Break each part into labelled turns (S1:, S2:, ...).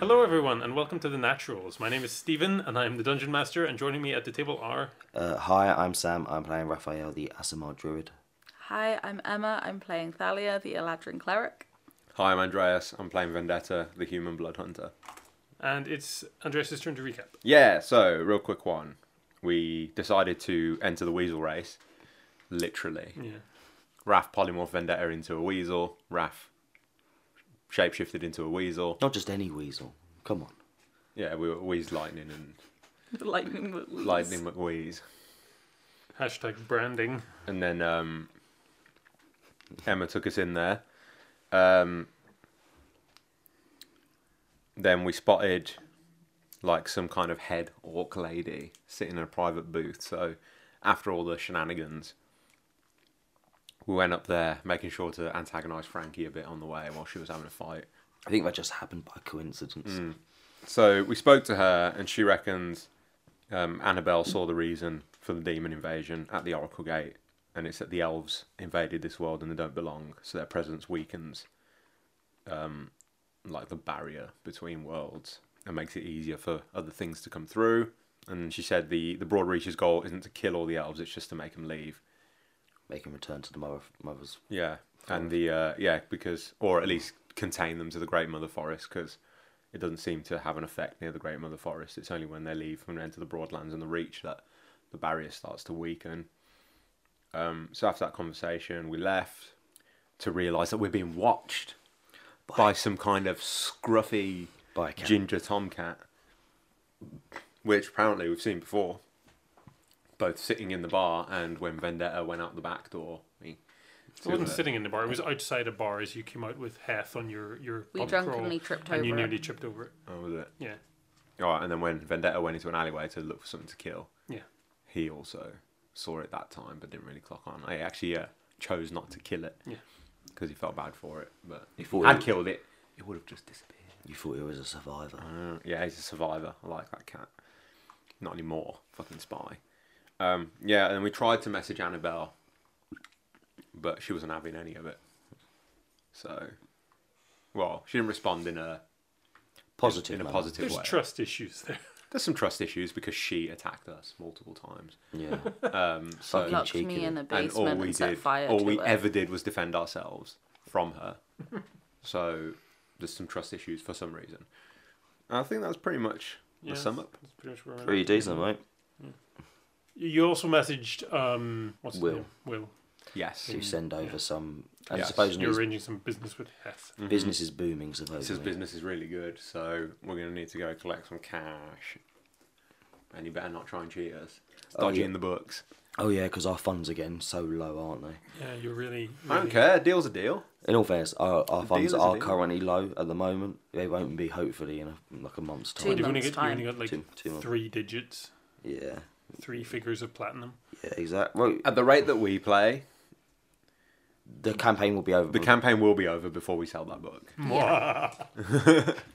S1: Hello, everyone, and welcome to The Naturals. My name is Stephen, and I am the Dungeon Master, and joining me at the table are.
S2: Uh, hi, I'm Sam. I'm playing Raphael, the Asimar Druid.
S3: Hi, I'm Emma. I'm playing Thalia, the Eladrin cleric.
S4: Hi, I'm Andreas. I'm playing Vendetta, the human blood hunter.
S1: And it's Andreas' turn to recap.
S4: Yeah, so, real quick one. We decided to enter the weasel race, literally.
S1: Yeah.
S4: Raph polymorphed Vendetta into a weasel. Raph shapeshifted into a weasel.
S2: Not just any weasel. Come on.
S4: Yeah, we were Weas Lightning and
S3: The lightning that leaves.
S4: Lightning McWeeze.
S1: Hashtag branding.
S4: And then um, Emma took us in there. Um, then we spotted like some kind of head orc lady sitting in a private booth. So after all the shenanigans, we went up there, making sure to antagonise Frankie a bit on the way while she was having a fight.
S2: I think that just happened by coincidence.
S4: Hmm. So we spoke to her, and she reckons um, Annabelle saw the reason for the demon invasion at the Oracle Gate, and it's that the elves invaded this world and they don't belong, so their presence weakens, um, like the barrier between worlds, and makes it easier for other things to come through. And she said the the Broad Reach's goal isn't to kill all the elves; it's just to make them leave.
S2: Make him return to the mother, mother's.
S4: Yeah, and the uh, yeah because or at least contain them to the Great Mother Forest because it doesn't seem to have an effect near the Great Mother Forest. It's only when they leave and enter the Broadlands and the Reach that the barrier starts to weaken. Um, so after that conversation, we left to realise that we're being watched by, some kind of scruffy
S2: By a cat.
S4: ginger tomcat, which apparently we've seen before. Both sitting in the bar and when Vendetta went out the back door. He
S1: It wasn't
S4: to the-
S1: sitting in the bar, it was outside a bar as you came out with Heth on your, your
S3: We
S1: pub
S3: drunkenly
S1: crawl,
S3: tripped
S1: And you
S3: over it.
S1: nearly tripped over it.
S4: Oh, was it?
S1: Yeah.
S4: All right, and then when Vendetta went into an alleyway to look for something to kill,
S1: Yeah.
S4: he also saw it that time, but didn't really clock on. He actually uh, chose not to kill it.
S1: Yeah.
S4: Because he felt bad for it, but if he
S2: thought
S4: had
S2: he-
S4: killed it, it would have just disappeared.
S2: You thought he was a survivor.
S4: Uh, yeah, he's a survivor. I like that cat. Not anymore. Fucking spy. Um, yeah, and we tried to message Annabelle, but she wasn't having any of it. So, well, she didn't respond in a
S2: Positive.
S4: in a
S2: manner.
S4: positive
S1: There's
S4: way.
S1: trust issues there.
S4: There's some trust issues because she attacked us multiple times.
S2: Yeah.
S4: Um, so
S2: Fucking
S3: Locked
S2: cheeky.
S3: me in a
S4: and
S3: basement
S4: all
S3: and,
S4: we
S3: set
S4: did,
S3: fire
S4: all
S3: to
S4: we
S3: it.
S4: ever did was defend ourselves from her. so there's some trust issues for some reason. I think that's pretty much the
S1: Yeah,
S4: sum up.
S1: that's pretty much where we're at.
S2: Pretty decent, right?
S1: You also messaged. um, What's his
S2: Will.
S1: name? Will.
S4: Yes,
S2: To send over some. And
S4: Yes.
S2: supposedly
S1: You're
S2: his
S1: arranging some business with Heth.
S2: business is booming,
S4: Mm-hmm. this his
S2: supposedly.
S4: business is really good, so we're gonna need to go collect some cash. And you better not try and cheat us. It's
S2: Oh,
S4: dodgy
S2: yeah.
S4: in the books.
S2: Oh, yeah, because our funds are getting so low, aren't they?
S1: Yeah, you're really.
S4: I don't
S1: really-
S4: care. Deal's a deal.
S2: In all fairness, our, our funds
S4: is a
S2: are
S4: deal.
S2: currently low at the moment. They won't be, hopefully, in a, like a month's
S3: Two
S2: time.
S1: You've only
S3: months'
S1: got, you only
S3: time.
S1: got like
S2: Two- two months.
S1: three digits,
S2: Yeah.
S1: three figures of platinum.
S2: Yeah, exactly. Well,
S4: At the rate that we play,
S2: the campaign will be over.
S4: the campaign will be over before we sell that book,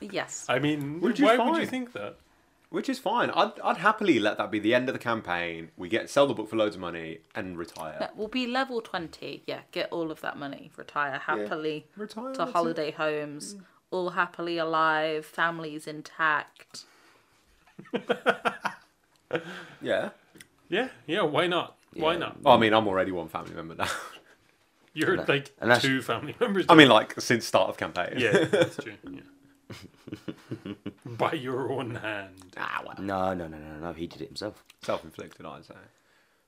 S3: Yes.
S1: I mean,
S4: Would you
S1: why would you
S4: find?
S1: think that?
S4: which is fine. I'd, I'd happily let that be the end of the campaign. We get sell the book for loads of money and retire.
S3: That will be level 20. Yeah, get all of that money. Retire happily
S4: Retire,
S3: to
S4: that's it.
S3: holiday homes. All happily alive, families intact.
S4: Yeah.
S1: Yeah, yeah. Why not? Why
S2: Yeah.
S1: not?
S4: Well, I mean, I'm already one family member now.
S1: You're
S2: that-
S1: like
S2: and that's-
S1: two family members.
S4: I mean, like since start of campaign.
S1: yeah, that's true. Yeah. By your own hand.
S4: Ah, well.
S2: No, no, no, no, no. He did it himself.
S4: Self-inflicted, I'd say.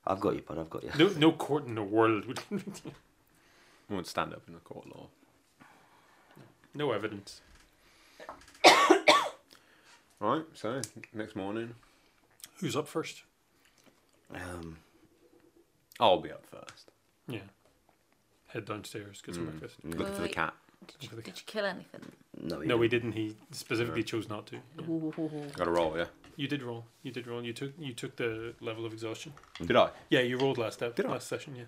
S2: I've got you, bud. I've got you.
S1: No, no court in the world would convict you.
S4: I won't stand up in the court law.
S1: No evidence.
S4: Right. So next morning,
S1: Who's up first?
S2: Um,
S4: I'll be up first.
S1: Yeah. Head downstairs, get
S4: Hmm.
S1: some breakfast.
S4: Looking for the
S3: Wait.
S4: cat.
S3: Did you, did you kill anything?
S2: no, he
S1: No,
S2: didn't.
S1: we didn't. He specifically chose not to. Yeah.
S3: Ooh.
S4: Got to roll, yeah.
S1: You did roll. You did roll. You took you took the level of exhaustion.
S4: Did I?
S1: Yeah, you rolled last ep-
S4: Did I?
S1: last session. Yeah,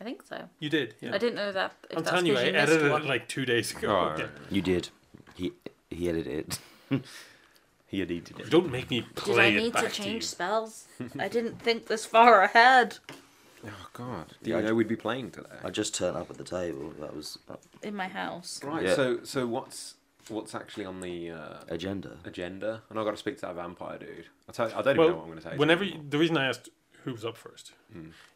S3: I think so.
S1: you did. Yeah.
S3: I didn't know that. If
S1: I'm
S3: that's
S1: telling you, I
S3: 'cause you, missed
S1: edited it
S3: one.
S1: like two days ago.
S4: All right.
S1: Yeah.
S2: You did. He he edited it.
S4: He had eaten it.
S1: Don't make me
S3: Did
S1: play
S3: I
S1: it
S3: need
S1: back
S3: to
S1: to you.
S3: change spells? I didn't think this far ahead.
S4: Oh God! Did
S2: Yeah, I-
S4: you know we'd be playing today?
S2: I just turned up at the table. That was. uh,
S3: In my house.
S4: Right.
S2: Yeah.
S4: So so what's what's actually on the uh,
S2: Agenda.
S4: agenda, and I got to speak to that vampire dude. I, tell, I don't even know what I'm going to say. Hmm. to
S1: Whenever
S4: him
S1: you, the reason I asked who was up first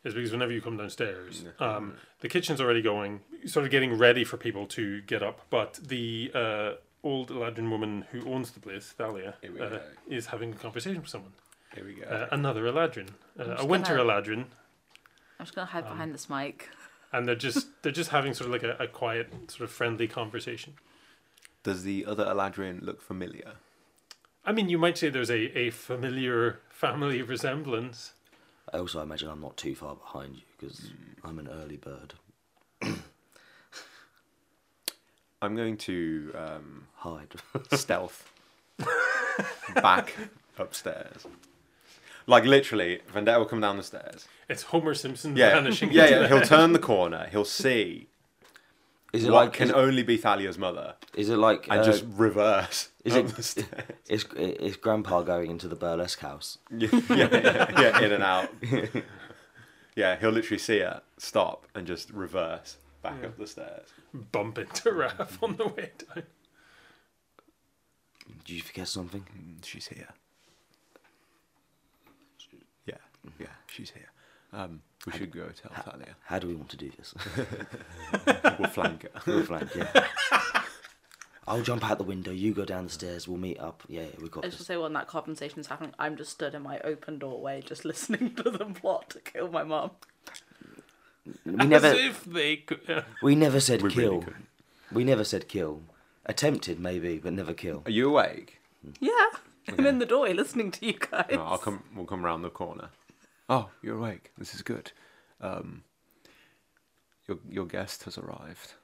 S1: is because whenever you come downstairs, um, the kitchen's already going, sort of getting ready for people to get up. But the uh, old Aladdin woman who owns the place, Thalia,
S4: Here we
S1: uh,
S4: go.
S1: is having a conversation with someone.
S4: Here we go.
S1: Uh, another Eladrin, uh, a
S3: just
S1: winter
S3: gonna-
S1: Eladrin,
S3: I'm just gonna
S4: Um,
S3: hide behind this mic.
S1: and they're just they're just having sort of like a, a quiet, sort of friendly conversation.
S4: Does the other Eladrin look familiar?
S1: I mean, you might say there's a, a familiar family resemblance.
S2: I also imagine I'm not too far behind you because I'm an early bird.
S4: I'm going to um,
S2: Hide.
S4: stealth back upstairs. Like literally, Vendetta will come down the stairs.
S1: It's Homer Simpson
S4: Yeah,
S1: vanishing.
S4: yeah,
S1: into
S4: yeah.
S1: the-
S4: He'll turn the corner. He'll see
S2: is it
S4: what
S2: like?
S4: can
S2: Is,
S4: only be Thalia's mother,
S2: is it like?
S4: and
S2: uh,
S4: just reverse.
S2: is
S4: up
S2: it-
S4: the stairs.
S2: is, is Grandpa going into the burlesque house?
S4: yeah, yeah, yeah, yeah, in and out. yeah, he'll literally see her stop and just reverse back up the stairs.
S1: bump into Raph on the way down.
S2: Did you forget something?
S4: Mm, She's here. Yeah, yeah, she's here. Um, we should go tell Thalia.
S2: How do we want to do this?
S4: We'll flank her.
S2: We'll flank, yeah. I'll jump out the window. You go down the stairs. We'll meet up. Yeah, yeah we got
S3: I was just
S2: this.
S3: say when that conversation's happening, I'm just stood in my open doorway, just listening to them plot to kill my mom.
S2: We never,
S1: As if they could.
S2: we never said
S4: We really
S2: kill.
S4: couldn't.
S2: we never said kill. Attempted maybe, but never kill.
S4: Are you awake?
S3: Yeah, I'm in the doorway listening to you guys.
S4: No, I'll come. We'll come round the corner. Oh, you're awake. This is good. Um, your your guest has arrived.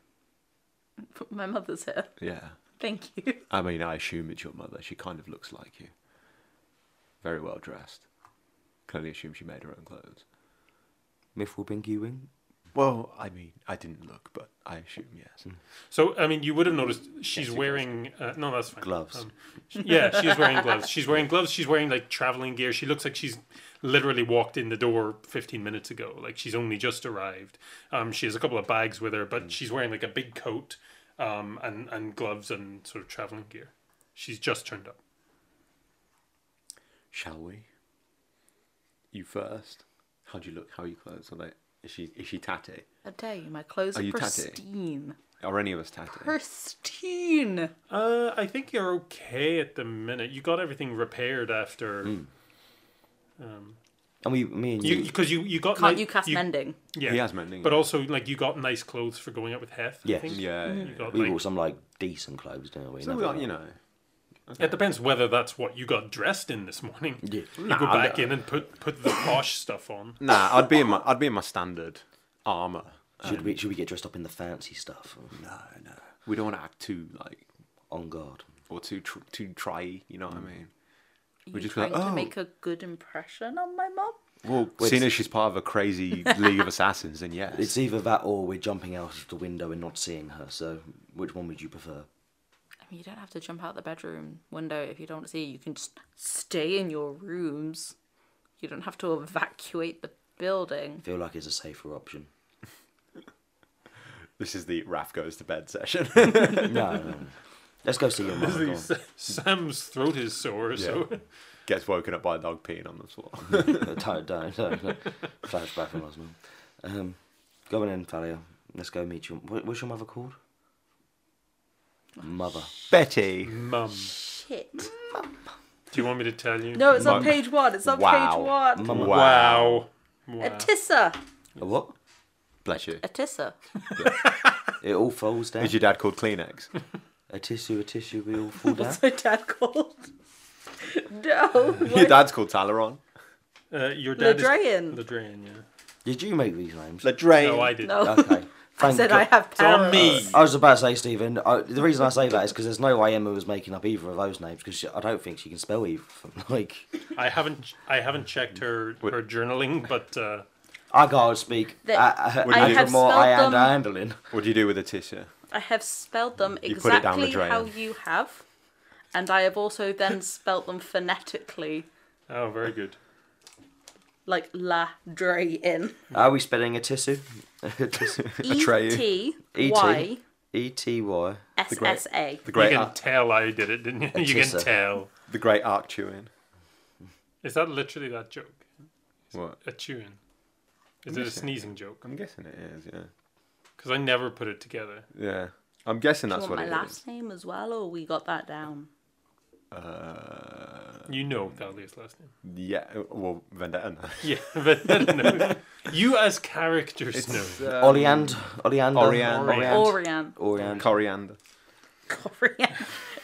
S3: But My mother's here.
S4: Yeah.
S3: Thank you.
S4: I mean, I assume it's your mother. She kind of looks like you. Very well dressed. Can only assume she made her own clothes.
S2: Miffle Pinky Wing.
S4: Well, I mean, I didn't look, but I assume yes.
S1: So I mean, you would have noticed she's
S4: Yes, you
S1: wearing. Uh, no, that's fine.
S2: Gloves.
S1: sh- yeah, she's wearing gloves. She's wearing gloves. She's wearing like traveling gear. She looks like she's literally walked in the door 15 minutes ago. Like she's only just arrived. Um, she has a couple of bags with her, but
S2: Mm.
S1: she's wearing like a big coat, um, and and gloves and sort of traveling gear. She's just turned up.
S4: Shall we? You first. How do you look? How are you clothes? Are they? Is she is she tatty?
S3: How dare you? My clothes
S4: Are
S3: are,
S4: you tatty?
S3: pristine.
S4: Are any of us tatty?
S3: Pristine.
S1: Uh, I think you're okay at the minute. You got everything repaired after.
S2: Hmm. And we, me and you.
S1: You because you, you got
S3: Can't
S1: ni-
S3: you cast mending?
S1: Yeah,
S4: He has mending.
S1: But also, like you got nice clothes for going out with Heth. I
S2: Yes.
S1: think.
S4: yeah.
S1: You got,
S2: we
S1: like-
S2: wore some like decent clothes, didn't we?
S4: So we
S2: Never
S4: got,
S2: like-
S4: you know.
S1: It depends whether that's what you got dressed in this morning.
S2: Yeah.
S1: You
S4: Nah,
S1: go
S4: I
S1: back
S4: don't-
S1: in and put put the posh stuff on.
S4: Nah, I'd be in my I'd be in my standard armor.
S2: Should we should we get dressed up in the fancy stuff?
S4: No, no. We don't want to act too like
S2: On guard.
S4: or too tr- too try. You know what I mean?
S3: Are
S4: We
S3: you
S4: just go,
S3: trying to
S4: "Oh."
S3: make a good impression on my mom?
S4: Well,
S2: Wait,
S4: seeing
S2: s-
S4: as she's part of a crazy league of assassins, then yes.
S2: It's either that or we're jumping out of the window and not seeing her. So which one would you prefer?
S3: I mean, you don't have to jump out the bedroom window if you don't want to see. You can just stay in your rooms. You don't have to evacuate the building.
S2: Feel like it's a safer option.
S4: this is the Raph goes to bed session.
S2: no, no, no. Let's go see your mother. go on.
S1: Sam's throat is sore, so
S4: Gets woken up by a dog peeing on the floor.
S2: don't, don't, don't. don't. Flashback from last month. Um, go on in, Thalia. Let's go meet your. What, what's your mother called? Mother.
S4: Betty.
S1: mum.
S3: Shit.
S1: Do you want me to tell you?
S3: No, it's on
S4: Mum.
S3: page one. It's on
S4: Wow.
S3: page one.
S2: Mum.
S1: Wow.
S3: A
S1: Wow.
S3: tissa.
S2: A what?
S4: Bless you.
S3: A tissa.
S2: It all falls down.
S4: Is your dad called Kleenex?
S2: A tissue, a tissue, we all fall down.
S3: What's my dad called? no.
S4: your dad's called Talaron.
S1: Uh, your dad
S3: Ledrein.
S1: is Ledrein. Yeah.
S2: Did you make these names?
S4: Ladrain.
S1: No, I did.
S3: No.
S2: Okay.
S3: I
S2: Thank
S3: said
S2: God.
S3: I have
S1: It's on
S3: parents.
S1: me.
S4: Uh,
S2: I was about to say, Stephen. I, the reason I say that is because there's no way Emma was making up either of those names because I don't think she can spell either. Of them. Like,
S1: I haven't I haven't checked her her journaling, but uh,
S2: I can't speak.
S3: The-
S2: uh, uh,
S4: Would you
S2: Andrew
S4: have
S2: Moore,
S3: spelled
S2: I and
S3: them-
S2: handling.
S4: What do you do with a tissue?
S3: I have spelled them
S4: You put it down the
S3: exactly how
S4: drain.
S3: you have, and I have also then spelt them phonetically,
S1: oh, very good.
S3: like la dre in.
S2: Are we spelling a tissue? A tissue.
S3: E
S4: tray.
S3: T
S2: E T.
S3: Y
S2: E T Y.
S5: S
S4: great-
S5: S A.
S4: The
S1: You
S4: great, Uh,
S1: can
S4: Ar-
S1: tell I did it, didn't you? You can
S2: Atissa.
S1: tell.
S4: the great arc chewing.
S1: Is that literally that joke?
S4: What?
S1: A chewing? Is
S4: Let me
S1: it a
S4: see.
S1: sneezing joke?
S4: I'm guessing it is. Yeah.
S1: Because I never put it together.
S4: Yeah. I'm guessing
S5: Do you
S4: that's
S5: want
S4: what
S5: my
S4: it
S5: last
S4: is.
S5: name as well, or we got that down?
S4: Uh,
S1: You know Thalia's last name.
S4: yeah. Well, Vendetta. No.
S1: Yeah, but no. you as characters know.
S4: um,
S2: Oleander. Oleander.
S4: Oriander.
S2: Oriander.
S5: Orion.
S2: Oriander.
S4: Coriander.
S5: Orion.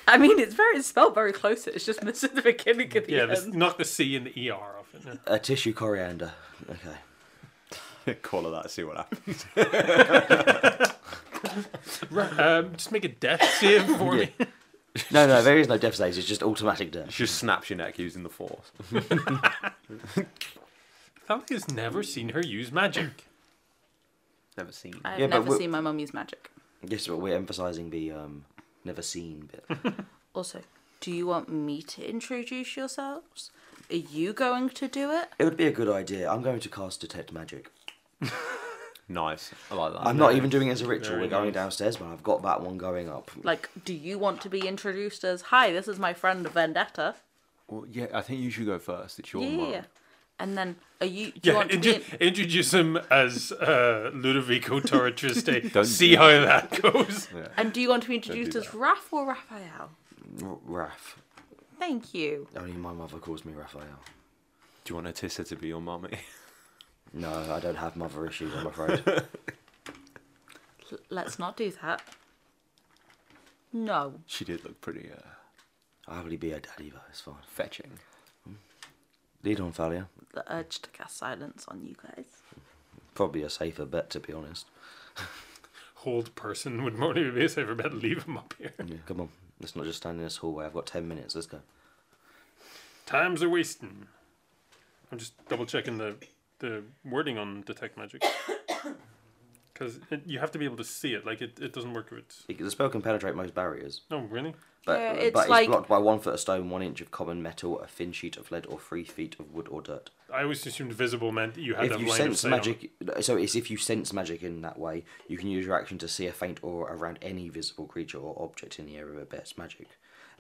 S5: I mean, it's very it's spelled very close. It's just missing the beginning of the
S1: Yeah, this,
S5: end.
S1: not the C and the ER off it. No.
S2: A tissue coriander. Okay.
S4: Call her that. See what happens.
S1: Right, um, just make a death save for me.
S2: No, no, there is no death saves. It's just automatic death.
S4: She just snaps your neck using the force.
S1: Thalia's never seen her use magic.
S4: Never seen.
S5: I've
S2: Yeah, but
S5: never
S2: we-
S5: seen my mum use magic.
S2: Yes, but we're emphasising the um, never seen bit.
S5: Also, do you want me to introduce yourselves? Are you going to do it?
S2: It would be a good idea. I'm going to cast detect magic.
S4: Nice. I like that.
S2: I'm not even doing it as a ritual.
S1: Very
S2: We're going
S1: nice.
S2: downstairs, but I've got that one going up.
S5: Like, do you want to be introduced as, hi, this is my friend Vendetta?
S4: Well, yeah, I think you should go first. It's your
S5: Yeah.
S4: mine.
S5: And then, are you, do you
S1: Yeah,
S5: want to
S1: intro-
S5: be in-
S1: introduce him as uh, Ludovico Torretriste.
S4: Don't
S1: See
S4: do
S1: how that goes.
S5: and do you want to be introduced
S4: do
S5: as Raph or Raphael?
S2: R- Raph.
S5: Thank you.
S2: Only my mother calls me Raphael.
S4: Do you want Atissa to be your mummy?
S2: No, I don't have mother issues, I'm afraid.
S5: L- let's not do that. No.
S4: she did look pretty uh,
S2: I'll probably be a daddy, but it's fine. Hmm.
S4: fetching.
S2: Lead on, Thalia.
S5: The urge to cast silence on you guys.
S2: Probably a safer bet, to be honest.
S1: Hold person would more than be a safer bet. Leave him up here.
S2: Come on, let's not just stand in this hallway. I've got 10 minutes, let's go.
S1: Times are wasting. I'm just double checking the the wording on detect magic. Because you have to be able to see it. Like it, it doesn't work if it's.
S2: It- The spell can penetrate most barriers,
S1: No, really?
S2: but,
S5: Yeah,
S2: but
S5: it's
S2: it's,
S5: like-
S2: blocked by one foot of stone, one inch of common metal, a thin sheet of lead, or three feet of wood or dirt.
S1: I always assumed visible meant that you had to
S2: if
S1: have
S2: you
S1: line of
S2: sense
S1: sight on it.
S2: magic, so it's if you sense magic in that way, you can use your action to see a faint aura around any visible creature or object in the area of best magic,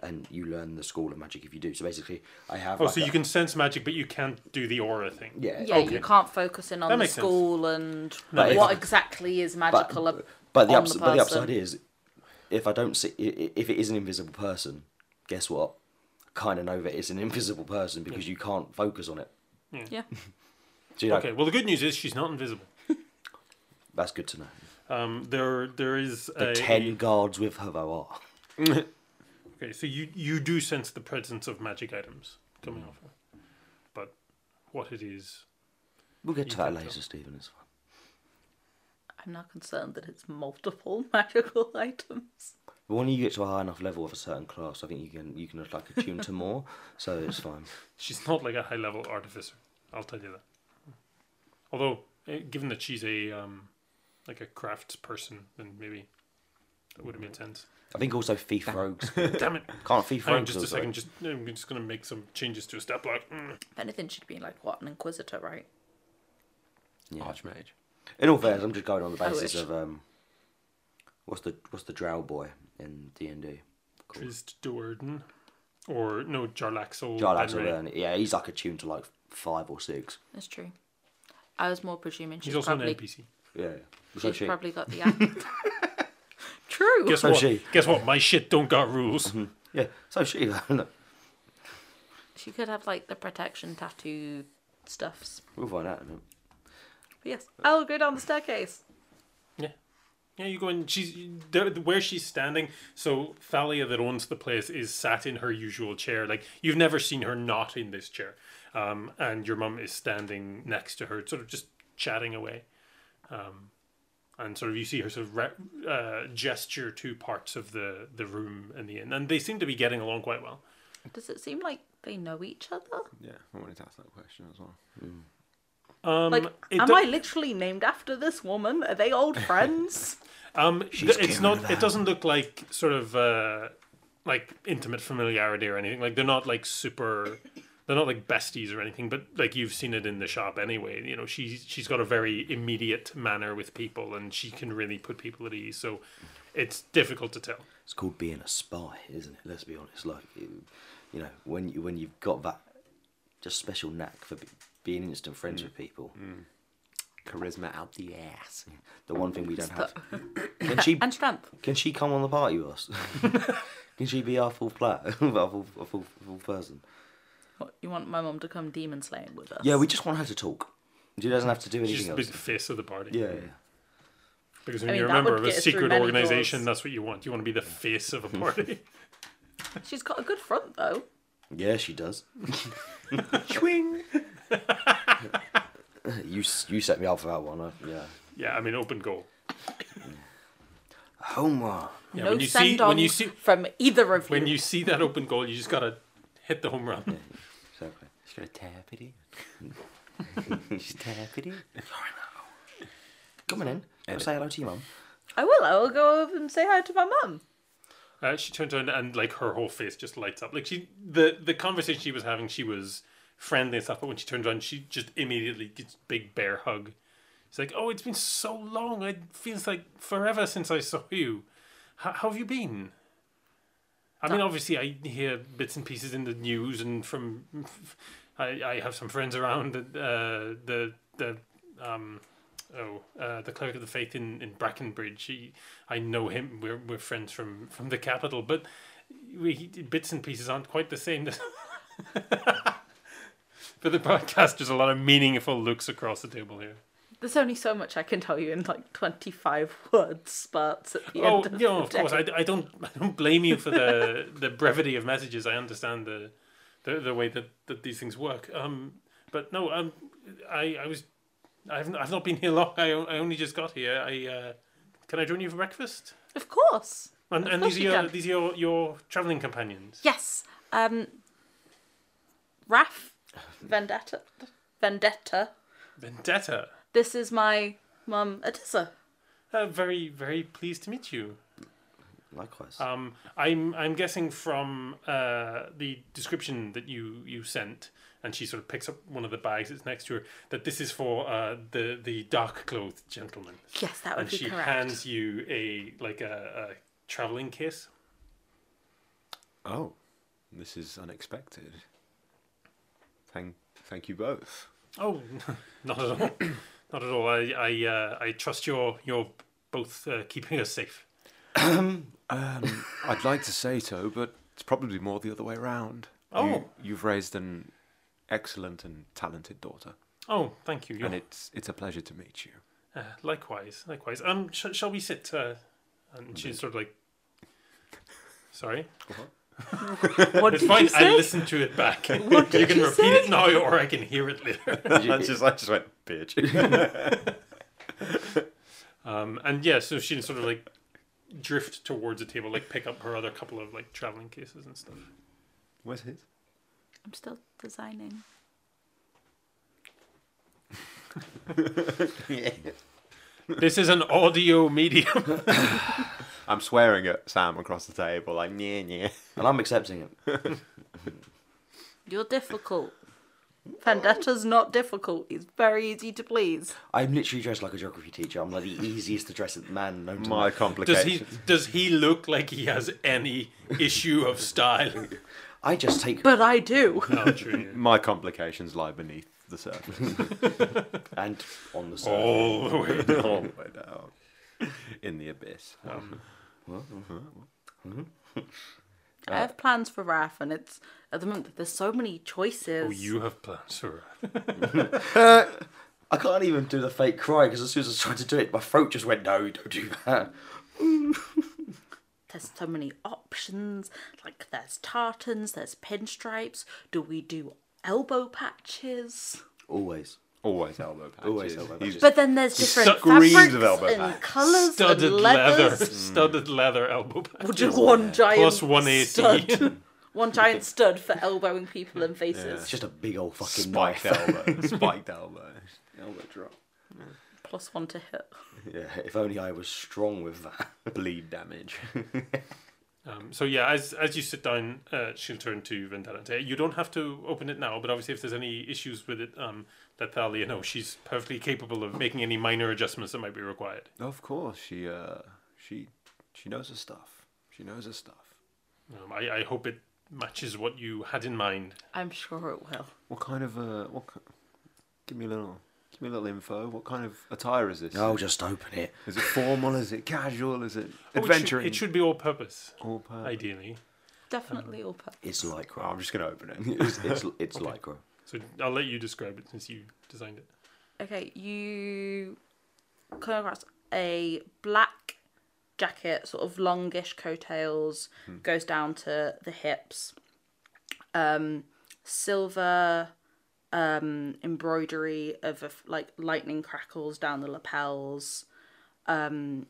S2: and you learn the school of magic if you do. So basically, I have.
S1: Oh,
S2: like
S1: so
S2: a-
S1: you can sense magic, but you can't do the aura thing.
S2: Yeah,
S5: Yeah,
S1: Okay.
S5: you can't focus in on
S1: That
S5: the
S1: makes sense.
S5: school and
S2: makes
S5: what
S2: sense.
S5: exactly is
S2: but, uh,
S5: magical. ab-
S2: but the
S5: on
S2: upside, but the
S5: person.
S2: upside is, if I don't see, i- i- if it is an invisible person, guess what? Kind of know that it's an invisible person because you can't focus on it.
S5: Yeah.
S2: So you know,
S1: Okay. Well, the good news is she's not invisible.
S2: that's good to know.
S1: Um, there, there is
S2: The
S1: a
S2: ten guards with her though oh, are.
S1: Okay, so you you do sense the presence of magic items coming
S2: Mm.
S1: off her, but what it is,
S2: We'll get
S1: You
S2: to that
S1: can
S2: later,
S1: tell.
S2: Stephen. It's fine.
S5: I'm now concerned that it's multiple magical items.
S2: But when you get to a high enough level of a certain class, I think you can you can like attune to more. So it's fine.
S1: she's not like a high level artificer. I'll tell you that. Although, eh, given that she's a um, like a crafts person, then maybe that would have made sense.
S2: I think also thief rogues
S1: Damn it!
S2: can't thief
S1: Hang on
S2: rogues.
S1: just a
S2: also.
S1: second. Just I'm just gonna make some changes to a stat block. Mm.
S5: If anything, she'd be like, what, an inquisitor, right?
S2: Yeah.
S4: Archmage.
S2: In all fairness, I'm just going on the basis
S5: wish.
S2: of um. What's the what's the drow boy in D and D?
S1: Trist Duerden, or no Jarlaxle.
S2: Jarlax will
S1: Benray.
S2: learn. Yeah, he's like attuned to like five or six.
S5: That's true. I was more presuming she's
S1: He's also
S5: probably,
S1: an NPC.
S2: Yeah. So
S5: she's
S2: she.
S5: probably got the act. true.
S1: Guess
S2: So
S1: what?
S2: she-
S1: Guess what? My shit don't got rules.
S2: Yeah. So she. no,
S5: She could have, like, the protection tattoo stuffs.
S2: we'll find out. innit?
S5: But yes, I'll go down the staircase.
S1: Yeah. Yeah, you go in. She's there, where she's standing. So Thalia, that owns the place, is sat in her usual chair. Like you've never seen her not in this chair. Um, and your mum is standing next to her, sort of just chatting away. Um, and sort of you see her sort of re- uh, gesture to parts of the the room and the inn, and they seem to be getting along quite well.
S5: Does it seem like they know each other?
S4: Yeah, I wanted to ask that question as well.
S1: Um,
S5: Like,
S1: it
S5: am
S1: do-
S5: I literally named after this woman? Are they old friends?
S1: Um, th- it's
S2: killing
S1: not.
S2: them.
S1: It doesn't look like sort of uh, like intimate familiarity or anything. Like they're not like super. They're not like besties or anything. But like you've seen it in the shop anyway. You know, she's she's got a very immediate manner with people, and she can really put people at ease. So it's difficult to tell.
S2: It's called being a spy, isn't it? Let's be honest. Like, you you know, when you when you've got that just special knack for be, being instant friends with people,
S4: Charisma out the ass.
S2: the one thing we don't have. Can she
S5: And strength.
S2: can she come on the party with us? can she be our full plat, our full, our full, full person?
S5: What, you want my mum to come demon slaying with us?
S2: Yeah, we just want her to talk. She doesn't have to do
S1: She's
S2: anything
S1: the
S2: else.
S1: big face of the party.
S2: Yeah, yeah.
S1: Because when
S5: I mean,
S1: you're a
S5: that
S1: member
S5: would
S1: of a
S5: get us through
S1: secret
S5: many
S1: organization,
S5: doors.
S1: that's what you want. You want to be the face of a party.
S5: She's got a good front though.
S2: Yeah, she does.
S4: Swing.
S2: You s- you set me up for that one. I, yeah.
S1: yeah, I mean, open goal.
S2: Homer.
S1: Yeah,
S5: no
S1: when you see
S5: send
S1: when
S5: on
S1: you see
S5: from either of
S1: when
S5: you.
S1: you see that open goal, you just gotta hit the home run.
S2: Exactly.
S4: She's gonna uh, tap it in. She's tap it in.
S2: Come on in. Go
S4: Edit.
S2: say hello to your mum.
S5: I will. I will go over and say hi to my mum.
S1: Uh, she turns around and like her whole face just lights up. Like she, the the conversation she was having, she was friendly and stuff. But when she turns around, she just immediately gets big bear hug. She's like, "Oh, it's been so long. It feels like forever since I saw you. How, how have you been?" I mean, obviously, I hear bits and pieces in the news, and from I, I have some friends around the uh, the the um oh uh, the cleric of the faith in in Brackenbridge. He, I know him. We're we're friends from from the capital, but we bits and pieces aren't quite the same. For the broadcast, there's a lot of meaningful looks across the table here.
S5: There's only so much I can tell you in like 25 word spurts at the
S1: oh,
S5: end of
S1: no,
S5: the
S1: of course.
S5: day.
S1: I, I don't I don't blame you for the the brevity of messages. I understand the the, the way that, that these things work. Um, but no, um, I I was I've I've not been here long. I, o- I only just got here. I uh, can I join you for breakfast?
S5: Of course.
S1: And,
S5: Of
S1: and
S5: course
S1: these are
S5: you
S1: your
S5: can.
S1: these are your, your traveling companions.
S5: Yes. Um. Raf, Vendetta, Vendetta.
S1: Vendetta.
S5: This is my mum, Atissa.
S1: Uh, very very pleased to meet you.
S2: Likewise.
S1: Um, I'm I'm guessing from uh, the description that you you sent, and she sort of picks up one of the bags that's next to her, that this is for uh, the the dark clothed gentleman,
S5: Yes, that would
S1: and
S5: be
S1: she
S5: correct.
S1: hands you a like a, a traveling case.
S4: Oh, this is unexpected. Thank, thank you both.
S1: Oh, not at all, not at all. I I uh, I trust you're you're both uh, keeping us safe.
S4: Um, I'd like to say so, but it's probably more the other way around.
S1: Oh.
S4: you, have raised an excellent and talented daughter,
S1: Oh, thank you.
S4: and
S1: You're-
S4: it's it's a pleasure to meet you.
S1: Uh, likewise, likewise. Um, sh- shall we sit? Uh, and she's sort of like, sorry.
S5: What
S1: It's
S5: did
S1: fine.
S5: you
S1: I
S5: say?
S1: listened to it back. you can repeat it now, or I can hear it later.
S4: I just I just went bitch.
S1: Um, and yeah, so she sort of like drift towards the table, like pick up her other couple of like traveling cases and stuff.
S4: Where's his?
S5: I'm still designing.
S1: This is an audio medium.
S4: I'm swearing at Sam across the table, like yeah, yeah.
S2: and I'm accepting it.
S5: You're difficult. Vendetta's not difficult. He's very easy to please.
S2: I'm literally dressed like a geography teacher. I'm like the easiest to dress man known to
S4: My
S2: man.
S1: Does
S4: complications.
S1: he does he look like he has any issue of style?
S2: I just take
S5: But I do.
S1: No, true.
S4: My complications lie beneath the surface,
S2: and on the side.
S4: Oh.
S1: All the way. down.
S4: all the way down in the abyss.
S5: I have plans for Raf, and it's at the moment there's so many choices.
S1: Oh, you have plans for her.
S2: I can't even do the fake cry because as soon as I was trying to do it, my throat just went, no, don't do that.
S5: There's so many options. Like there's tartans, there's pinstripes. Do we do elbow patches?
S2: Always.
S4: Always elbow patches.
S2: Always elbow
S4: He's-
S5: But then there's different
S4: screams
S5: fabrics
S4: of elbow
S5: and
S4: patch.
S5: colours
S1: Studded
S5: and
S1: leather,
S5: leathers.
S1: studded leather elbow
S5: We'll
S1: patch.
S5: do one giant
S1: Plus one E. AC.
S5: stud. one giant stud for elbowing people in faces.
S2: It's just a big old fucking
S4: Spiked
S2: knife.
S4: elbow. Spiked elbow.
S2: Elbow drop.
S5: Plus one to hit.
S2: Yeah, if only I was strong with that.
S4: Bleed damage.
S1: Um, so yeah, as as you sit down, uh, she'll turn to Vendetta and say, "You don't have to open it now, but obviously, if there's any issues with it, um, let Thalia know. She's perfectly capable of making any minor adjustments that might be required."
S4: Of course, she uh, she She knows her stuff. She knows her stuff.
S1: Um, I, I hope it matches what you had in mind.
S5: I'm sure it will.
S4: What kind of uh, what? ki- Give me a little, give me a little info. What kind of attire is this?
S2: Oh, just open it.
S4: Is it formal? is it casual? Is it
S1: Oh, it should-
S4: adventuring?
S1: It should, be all purpose,
S4: All per-
S1: ideally.
S5: Definitely all purpose.
S2: It's
S4: Oh,
S2: lycra.
S4: I'm just gonna open it.
S2: It's it's, it's lycra.
S1: So I'll let you describe it since you designed it.
S5: Okay, you come across a black jacket, sort of longish coattails, goes down to the hips. Um, silver um, embroidery of a f like lightning crackles down the lapels. Um,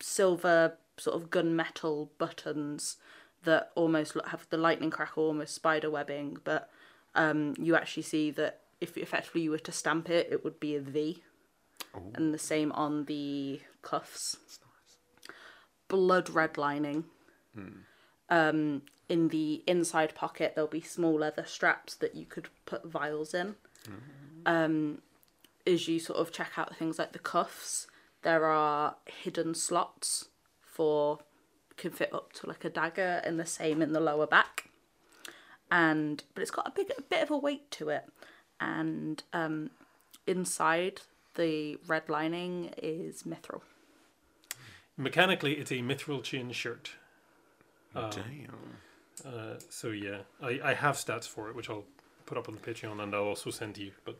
S5: silver sort of gunmetal buttons that almost look- have the lightning crackle, almost spider webbing, but um, you actually see that if effectively you were to stamp it, it would be a V. And the same on the cuffs. Blood red lining. Um, in the inside pocket, there'll be small leather straps that you could put vials in. Um, as you sort of check out things like the cuffs, there are hidden slots for can fit up to like a dagger, and the same in the lower back and but it's got a big a bit of a weight to it and um inside the red lining is mithril
S1: Mechanically, it's a mithril chain shirt.
S4: Damn.
S1: Uh, so yeah, I, I have stats for it, which I'll put up on the Patreon and I'll also send to you. But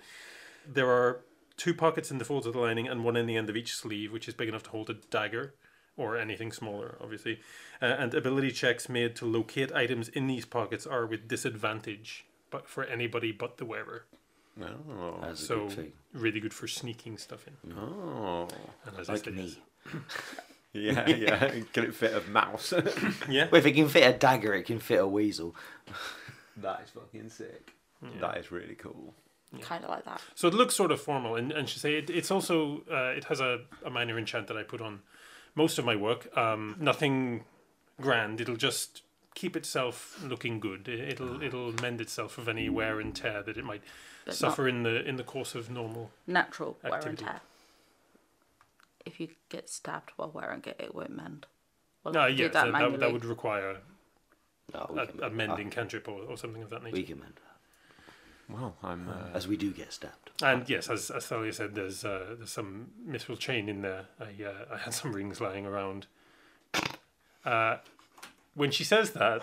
S1: there are two pockets in the folds of the lining and one in the end of each sleeve, which is big enough to hold a dagger or anything smaller, obviously. Uh, and ability checks made to locate items in these pockets are with disadvantage, but for anybody but the wearer.
S4: Oh.
S2: That's a
S1: so
S2: good thing.
S1: really good for sneaking stuff in.
S4: Oh.
S1: And as I
S2: Like
S1: said,
S2: me.
S4: Yeah, yeah. Get it fit of mouse.
S1: yeah,
S2: Well, if it can fit a dagger, it can fit a weasel.
S4: that is fucking sick. That is really cool.
S5: kind of like that
S1: So it looks sort of formal, and, and she say it, it's also uh, it has a, a minor enchant that I put on most of my work. Um, nothing grand. It'll just keep itself looking good. It, it'll it'll mend itself of any wear and tear that it might
S5: Ah. But
S1: suffer in the in the course of normal.
S5: natural wear and
S1: Activity.
S5: tear if you get stabbed while wearing it it won't mend well,
S1: No,
S5: do
S1: Ah, yeah,
S5: that
S1: that, that,
S5: manually. Ah.
S1: that would require
S2: No, we, can,
S1: a,
S2: Ah,
S1: a mending cantrip or, or something of that
S2: we
S1: nature.
S2: can mend that.
S4: Well, I'm. Uh,
S2: As we do get stabbed.
S1: And yes, as as Thalia said, there's uh, there's some mithril chain in there. I uh, I had some rings lying around. Uh, when she says that,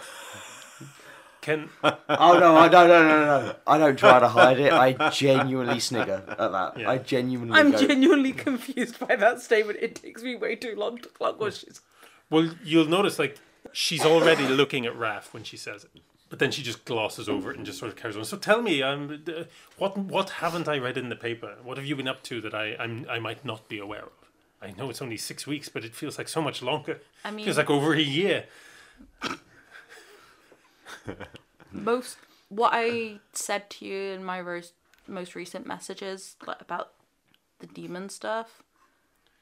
S1: can
S2: Oh no! I, no! No! No! No! I don't try to hide it. I genuinely snigger at that.
S1: Yeah.
S2: I genuinely.
S5: i'm
S2: go,
S5: genuinely confused by that statement it takes me way too long to clock what she's
S1: well, you'll notice like she's already looking at Raph when she says it, but then she just glosses over it and just sort of carries on. So tell me, um, d- what what haven't I read in the paper? What have you been up to that I I'm, I might not be aware of? I know it's only six weeks, but it feels like so much longer.
S5: I mean-
S1: feels like over a year.
S5: most what I said to you in my most most recent messages like about the demon stuff.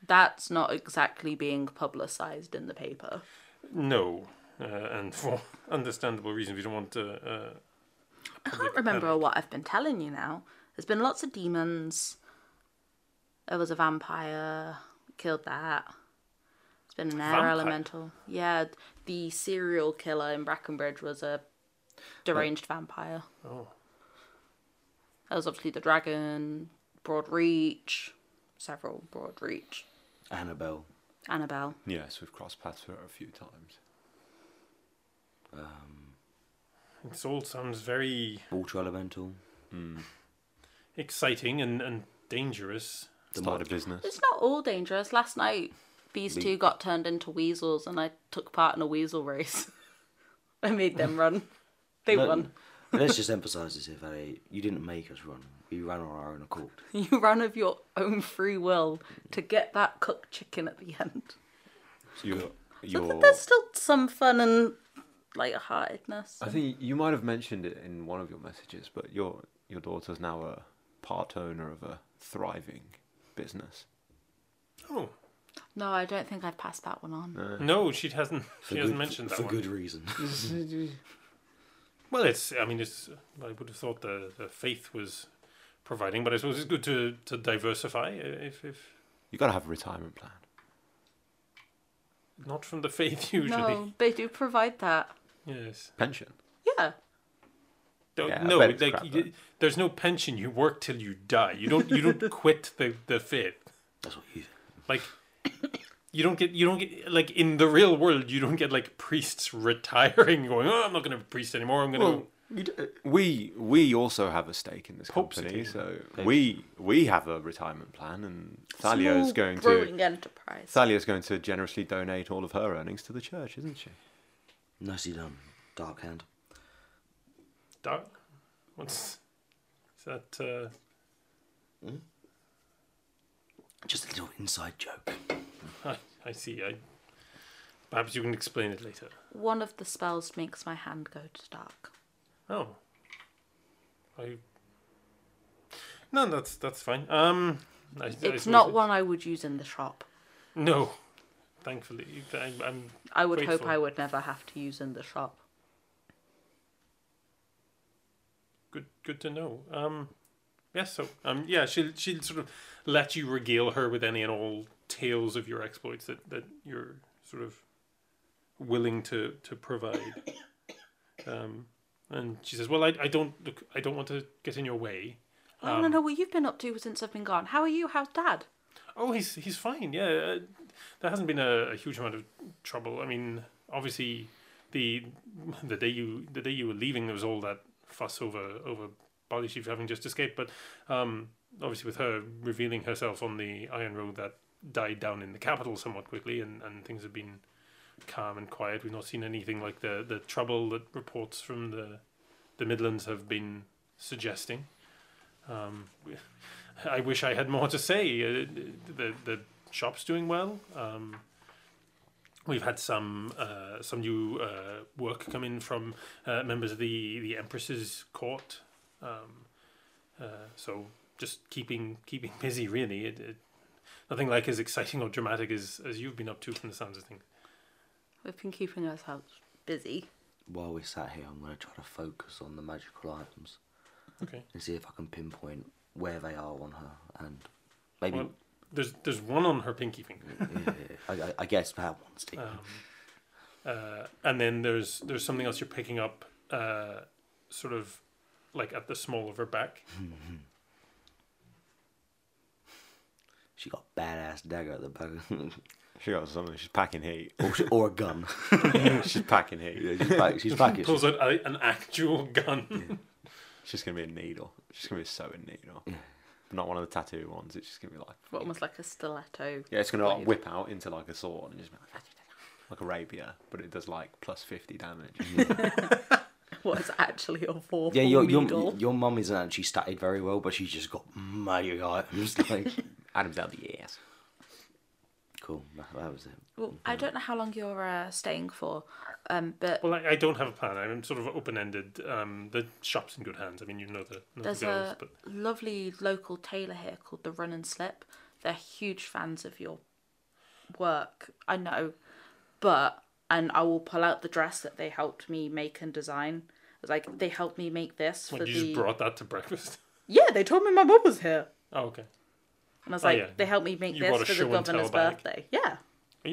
S5: That's not exactly being publicized in the paper.
S1: No, uh, and for understandable reasons, we don't want to. Uh,
S5: I can't remember what I've been telling you now. There's been lots of demons. There was a vampire, killed that. It's been an air
S1: Vampire?
S5: elemental. Yeah, the serial killer in Brackenbridge was a deranged vampire.
S1: oh,
S5: There was obviously the dragon, Broad Reach, several Broad Reach,
S2: Annabelle.
S5: Annabelle.
S4: yes, we've crossed paths for a few times.
S1: this all sounds very
S2: Water elemental.
S1: exciting and, and dangerous.
S2: The
S4: Started
S2: mod.
S4: a business.
S5: It's not all dangerous. Last night, these two got turned into weasels, and I took part in a weasel race. I made them run. They
S2: No.
S5: won.
S2: Let's just emphasise this here, Valley. You didn't make us run. We ran on our own accord.
S5: You ran of your own free will to get that cooked chicken at the end.
S4: Your,
S5: So I
S4: your,
S5: think there's still some fun and lightheartedness.
S4: I think you might have mentioned it in one of your messages, but your your daughter's now a part owner of a thriving business.
S1: Oh
S5: No, I don't think I've passed that one on.
S1: no, she hasn't.
S2: For
S1: She hasn't
S2: Uh, good-
S1: mentioned that
S2: for
S1: one.
S2: good reason.
S1: Well, it's. I mean, it's. I would have thought the, the faith was providing, but I suppose it's good to, to diversify. uh, If if
S4: You got to have a retirement plan.
S1: not from the faith usually.
S5: No, they do provide that.
S1: Yes.
S4: Pension.
S5: Yeah.
S1: Don't-
S4: Yeah, I
S1: no,
S4: bet it's
S1: like
S4: crap,
S1: you-
S4: though.
S1: there's no pension. You work till you die. You don't. You don't quit the the faith.
S2: That's what you.
S1: Like you don't get. You don't get like in the real world. You don't get like priests retiring, going, "Oh, I'm not going to be a priest anymore. I'm going to."
S4: Well, you d- we we also have a stake in this
S1: Popes
S4: company,
S1: again.
S4: so
S2: Okay.
S4: we we have a retirement plan, and Thalia's
S5: Small
S4: going to
S5: growing enterprise.
S4: Thalia's going to generously donate all of her earnings to the church, isn't she?
S2: Nicely done, Dark Hand.
S1: Dark. What's is that? Uh,
S2: Just a little inside joke.
S1: I, uh, I see. I perhaps you can explain it later.
S5: One of the spells makes my hand go to dark.
S1: Oh. I. No, that's that's fine. Um, I, I
S5: It's
S1: suppose
S5: not
S1: it-
S5: one I would use in the shop.
S1: No, thankfully, I, I'm.
S5: I would hope
S1: Grateful.
S5: I would never have to use in the shop.
S1: good good to know um yes so um yeah she'll she'll sort of let you regale her with any and all tales of your exploits that that you're sort of willing to to provide um and she says well i, I don't look i don't want to get in your way Um,
S5: I want to know what you've been up to since I've been gone. How are you? How's Dad?
S1: oh he's he's fine yeah uh, there hasn't been a, a huge amount of trouble i mean obviously the the day you the day you were leaving there was all that fuss over over Bali Chief having just escaped, but um, obviously with her revealing herself on the Iron Road that died down in the capital somewhat quickly and, and things have been calm and quiet. We've not seen anything like the, the trouble that reports from the the Midlands have been suggesting. Um, we- I wish I had more to say. Uh, the the shop's doing well. Um, We've had some uh, some new uh, work come in from uh, members of the the Empress's court, um, uh, so just keeping keeping busy really. It, it, nothing like as exciting or dramatic as, as you've been up to from the sounds of things.
S5: We've been keeping ourselves busy.
S2: While we're sat here, I'm going to try to focus on the magical items
S1: Okay.
S2: and see if I can pinpoint where they are on her and maybe.
S1: Well, there's there's one on her pinky finger,
S2: yeah, I, I, I guess that one stick.
S1: um, uh, and then there's there's something else you're picking up, uh, sort of like at the small of her back.
S2: She got a badass dagger at the back,
S4: She got something. She's packing heat.
S2: or, she- or a gun.
S4: she's packing heat.
S2: yeah, she's back. She's back. It's
S1: Pulls out a, an actual gun.
S5: Hmm.
S4: She's gonna be a needle. She's gonna be a sewing needle. Not one of the tattoo ones. It's just gonna be like
S5: Well, Almost like a stiletto.
S4: yeah, it's gonna like
S5: blade.
S4: whip out into like a sword and just be like, like a rapier, but it does like plus fifty damage.
S5: What is actually a four
S2: yeah, your your,
S5: needle.
S2: your mum isn't actually statted very well, but she's just got magic items. Like,
S4: Adam's out the ass.
S2: cool. That, that was it.
S5: Well, I don't know how long you're uh, staying for, um, but
S1: Well, I, I don't have a plan. I'm sort of open ended. Um, the shop's in good hands. I mean, you know the, know the
S5: there's
S1: girls,
S5: a
S1: but
S5: lovely local tailor here called the Run and Slip. They're huge fans of your work. I know, but and I will pull out the dress that they helped me make and design. It's Like they helped me make this for
S1: Well, you
S5: the
S1: just brought that to breakfast.
S5: yeah. They told me my mum was here,
S1: Oh, okay.
S5: and I was
S1: Oh,
S5: like,
S1: yeah.
S5: they helped me make
S1: You brought
S5: this
S1: a
S5: for the
S1: show and tell
S5: governor's
S1: bag.
S5: birthday. Yeah,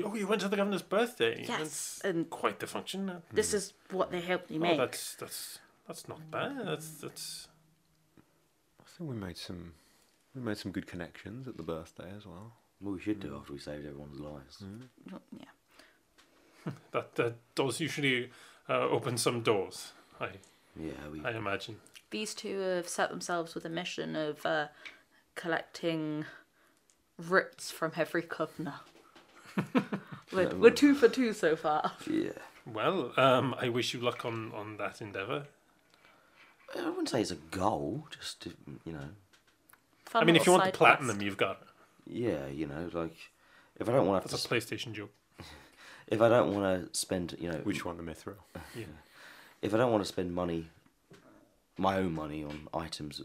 S1: Oh, you went to the governor's birthday.
S5: Yes,
S1: That's
S5: and-
S1: quite the function. that-
S5: this is what they helped me
S1: Oh,
S5: make.
S1: that's that's that's not bad. That's that's
S4: I think we made some we made some good connections at the birthday as well.
S2: What we should do after we saved everyone's lives.
S1: Hmm.
S5: yeah.
S1: that that does usually uh, open some doors. I
S2: Yeah, we.
S1: I imagine.
S5: these two have set themselves with a mission of uh, collecting writs from every governor. we're, we're two for two so far.
S2: yeah.
S1: Well, um, I wish you luck on on that endeavor.
S2: I wouldn't say it's a goal. Just to, you know.
S5: Fun
S1: I mean, if you
S5: little
S1: want the
S5: side
S1: platinum,
S5: quest.
S1: you've got it.
S2: Yeah, you know, like if I don't want to
S1: That's a PlayStation joke.
S2: if I don't want to spend, you know,
S4: Which one, the mithril?
S1: Yeah.
S2: if I don't want to spend money, my own money on items,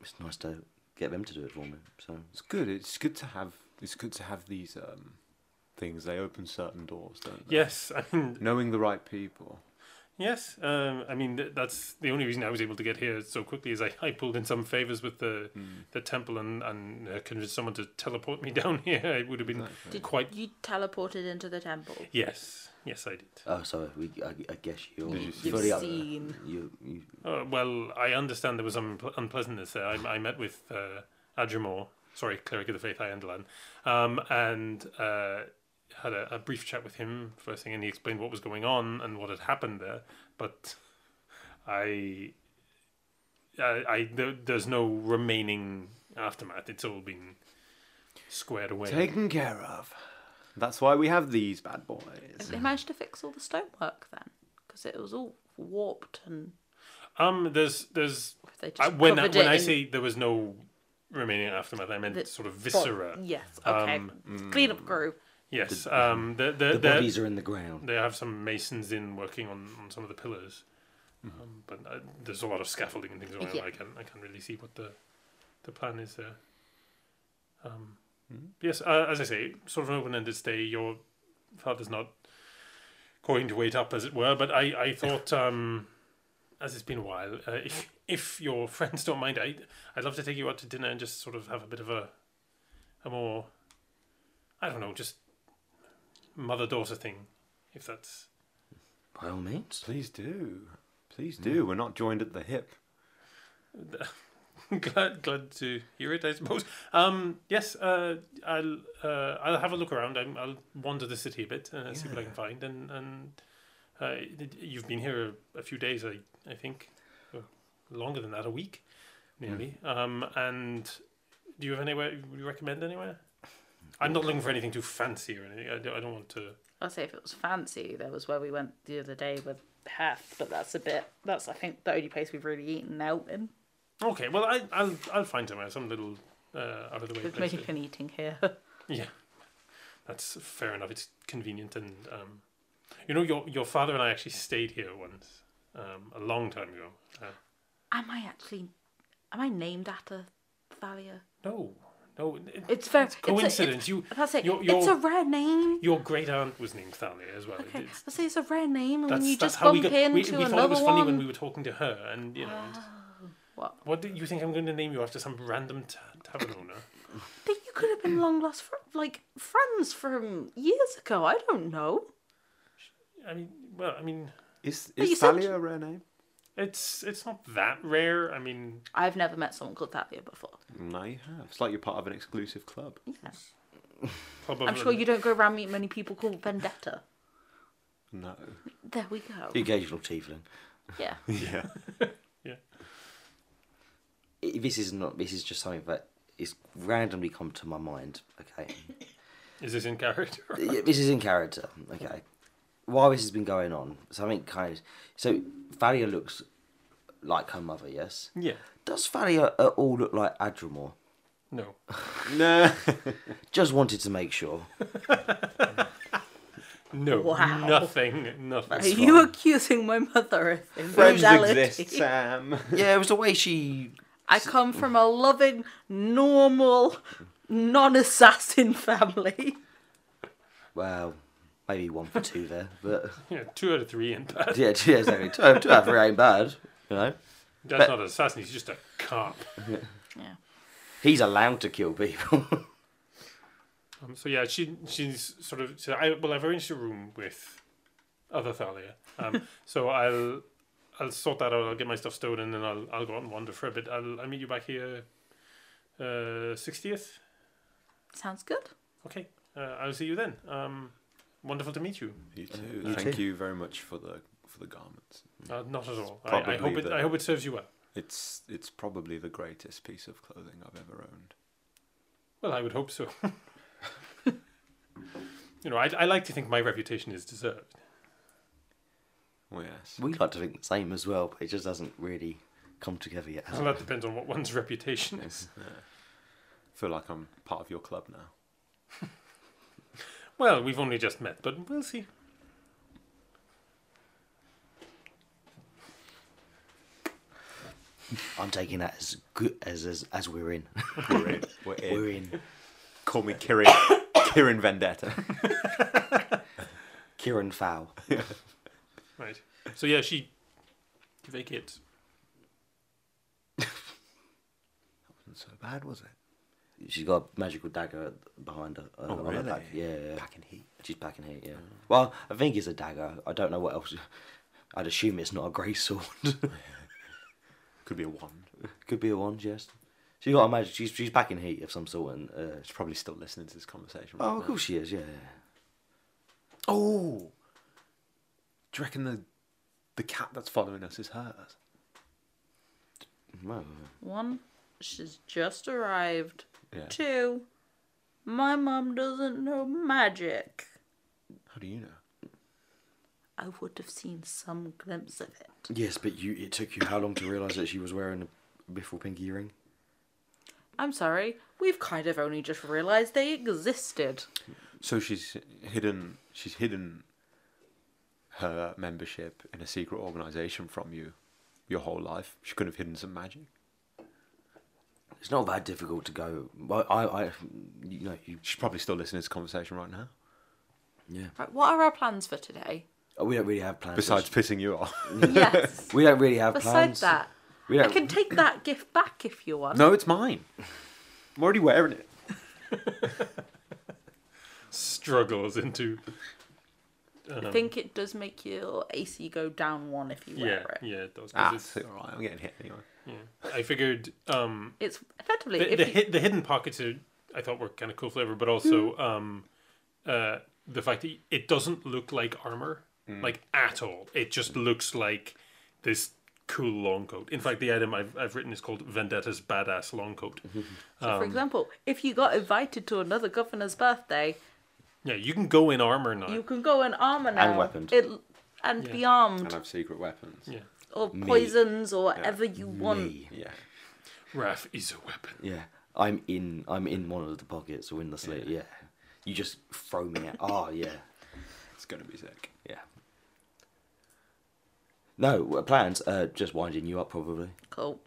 S2: it's nice to get them to do it for me. So
S4: It's good. It's good to have. It's good to have these um, things. They open certain doors, don't they?
S1: Yes, I mean,
S4: Knowing the right people.
S1: Yes, um, I mean th- that's the only reason I was able to get here so quickly is I, I pulled in some favors with the the temple and and uh, convinced someone to teleport me down here. It would have been
S5: Did
S1: quite
S5: you teleported into the temple?
S1: yes, yes I did.
S2: Oh, so we, I, I guess you're
S4: Did you see
S2: fully
S5: it?
S2: up.
S5: Seen.
S2: You, you,
S1: Uh, well, I understand there was some unple- unpleasantness there. I, I met with uh, Adramor, sorry, cleric of the faith, Iandalan, um, and uh, had a, a brief chat with him first thing, and he explained what was going on and what had happened there. But I, I, I there, there's no remaining aftermath. It's all been squared away.
S4: Taken care of. That's why we have these bad boys.
S5: They managed to fix all the stonework then, because it was all warped and
S1: um, there's there's
S5: they just
S1: I, when I,
S5: covered
S1: when
S5: it
S1: I
S5: in
S1: say there was no remaining aftermath, I meant
S5: the- Mm.
S1: sort of viscera. Um, mm.
S5: Bo- yes. Okay. Clean up crew.
S1: Yes, um, the, the,
S2: the
S1: the-
S2: bodies are in the ground.
S1: they have some masons in working on, on some of the pillars, um, but uh, there's a lot of scaffolding and things around.
S5: Yeah.
S1: I can I can't really see what the the plan is there. Um, Yes, uh, as I say, sort of an open-ended stay. Your father's not going to wait up, as it were. But I I thought. Um, as it's been a while, uh, if if your friends don't mind, I I'd love to take you out to dinner and just sort of have a bit of a a more I don't know, just mother daughter thing, if that's
S2: By all means.
S4: Please do. Mm. Please do. We're not joined at the hip.
S1: glad glad to hear it. I suppose. Um, yes, uh, I'll uh, I'll have a look around. I'm, I'll wander the city a bit, uh, see what I can find. And and uh, you've been here a, a few days, I I think, or longer than that, a week, nearly. Um, and do you have anywhere you recommend anywhere? I'm not looking for anything too fancy or anything. I don't, I don't want to.
S5: I'll say if it was fancy, there was where we went the other day with Hef, but that's a bit. That's I think the only place we've really eaten out in.
S1: Okay, well I I'll I'll find somewhere, some little uh, out of the way
S5: We've
S1: place.
S5: mainly
S1: to-
S5: been eating here.
S1: Yeah, that's fair enough. It's convenient, and um, you know, your your father and I actually stayed here once um, a long time ago. Uh,
S5: am I actually? Am I named after Thalia?
S1: no, no, it-
S5: It's very
S1: it's coincidence.
S5: It's
S1: you,
S5: a, it's, that's it.
S1: your-
S5: It's
S1: your-
S5: a rare name.
S1: your great aunt was named Thalia as well. It-
S5: Okay,
S1: it's-
S5: I say it's a rare name, and
S1: that's
S5: when you
S1: that's
S5: just
S1: how
S5: bump
S1: we got. We,
S5: into
S1: we thought
S5: another
S1: it was funny
S5: one.
S1: when we were talking to her, and you know. and-
S5: What?
S1: What do you think I'm going to name you after some random ta- tavern owner?
S5: But you could have been long lost, fr- like friends from years ago. I don't know.
S1: I mean, well, I mean,
S4: Is
S5: you
S4: is
S5: said-
S4: Thalia a rare name?
S1: it's it's not that rare. I mean,
S5: I've never met someone called Thalia before.
S4: No, you have. It's like you're part of an exclusive club.
S1: probably
S5: I'm sure you don't go around meeting many people called Vendetta.
S4: No.
S5: There we go.
S2: The occasional tiefling.
S5: Yeah.
S4: Yeah.
S2: I- This is not. This is just something that is randomly come to my mind. Okay.
S1: is this in character?
S2: Yeah, this is in character. Okay. While this has been going on, something kind of. So Thalia looks like her mother. Yes.
S1: yeah.
S2: Does Thalia at all look like Adramor?
S1: No.
S4: no.
S2: Just wanted to make sure.
S1: No.
S5: Wow.
S1: Nothing. Nothing.
S5: Are
S2: That's
S5: you
S2: fine.
S5: accusing my mother of
S4: Friends
S5: infidelity?
S4: exist, Sam.
S2: yeah, it was the way she.
S5: I come from a loving, normal, non-assassin family.
S2: Well, maybe one for two there, but
S1: Yeah, two out of three in that.
S2: yeah, yeah, exactly. Two, out- two out of three ain't bad. You know,
S1: That's not an assassin, he's just a cop.
S5: Yeah.
S2: he's allowed to kill people.
S1: Um, so yeah, she she's sort of so I well I've arranged a room with other Thalia. Um, so I'll I'll sort that out, I'll get my stuff stowed in and I'll I'll go out and wander for a bit. I'll I'll meet you back here uh sixtieth.
S5: Sounds good.
S1: Okay. Uh, I'll see you then. Um wonderful to meet you.
S4: You too.
S2: you
S4: Thank
S2: too.
S4: you very much for the for the garments.
S1: Uh, not at all. I, I
S4: Probably
S1: hope it
S4: the-
S1: I hope it serves you well.
S4: It's it's probably the greatest piece of clothing I've ever owned.
S1: Well, I would hope so. you know, I I like to think my reputation is deserved.
S4: Well, yes.
S2: we like to think the same as well, but it just hasn't really come together yet. has
S1: Well,
S2: it?
S1: that depends on what one's reputation is.
S4: uh, Feel like I'm part of your club now.
S1: Well, we've only just met, but we'll see.
S2: I'm taking that as good as as, as we're in.
S4: We're in. We're in.
S2: We're in.
S4: Call me Kirin. Kirin Vendetta.
S2: Kieran Fowl.
S1: Right. So yeah, she vacates.
S4: So bad was it?
S2: She's got a magical dagger behind her. Uh, on her back.
S4: Oh, really?
S2: Yeah, yeah.
S4: Packing heat.
S2: She's packing heat, yeah. Well, I think it's a dagger. I don't know what else. I'd assume it's not a grey sword.
S4: Could be a wand.
S2: Could be a wand, yes. She's got a magic. She's, she's packing heat of some sort. And, uh,
S4: She's probably still listening to this conversation. right
S2: oh, of
S4: now.
S2: course she is, yeah. yeah.
S4: Oh, do you reckon the the cat that's following us is hers?
S2: Well,
S3: One, she's just arrived.
S4: Yeah.
S3: Two, my mum doesn't know magic.
S4: How do you know?
S3: I would have seen some glimpse of it.
S2: yes, but you. it took you how long to realise that she was wearing a biffle pinky earring?
S3: I'm sorry, we've kind of only just realised they existed.
S4: So she's hidden. She's hidden her membership in a secret organization from you your whole life. She couldn't have hidden some magic.
S2: It's not that difficult to go. Well, I, I, you know, you.
S4: She's probably still listening to this conversation right now.
S2: Yeah.
S5: Right, what are our plans for today?
S2: Oh, we don't really have plans.
S4: Besides pissing you off.
S5: yes.
S2: we don't really have plans.
S3: Besides that,
S2: we
S3: I
S2: don't.
S3: can take that gift back if you want.
S4: no, it's mine. I'm already wearing it.
S1: Struggles into.
S3: I think it does make your AC go down one if you
S1: Yeah,
S3: wear it.
S1: yeah, it does. 'cause
S4: Ah,
S1: it's-
S4: it's all right. I'm getting hit anyway.
S1: yeah. I figured um,
S3: It's effectively
S1: the,
S3: if
S1: the,
S3: you,
S1: hid- the hidden pockets are, I thought were kind of cool flavor, but also um, uh, the fact that it doesn't look like armor, like at all. It just looks like this cool long coat. In fact, the item I've, I've written is called Vendetta's Badass Long Coat.
S3: so
S1: um,
S3: for example, if you got invited to another governor's birthday,
S1: yeah, you can go in armor now.
S3: you can go in armor now.
S2: weaponed.
S3: It, and be armed.
S4: And have secret weapons.
S1: yeah,
S3: or poisons or whatever you want.
S2: Me.
S4: Yeah.
S1: Raph is a weapon.
S2: Yeah, I'm in. I'm in one of the pockets or in the slit. Yeah, you just throw me out. Oh yeah,
S4: It's going to be sick.
S2: yeah. No uh, plans. Uh, just winding you up probably.
S3: Cool.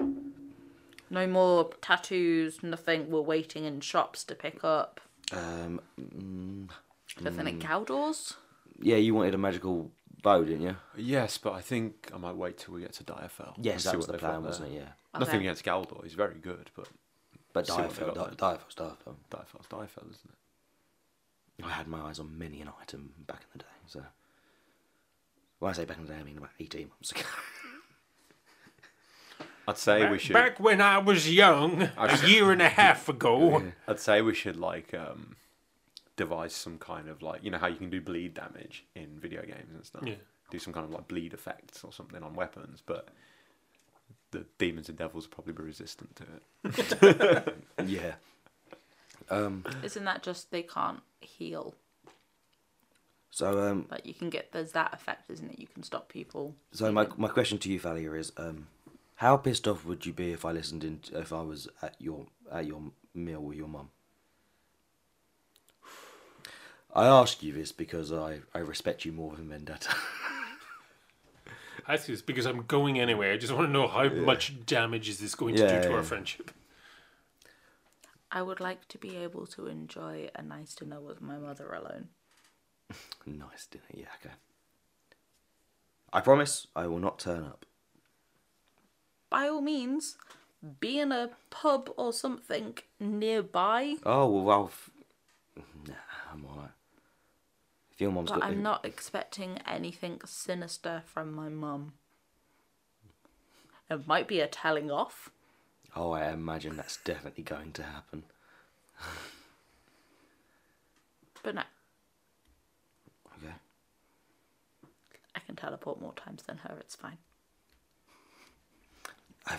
S3: No more tattoos, nothing. We're waiting in shops to pick up.
S2: Um,
S3: Nothing at Galdor's.
S2: yeah, you wanted a magical bow, didn't you?
S4: Yes, but I think I might wait till we get to Diafel. and
S2: Yes,
S4: see
S2: that was the
S4: what they've got
S2: plan,
S4: there.
S2: wasn't it? Yeah.
S4: Nothing
S3: Okay.
S4: against Galdor. He's very good, but
S2: But
S4: See what they
S2: Diafel, Di-
S4: got
S2: Diafel's Diafel.
S4: Diefel's Diefel, isn't it?
S2: I had my eyes on many an item back in the day. So when I say back in the day, I mean about eighteen months ago.
S4: I'd say we should.
S1: Back when I was young, a year and a half ago.
S4: I'd say we should like um, devise some kind of like you know how you can do bleed damage in video games and stuff.
S1: Yeah.
S4: Do some kind of like bleed effects or something on weapons, but the demons and devils will probably be resistant to it.
S2: yeah.
S5: Isn't that just they can't heal?
S2: So um,
S5: But you can get there's that effect, isn't it? You can stop people.
S2: So my, my question to you, Valia, is um, how pissed off would you be if I listened in if I was at your at your meal with your mum? I ask you this because I, I respect you more than vendetta.
S1: I ask this because I'm going anyway. I just want to know how much damage is this going to
S2: Yeah,
S1: do to
S2: yeah.
S1: our friendship.
S5: I would like to be able to enjoy a nice dinner with my mother alone.
S2: nice dinner, yeah, okay. I promise I will not turn up.
S3: By all means, be in a pub or something nearby.
S2: Oh well, Ralph. Nah, I'm alright. If your mum's
S5: But
S2: got,
S5: I'm not expecting anything sinister from my mum.
S3: It might be a telling off.
S2: oh, I imagine that's definitely going to happen.
S5: But no,
S2: Okay.
S5: I can teleport more times than her. It's fine.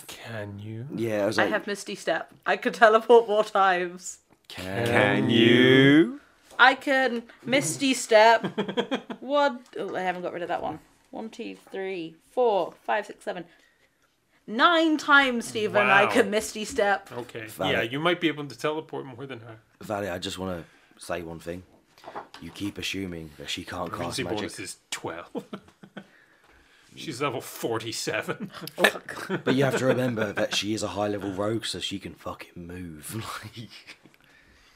S1: Can you?
S2: Yeah, I was
S3: I
S2: like,
S3: have Misty Step. I could teleport more times.
S2: can,
S4: Can you?
S3: I can Misty Step. one. Oh, I haven't got rid of that one. One, two, three, four, five, six, seven. Nine times, Stephen, I
S1: Wow.
S3: can Misty Step.
S1: Okay.
S2: Valid.
S1: Yeah, you might be able to teleport more than her.
S2: Valley, I just want to say one thing. You keep assuming that she can't cast
S1: Frenzy
S2: magic.
S1: bonus is 12. She's level 47.
S2: But you have to remember that she is a high level rogue, so she can fucking move. Like,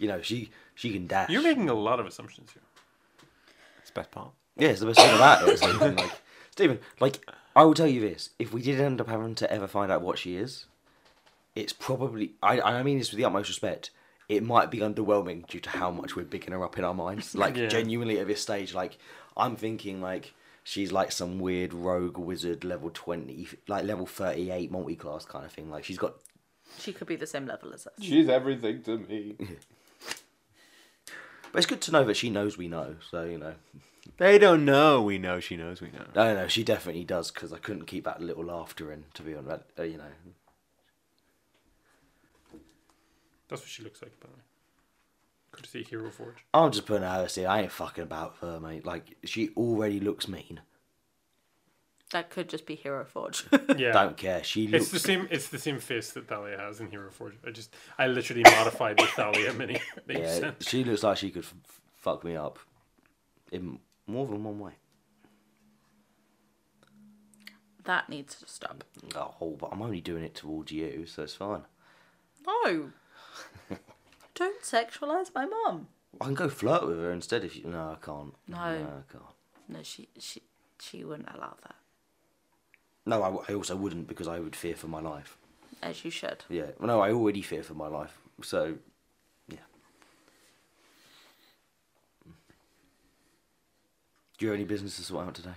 S2: you know, she she can dash.
S1: You're making a lot of assumptions here.
S4: It's the best part.
S2: yeah, it's the best thing about it. Is that you can, like, Stephen, like, I will tell you this: if we did end up having to ever find out what she is, it's probably. I, I mean this with the utmost respect. It might be underwhelming due to how much we're bigging her up in our minds. Like,
S1: Yeah.
S2: genuinely, at this stage, like, I'm thinking like she's like some weird rogue wizard level twenty, like level thirty-eight multi-class kind of thing. Like, she's got
S3: She could be the same level as us.
S4: She's everything to me.
S2: But it's good to know that she knows we know. So you know,
S4: They don't know. We know she knows. We know.
S2: no, no, she definitely does because I couldn't keep that little laughter in. To be honest, uh, you know,
S1: That's what she looks like, by the way. Could see Hero Forge.
S2: I'm just putting out here. I ain't fucking about her, mate. Like she already looks mean.
S5: That could just be Hero Forge.
S1: Yeah.
S2: Don't care. She
S1: It's
S2: looks.
S1: the same. It's the same face that Thalia has in Hero Forge. I just, I literally modified the Thalia mini. that you
S2: yeah,
S1: sent.
S2: she looks like she could f- f- fuck me up, in more than one way.
S5: that needs to stop.
S2: Oh, but I'm only doing it towards you, so it's fine.
S3: No. Oh. Don't sexualize my mom.
S2: I can go flirt with her instead if you. No, I can't.
S5: No.
S2: no I can't.
S5: No, she she she wouldn't allow that.
S2: No, I, w- I also wouldn't because I would fear for my life.
S5: As you should.
S2: Yeah. Well, No, I already fear for my life. So, yeah. Do you have any business to sort out today?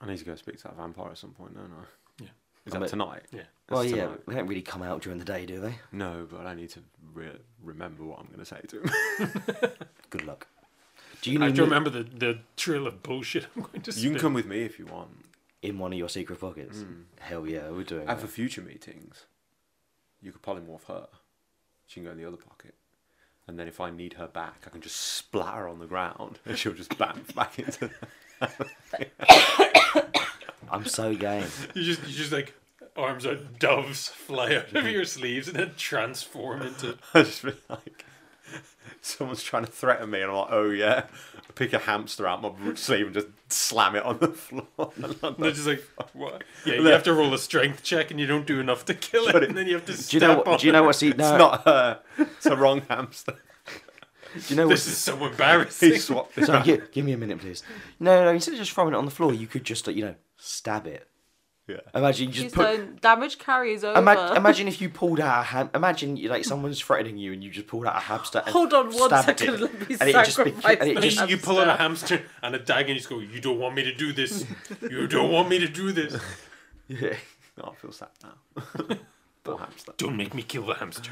S4: I need to go speak to that vampire at some point, don't I?
S1: Yeah.
S4: Is
S2: I
S4: that
S2: bet-
S4: tonight?
S1: Yeah.
S4: That's
S2: well, yeah,
S4: tonight.
S2: they don't really come out during the day, do they?
S4: No, but I need to re- remember what I'm going to say to him.
S2: Good luck. Do you
S1: I
S2: need
S1: have to
S2: me
S1: remember the the trail of bullshit I'm going to.
S4: you
S1: spin.
S4: can come with me if you want.
S2: in one of your secret pockets?
S4: Hmm.
S2: Hell yeah, we're doing
S4: And
S2: that.
S4: for future meetings, you could polymorph her. She can go in the other pocket. And then if I need her back, I can just splatter on the ground and she'll just bounce back into.
S2: I'm so game.
S1: You just, you just like arms out, doves fly out of your sleeves and then transform into.
S4: I just feel like someone's trying to threaten me, and I'm like, oh yeah. I pick a hamster out my sleeve and just slam it on the floor.
S1: And they're just like, what? Yeah, you have to roll a strength check and you don't do enough to kill it,
S4: But it-
S1: and then you have to. Step
S2: Do you know
S1: on
S2: what? Do you know
S1: it.
S2: what's e-
S4: It's
S2: no,
S4: not her. It's a wrong hamster.
S2: Do you know
S1: This
S2: what's
S1: is so
S4: He
S1: embarrassing.
S4: swapped it.
S2: Sorry, give, give me a minute, please. No, no, instead of just throwing it on the floor, you could just, like, you know, stab it.
S4: Yeah.
S2: Imagine you just
S5: She's
S2: put.
S5: done damage carries over.
S2: Ima- imagine if you pulled out a ham. Imagine you like someone's threatening you and you just pulled out a hamster. And
S3: Hold on one
S2: stabbed
S3: second,
S2: it,
S3: let me
S2: and it just beca-
S3: sacrifice
S2: and it
S3: my
S2: just-
S1: You, you pull out a hamster and a dagger and you just go, You don't want me to do this. You don't want me to do this.
S2: yeah.
S4: Oh, I feel sad now. Poor hamster.
S1: Don't make me kill the hamster.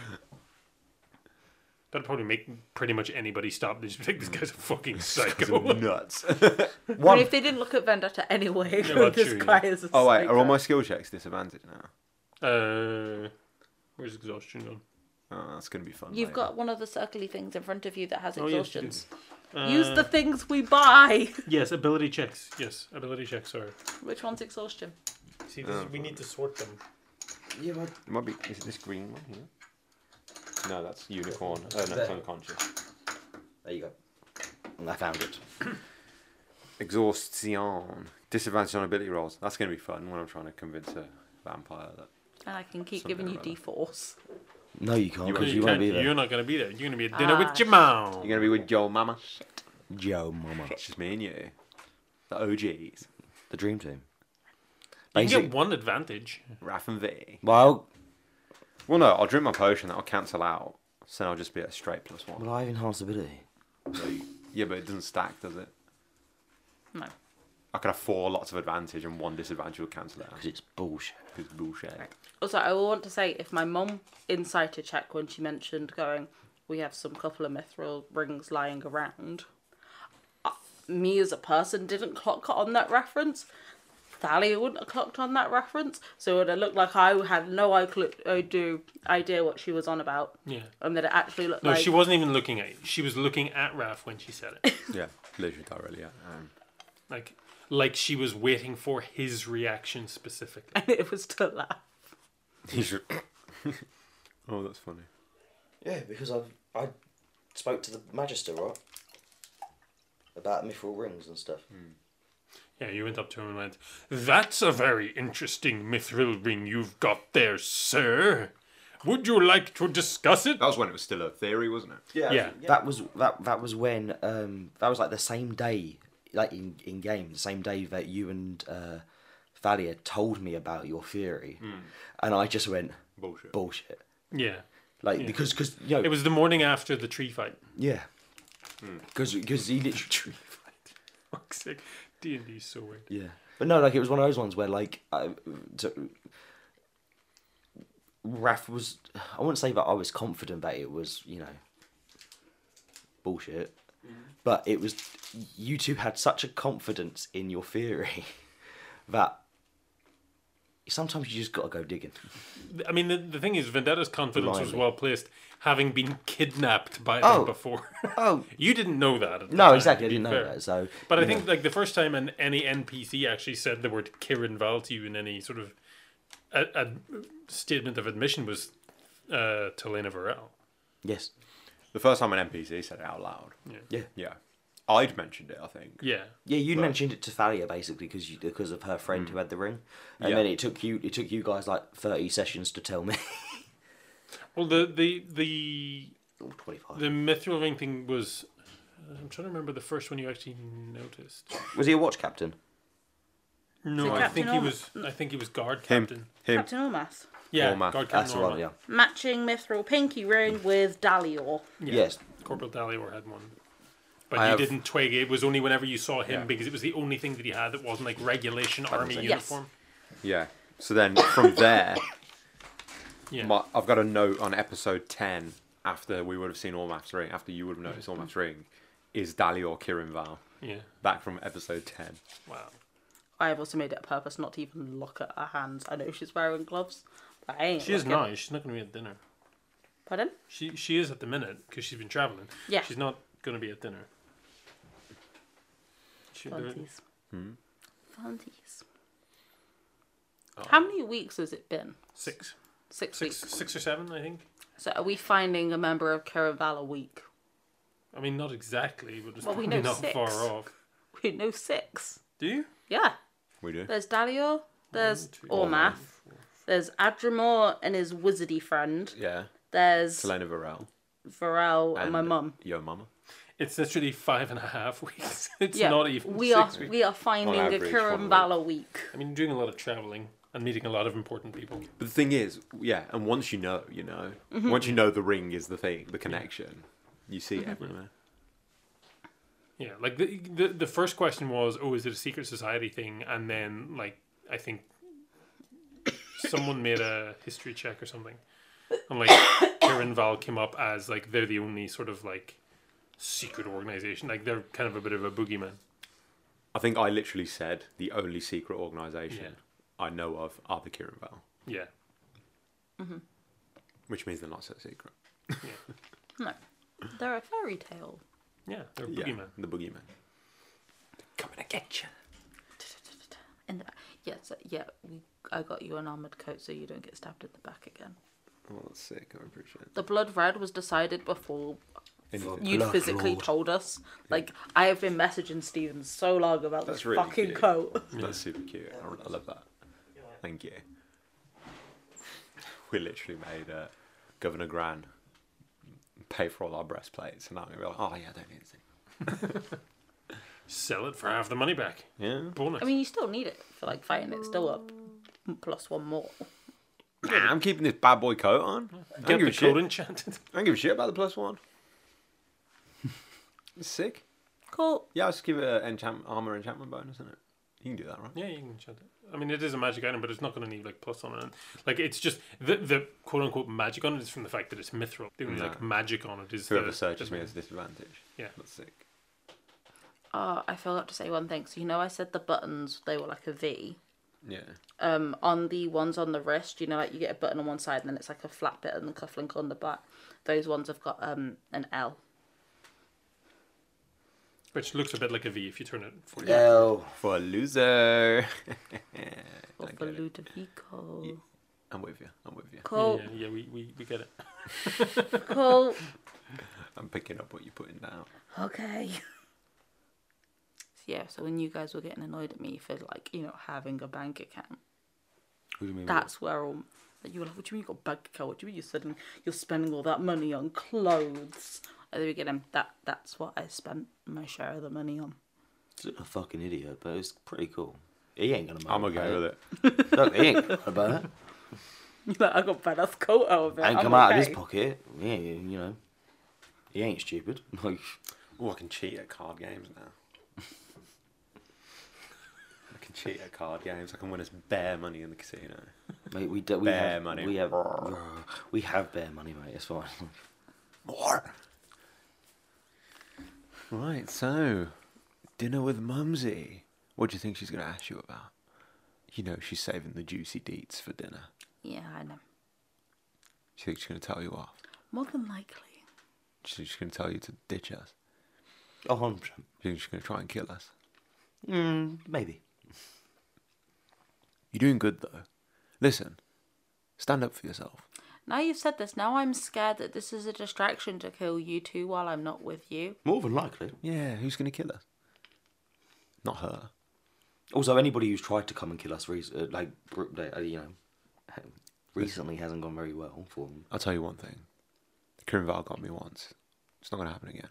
S1: That'd probably make pretty much anybody stop. They just be like, This guy's a fucking psycho.
S4: Nuts.
S3: I
S2: One.
S3: mean, if they didn't look at Vendetta anyway,
S1: Yeah, well,
S3: this
S1: true,
S3: guy
S1: yeah.
S3: is a
S4: Oh wait, are all
S3: psycho.
S4: my skill checks disadvantaged now?
S1: Uh, where's exhaustion gone?
S4: Oh, that's gonna be fun.
S5: You've
S4: later.
S5: got one of the circly things in front of you that has
S1: Oh, yes, you Uh,
S5: exhaustions.
S3: Use the things we buy.
S1: Yes, ability checks. Yes, ability checks are.
S5: Which one's exhaustion?
S1: See, this, we need to sort them.
S2: Yeah, but
S4: It might be. Is it this green one here? No, that's unicorn. Oh, no,
S2: There.
S4: it's unconscious.
S2: there you go. I found it.
S4: Exhaustion. Disadvantage on ability rolls. That's gonna be fun when I'm trying to convince a vampire that.
S5: And I can keep
S4: Something
S5: giving you
S4: like that.
S5: d force.
S2: No, you can't
S4: You
S2: because
S1: you
S2: you, won't
S1: can't-
S2: be there.
S1: You're not going to be there. You're going to be at dinner
S5: Ah.
S1: with your mom.
S4: You're gonna be with your mama.
S2: Joe, mama,
S4: It's just me and you. The OGs.
S2: the dream team.
S1: You can
S2: Basically,
S1: get one advantage.
S4: Raph and V.
S2: well,
S4: Well, no, I'll drink my potion. That'll cancel out. So I'll just be at a straight plus one.
S2: well, I have enhanced ability.
S4: Yeah, but it doesn't stack, does it?
S5: No.
S4: I could have four lots of advantage and one disadvantage will cancel it out.
S2: Because it's bullshit.
S4: It's bullshit.
S3: Also, Oh, I will want to say if my mom insight a check when she mentioned going, we have some couple of mithril rings lying around. uh, Me as a person didn't clock on that reference. Thalia wouldn't have clocked on that reference, so it looked like I had no I cl- I do idea what she was on about,
S1: Yeah.
S3: and that it actually looked
S1: No,
S3: like
S1: she wasn't even looking at you. She was looking at Raph when she said it.
S4: Yeah, literally directly. Yeah. Um,
S1: like, like she was waiting for his reaction specifically.
S3: and it was to laugh.
S4: he's just- oh, that's funny.
S2: Yeah, because I I spoke to the magister right about mithril rings and stuff.
S1: Mm. Yeah, you went up to him and went, That's a very interesting mithril ring you've got there, sir. Would you like to discuss it?
S4: That was when it was still a theory, wasn't it?
S1: Yeah.
S2: That was that that was when um that was like the same day like in, in game the same day that you and uh, Thalia told me about your theory,
S1: Mm.
S2: and I just went
S4: Bullshit.
S2: bullshit.
S1: Yeah.
S2: Like because because you know
S1: It was Mm. the morning after the tree fight.
S2: yeah, because because he literally
S1: Fuck's sake. D and D so weird.
S2: yeah. But no, like it was one of those ones where like I, so, Raph was I wouldn't say that I was confident that it was you know bullshit,
S1: Mm-hmm.
S2: but it was you two had such a confidence in your theory that sometimes you just gotta go digging.
S1: I mean, the, the thing is, Vendetta's confidence was
S2: Blimey.
S1: well placed, having been kidnapped by
S2: Oh.
S1: them before.
S2: Oh
S1: you didn't know that. At the
S2: no,
S1: time,
S2: exactly. I
S1: to be
S2: didn't know
S1: fair.
S2: that. So,
S1: But I
S2: you know,
S1: think like the first time an, any NPC actually said the word Kirin Val to you in any sort of a, a statement of admission was uh, Talena Varel.
S2: yes,
S4: The first time an NPC said it out loud.
S2: yeah.
S4: Yeah. I'd mentioned it, I think.
S1: Yeah,
S2: Yeah, you
S4: Right.
S2: mentioned it to Thalia basically because because of her
S1: Mm.
S2: friend who had the ring, and
S4: Yeah.
S2: then it took you it took you guys like thirty sessions to tell me.
S1: Well, the the the
S2: Or Twenty five.
S1: the mithril ring thing was. uh, I'm trying to remember the first one you actually noticed.
S2: Was he a watch captain?
S1: No, I
S3: Captain
S1: think he
S3: Orm-
S1: was. I think he was guard
S4: Him.
S1: captain.
S4: Him.
S3: Captain Ormath.
S1: Yeah,
S4: Ormath.
S1: guard captain.
S2: That's the one.
S1: Ormath.
S2: Yeah.
S3: Matching mithril pinky ring with Dalior.
S2: Yes.
S1: Corporal Dalior had one. But
S2: I
S1: you
S2: have-
S1: didn't twig. It was only whenever you saw him
S4: Yeah.
S1: because it was the only thing that he had that wasn't like regulation army
S3: Yes.
S4: Fantasy.
S1: uniform.
S4: Yeah. So then from there,
S1: Yeah.
S4: my, I've got a note on episode 10 after we would have seen Ormath's Ring, after you would have noticed Ormath's Ring, is Dalior Kirinval.
S1: yeah.
S4: Back from episode 10.
S1: Wow.
S3: I have also made it a purpose not to even look at her hands. I know she's wearing gloves, but I ain't.
S1: She is
S3: looking.
S1: now. She's not going to be at dinner.
S3: Pardon?
S1: She she is at the minute because she's been traveling.
S3: Yeah.
S1: She's not going to be at dinner. She, there-
S5: Fancies.
S3: Fundies. How many weeks has it been?
S1: six,
S3: Six,
S1: Oh. six,
S3: weeks.
S1: six or seven, I think.
S3: So are we finding a member of Caraval a week?
S1: I mean, not exactly, but it's
S3: Well, we
S1: probably
S3: know
S1: not
S3: six.
S1: far off.
S3: We know six.
S1: Do you?
S3: Yeah.
S4: We do.
S3: There's Dalior. There's
S1: two,
S3: Ormath. There's Adramor and his wizardy friend.
S4: Yeah.
S3: There's
S4: Selena Varel.
S3: Varel and, my mum.
S4: Your mama.
S1: It's literally five and a half weeks. It's
S3: Yeah,
S1: not even
S3: we
S1: six
S3: are
S1: weeks.
S3: we are finding
S4: average,
S3: a
S4: one
S3: Curran
S4: week.
S3: Vala week.
S1: I mean, doing a lot of traveling and meeting a lot of important people.
S4: But the thing is, yeah, and once you know, you know, once you know the ring is the thing, the connection, you see it everywhere.
S1: Yeah, like the, the the first question was, oh, is it a secret society thing? And then like I think someone made a history check or something, and like Karen Val came up as like they're the only sort of like secret organization. Like they're kind of a bit of a boogeyman.
S4: I think I literally said the only secret organization
S1: Yeah.
S4: I know of are the Kirinval,
S1: Yeah,
S4: which means they're not so secret.
S3: No.
S5: They're a fairy tale.
S1: yeah, they're a
S4: Yeah,
S1: boogeyman.
S4: the boogeyman. Coming to get you.
S5: In the back. Yeah, so, yeah. We, I got you an armored coat so you don't get stabbed in the back again.
S4: Well, Oh, that's sick. I appreciate
S5: The blood red was decided before
S4: it.
S5: you
S2: Blood
S5: physically
S2: lord.
S5: told us. Like I have been messaging Steven so long about
S4: That's
S5: this
S4: really
S5: fucking
S4: cute.
S5: coat.
S4: That's super cute. I, I love that. Thank you. We literally made uh, Governor Gran pay for all our breastplates, and I'm gonna be like, oh yeah, I don't need anything.
S1: Sell it for half the money back.
S4: Yeah.
S1: Bonus.
S5: I mean, you still need it for like fighting. It's still up plus one more.
S4: Nah, I'm keeping this bad boy coat on. I don't
S1: Get
S4: give
S1: the
S4: a shit.
S1: code
S4: I
S1: enchanted.
S4: don't give a shit about the plus one. It's sick.
S5: Cool.
S4: Yeah, I'll just give it an enchant- armor enchantment bonus, isn't it? You can do that, right?
S1: Yeah, you can enchant it. I mean, it is a magic item, but it's not going to need like plus on it. Like it's just the the quote unquote magic on it is from the fact that it's mithril. The only
S4: No.
S1: like magic on it is
S4: Whoever
S1: the,
S4: searches
S1: the-
S4: me has a disadvantage.
S1: Yeah.
S4: That's sick.
S5: Oh, I forgot to say one thing. So you know, I said the buttons they were like a V.
S4: Yeah.
S5: Um, on the ones on the wrist, you know, like you get a button on one side, and then it's like a flat bit and the cufflink on the back. Those ones have got um an L.
S1: which looks a bit like a V if you turn it. For
S2: Oh,
S4: For a loser.
S5: Or for Ludovico.
S4: I'm with you. I'm with you.
S5: Cool.
S1: Yeah, yeah, we, we, we get it.
S5: Cool.
S4: I'm picking up what you're putting down.
S5: Okay. Yeah, so when you guys were getting annoyed at me for like, you know, having a bank account,
S4: Who do you mean?
S5: that's where all like, you were like, What do you mean you got a bank account? What do you mean you're suddenly you're spending all that money on clothes? At the beginning, that that's what I spent my share of the money on.
S2: a fucking idiot, but it's pretty cool. He ain't gonna. moan
S4: I'm
S2: about
S4: okay with it.
S2: Look, he ain't gonna moan about it.
S5: Like, I got better coat out of it.
S2: Ain't
S5: I'm
S2: come out of
S5: okay.
S2: his pocket. Yeah, you know, he ain't stupid. Like,
S4: Oh, I can cheat at card games now. I can cheat at card games. I can win us bare money in the casino.
S2: mate, we do, we
S4: Bear
S2: have
S4: money.
S2: we have we have bear money, mate. It's fine.
S4: More. Right, so dinner with Mumsy. What do you think she's going to ask you about? You know, she's saving the juicy deets for dinner.
S5: Yeah, I know.
S4: Do you think she's going to tell you off?
S5: More than likely.
S4: Do you think she's going to tell you to ditch us?
S2: A hundred percent.
S4: Do you think she's going to try and kill us?
S2: Mm, maybe.
S4: You're doing good, though. Listen, stand up for yourself.
S5: Now you've said this, now I'm scared that this is a distraction to kill you two while I'm not with you.
S2: More than likely.
S4: Yeah, who's going to kill us? Not her.
S2: Also, anybody who's tried to come and kill us, re- uh, like br- uh, you know, recently hasn't gone very well for them.
S4: I'll tell you one thing. Kirinval got me once. It's not going to happen again.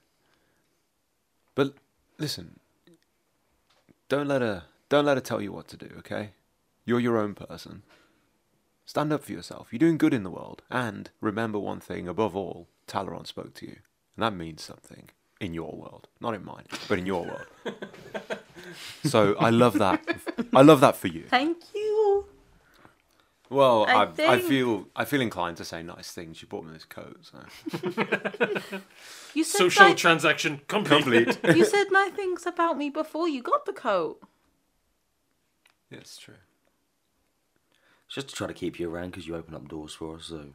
S4: But listen, don't let her don't let her tell you what to do, okay? You're your own person. Stand up for yourself. You're doing good in the world. And remember one thing above all, Talaron spoke to you. And that means something in your world, not in mine, but in your world. so I love that. I love that for you.
S5: Thank you.
S4: Well, I,
S5: I
S4: I,
S5: think-
S4: feel I feel inclined to say nice things. You bought me this coat, so
S5: You said
S1: Social
S5: ni-
S1: transaction complete.
S5: you said nice things about me before you got the coat.
S4: yeah, it's true.
S2: It's just to try to keep you around because you open up doors for us. So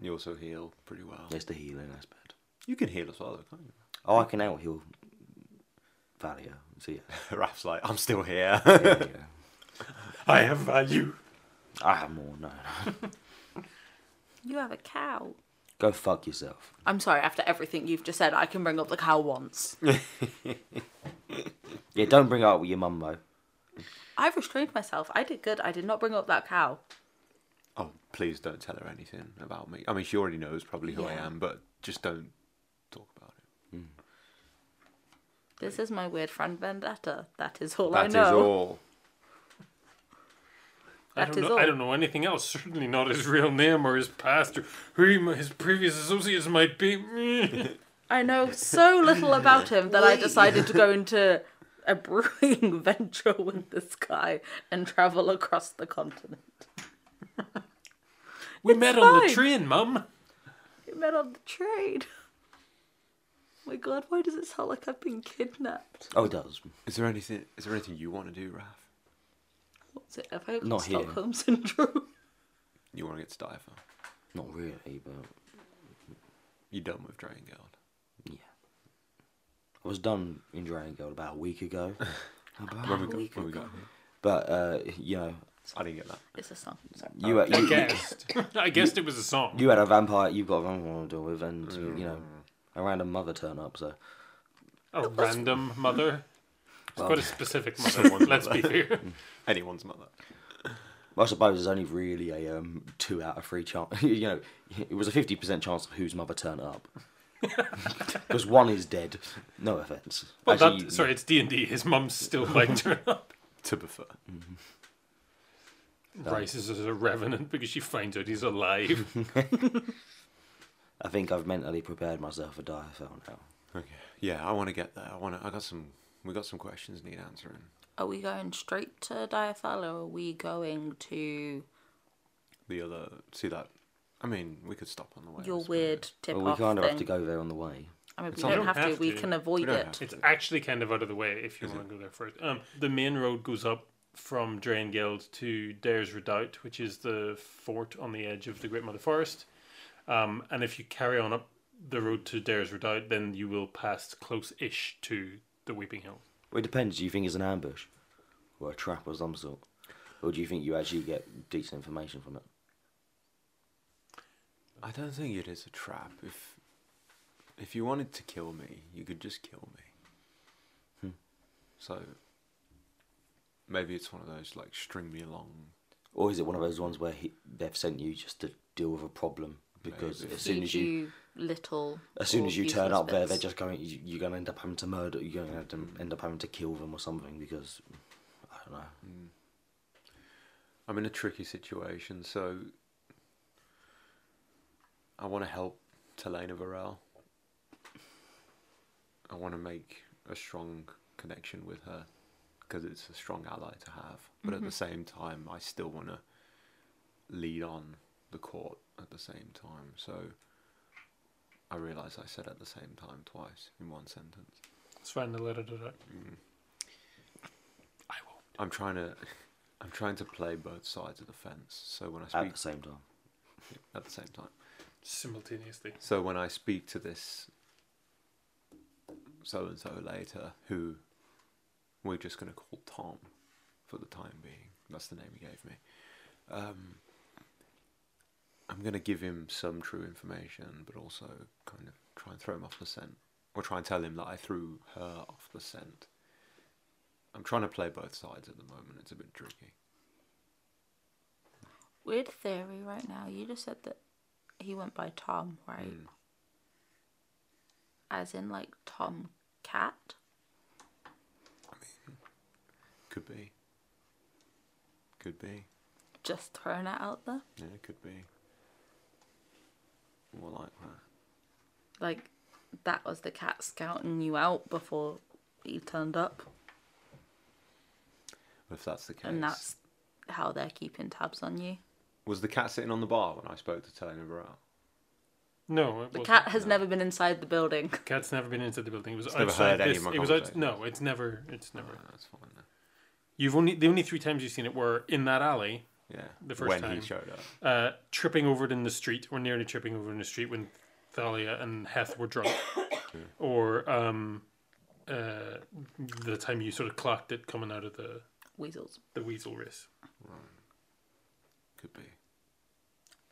S4: You also heal pretty well.
S2: it's the healing aspect.
S4: You can heal as well, though, can't you?
S2: Oh, I can now heal Valia. So yeah,
S4: Raph's like, I'm still here.
S2: yeah, yeah.
S1: I have value.
S2: I have more. No,
S5: You have a cow.
S2: go fuck yourself.
S5: I'm sorry, after everything you've just said, I can bring up the cow once.
S2: Yeah, don't bring it up with your mum though.
S5: I restrained myself. I did good. I did not bring up that cow.
S4: oh, please don't tell her anything about me. I mean, she already knows probably who I
S5: Yeah.
S4: am, but just don't talk about it.
S5: This is my weird friend Vendetta. That is all
S4: That
S5: I
S4: is
S5: know.
S4: all.
S1: I
S5: That
S1: don't,
S5: is
S1: know, I
S5: all.
S1: don't know anything else. Certainly not his real name or his past or who he, his previous associates might be. Mm.
S5: I know so little about him that I decided to go into a brewing venture with this guy and travel across the continent.
S1: we met on the
S5: fine.
S1: train, Mum.
S5: We met on the train. Oh My God, why does it sound like I've been kidnapped?
S2: Oh, it does.
S4: Is there anything? Is there anything you want to do, Raph?
S5: What's it? Have I got
S2: Not here.
S5: Stockholm syndrome?
S4: You want to get to Diver?
S2: Not really, but
S4: You're done with Dragon Guard.
S2: yeah. I was done in Dragon Girl about a week ago,
S4: When we
S5: A
S4: got,
S5: week
S4: when we got
S5: ago.
S4: here.
S2: but uh, you know,
S4: I didn't get that.
S5: It's a song. Sorry.
S2: you you,
S1: I
S2: you,
S1: guessed. I guessed it was a song.
S2: you had a vampire. You've got a vampire to deal with, and you know, a random mother turn up. So
S1: a random mother. It's
S2: Well,
S1: quite a specific mother. let's be fair.
S4: Anyone's mother.
S2: I suppose there's only really a um, two out of three chance. you know, it was a fifty percent chance of whose mother turned up. Because one is dead. No offense.
S1: Well,
S2: Actually, you-
S1: that, sorry, it's D and D. His mum's still might turn up.
S4: To be fair.
S1: Rises as a revenant because she finds out he's alive.
S2: I think I've mentally prepared myself for Diafel now.
S4: Okay. Yeah, I want to get there. I want to. I got some. We got some questions need answering.
S5: Are we going straight to Diafel or are we going to
S4: The other. See that. I mean, we could stop on the way. I
S5: your
S4: suppose.
S5: weird tip
S2: Well, we
S5: off
S2: kind of
S5: thing?
S2: have to go there on the way.
S5: I mean, we
S4: on-
S5: don't have, to. We
S1: to.
S5: can avoid
S4: don't
S5: it.
S4: have to.
S1: It's actually kind of out of the way if you want to go there first. Um, the main road goes up from Draengield to Dare's Redoubt, which is the fort on the edge of the Great Mother Forest. Um, and if you carry on up the road to Dare's Redoubt, then you will pass close-ish to the Weeping Hill.
S2: Well, it depends. Do you think it's an ambush? Or a trap of some sort? Or do you think you actually get decent information from it?
S4: I don't think it is a trap. If if you wanted to kill me, you could just kill me. So maybe it's one of those like string me along.
S2: Or is it one of those ones where he, they've sent you just to deal with a problem? because as soon
S5: Feed
S2: as you
S5: you little.
S2: as soon
S5: or
S2: as you turn up there,
S5: useless
S2: they're
S5: bits.
S2: just going. you- You're going to end up having to murder. You're going to end up having to kill them or something because I don't know.
S4: I'm in a tricky situation, so I want to help Telena Varel. I want to make a strong connection with her because it's a strong ally to have. But at the same time, I still want to lead on the court at the same time. So I realise I said at the same time twice in one sentence.
S1: Let's find the letter to that. I will.
S4: I'm trying to. I'm trying to play both sides of the fence. So when I
S2: At
S4: speak
S2: the same time,
S4: at the same time.
S1: Simultaneously.
S4: So when I speak to this so and so later, who we're just going to call Tom for the time being, that's the name he gave me. Um, I'm going to give him some true information, but also kind of try and throw him off the scent, or try and tell him that I threw her off the scent. I'm trying to play both sides at the moment. It's a bit tricky.
S5: Weird theory right now. You just said that he went by Tom, right?
S4: Mm.
S5: As in, like, Tom Cat?
S4: Could be. Could be.
S5: Just throwing it out there.
S4: Yeah, could be. More like that.
S5: Like, that was the cat scouting you out before he turned up.
S4: If that's the case.
S5: And that's how they're keeping tabs on you.
S4: Was the cat sitting on the bar when I spoke to Telena Varel?
S1: No, it
S5: The
S1: wasn't.
S5: cat has never been inside the building.
S1: Cat's never been into the building. It was
S4: never
S1: outside
S4: heard any
S1: this-
S4: of my
S1: it was out,
S4: conversations.
S1: no, it's never. It's never.
S4: Ah, that's fine then.
S1: You've only the only three times you've seen it were in that alley,
S4: Yeah.
S1: The first
S4: when
S1: time.
S4: he showed up.
S1: uh, tripping over it in the street, or nearly tripping over in the street when Thalia and Heth were drunk, or um, uh, the time you sort of clocked it coming out of the
S5: Weasels.
S1: the weasel race.
S4: Could be.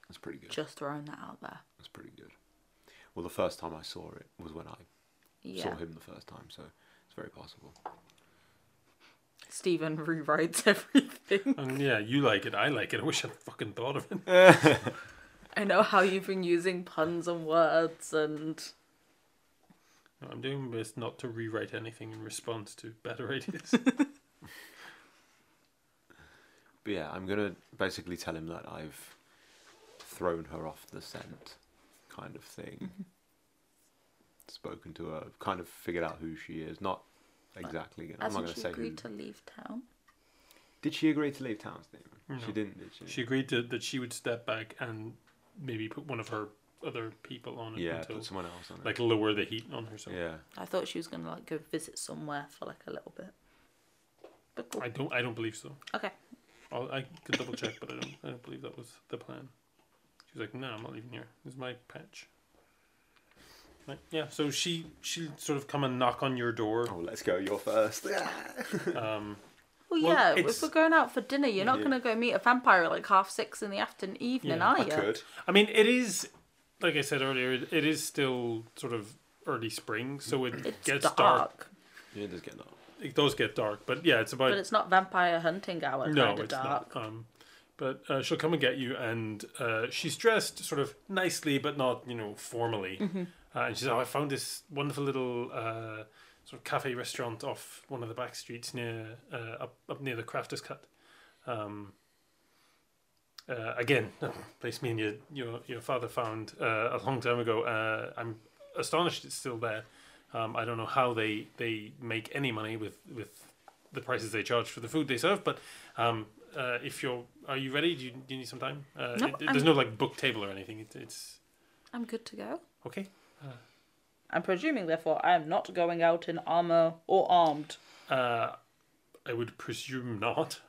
S4: That's pretty good.
S5: Just throwing that out there.
S4: That's pretty good. Well, the first time I saw it was when I saw
S5: Yeah.
S4: him the first time, so it's very possible.
S5: Stephen rewrites everything.
S1: And yeah, you like it. I like it. I wish I fucking thought of it.
S5: I know how you've been using puns and words and.
S1: No, I'm doing my best not to rewrite anything in response to better ideas.
S4: But yeah, I'm gonna basically tell him that I've thrown her off the scent, kind of thing. Spoken to her, kind of figured out who she is. Not exactly. I'm
S5: As
S4: not
S5: in
S4: gonna
S5: she
S4: say who.
S5: agreed to leave town.
S4: Did she agree to leave town, Stephen? She didn't, did she?
S1: she agreed to, that she would step back and maybe put one of her other people on it
S4: yeah,
S1: until
S4: put someone else on it.
S1: like lower the heat on herself.
S4: yeah,
S5: I thought she was gonna like go visit somewhere for like a little bit. But cool.
S1: I don't. I don't believe so.
S5: Okay.
S1: I'll, I could double check, but I don't. I don't believe that was the plan. She was like, "No, I'm not leaving here. This is my patch." Like, yeah. So she she sort of come and knock on your door.
S4: Oh, let's go. You're first.
S1: Um,
S5: Well,
S1: Well,
S5: yeah,
S1: it's-
S5: if we're going out for dinner, you're not
S4: Yeah.
S5: gonna go meet a vampire at like half six in the afternoon evening,
S1: Yeah.
S5: are
S4: I
S5: you?
S4: could.
S1: I mean, it is like I said earlier. It, it is still sort of early spring, so it
S5: It's
S1: gets
S5: dark,
S1: dark.
S4: Yeah, just get up.
S1: It does get dark, but yeah, it's about
S5: but it's not vampire hunting hour
S1: no,
S5: kind of
S1: it's
S5: dark.
S1: not. Um, but uh, she'll come and get you, and uh, she's dressed sort of nicely, but not you know formally.
S5: Mm-hmm.
S1: Uh, and she says, "Oh, I found this wonderful little uh, sort of cafe restaurant off one of the back streets near uh, up up near the Crafters Cut." Um, uh, again, a place me and your your your father found uh, a long time ago. Uh, I'm astonished it's still there. Um, I don't know how they they make any money with with the prices they charge for the food they serve, but um, uh, if you're, are you ready? Do you, do you need some time? Uh,
S5: No,
S1: it- it-
S5: I'm-
S1: there's no like book table or anything. It, it's
S5: I'm good to go.
S1: okay.
S5: I'm presuming, therefore, I am not going out in armor or armed,
S1: Uh, I would presume not.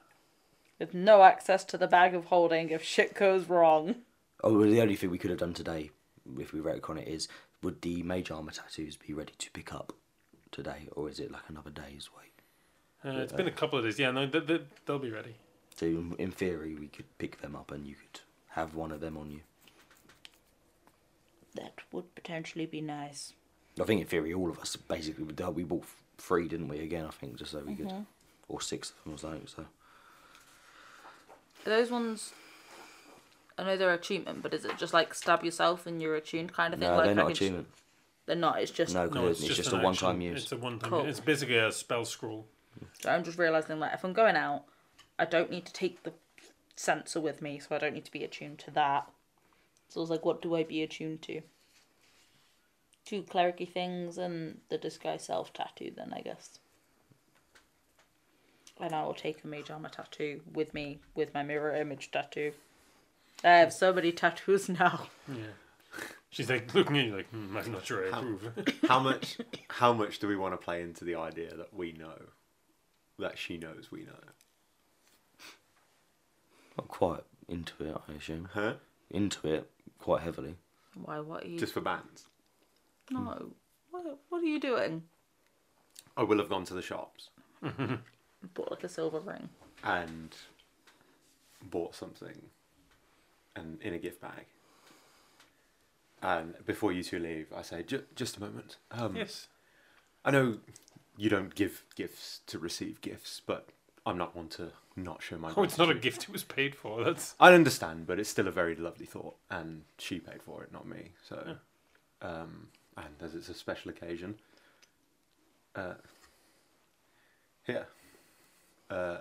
S5: with no access to the bag of holding if shit goes wrong.
S2: Oh, well, the only thing we could have done today, if we retcon it, is would the mage armor tattoos be ready to pick up today, or is it like another day's wait?
S1: Uh, it's been a couple of days. Yeah, no, th- th- they'll be ready.
S2: So in, in theory, we could pick them up and you could have one of them on you.
S5: That would potentially be nice.
S2: I think in theory, all of us basically we- we bought three, didn't we? Again, I think just so we
S5: Mm-hmm.
S2: could, or six of them or something. So
S5: Are those ones I know they're attunement, but is it just like stab yourself and you're attuned kind of thing?
S2: No,
S5: like
S2: they're
S5: I
S2: not
S5: can just-
S2: attunement.
S5: They're not. It's just.
S2: No, 'cause it's, just, a
S1: an
S2: one time
S1: action-
S2: use.
S1: It's a one time.
S5: Cool.
S1: It's basically a spell scroll.
S5: So I'm just realizing like if I'm going out, I don't need to take the sensor with me, so I don't need to be attuned to that. So I was like, what do I be attuned to? Two clericy things and the disguise self tattoo, then I guess. And I will take a mage armor tattoo with me, with my mirror image tattoo. I have so many tattoos now.
S1: She's like looking at you like, hmm, I'm not sure I approve.
S4: How much? How much do we want to play into the idea that we know, that she knows we know?
S2: I'm quite into it, I assume.
S4: Huh?
S2: Into it quite heavily.
S5: Why? What are you?
S4: Just for bands.
S1: mm.
S5: No. What? What are you doing?
S4: I will have gone to the shops
S5: Bought like a silver ring.
S4: and bought something, and in a gift bag. And before you two leave, I say, J- just a moment. Um,
S1: yes.
S4: I know you don't give gifts to receive gifts, but I'm not one to not show my.
S1: Oh, it's not a
S4: gratitude.
S1: gift. It was paid for. That's
S4: I understand, but it's still a very lovely thought, and she paid for it, not me. So, um, and as it's a special occasion, uh, here, uh,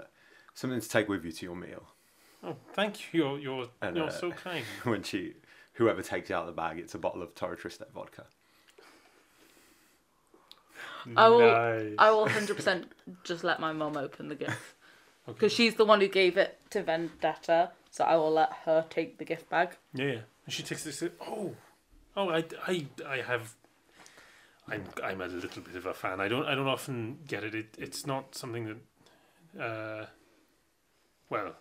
S4: something to take with you to your meal.
S1: oh, thank you. You're you're,
S4: And,
S1: you're
S4: uh,
S1: so kind.
S4: when she, whoever takes out the bag, it's a bottle of Torre Triste vodka.
S5: I will-
S1: Nice.
S5: I will 100% just let my mum open the gift.
S1: Okay.
S5: Because she's the one who gave it to Vendetta, so I will let her take the gift bag.
S1: Yeah, yeah. And she takes this. Oh, oh, I, I, I have. I'm, I'm a little bit of a fan. I don't, I don't often get it. it it's not something that. Uh, well,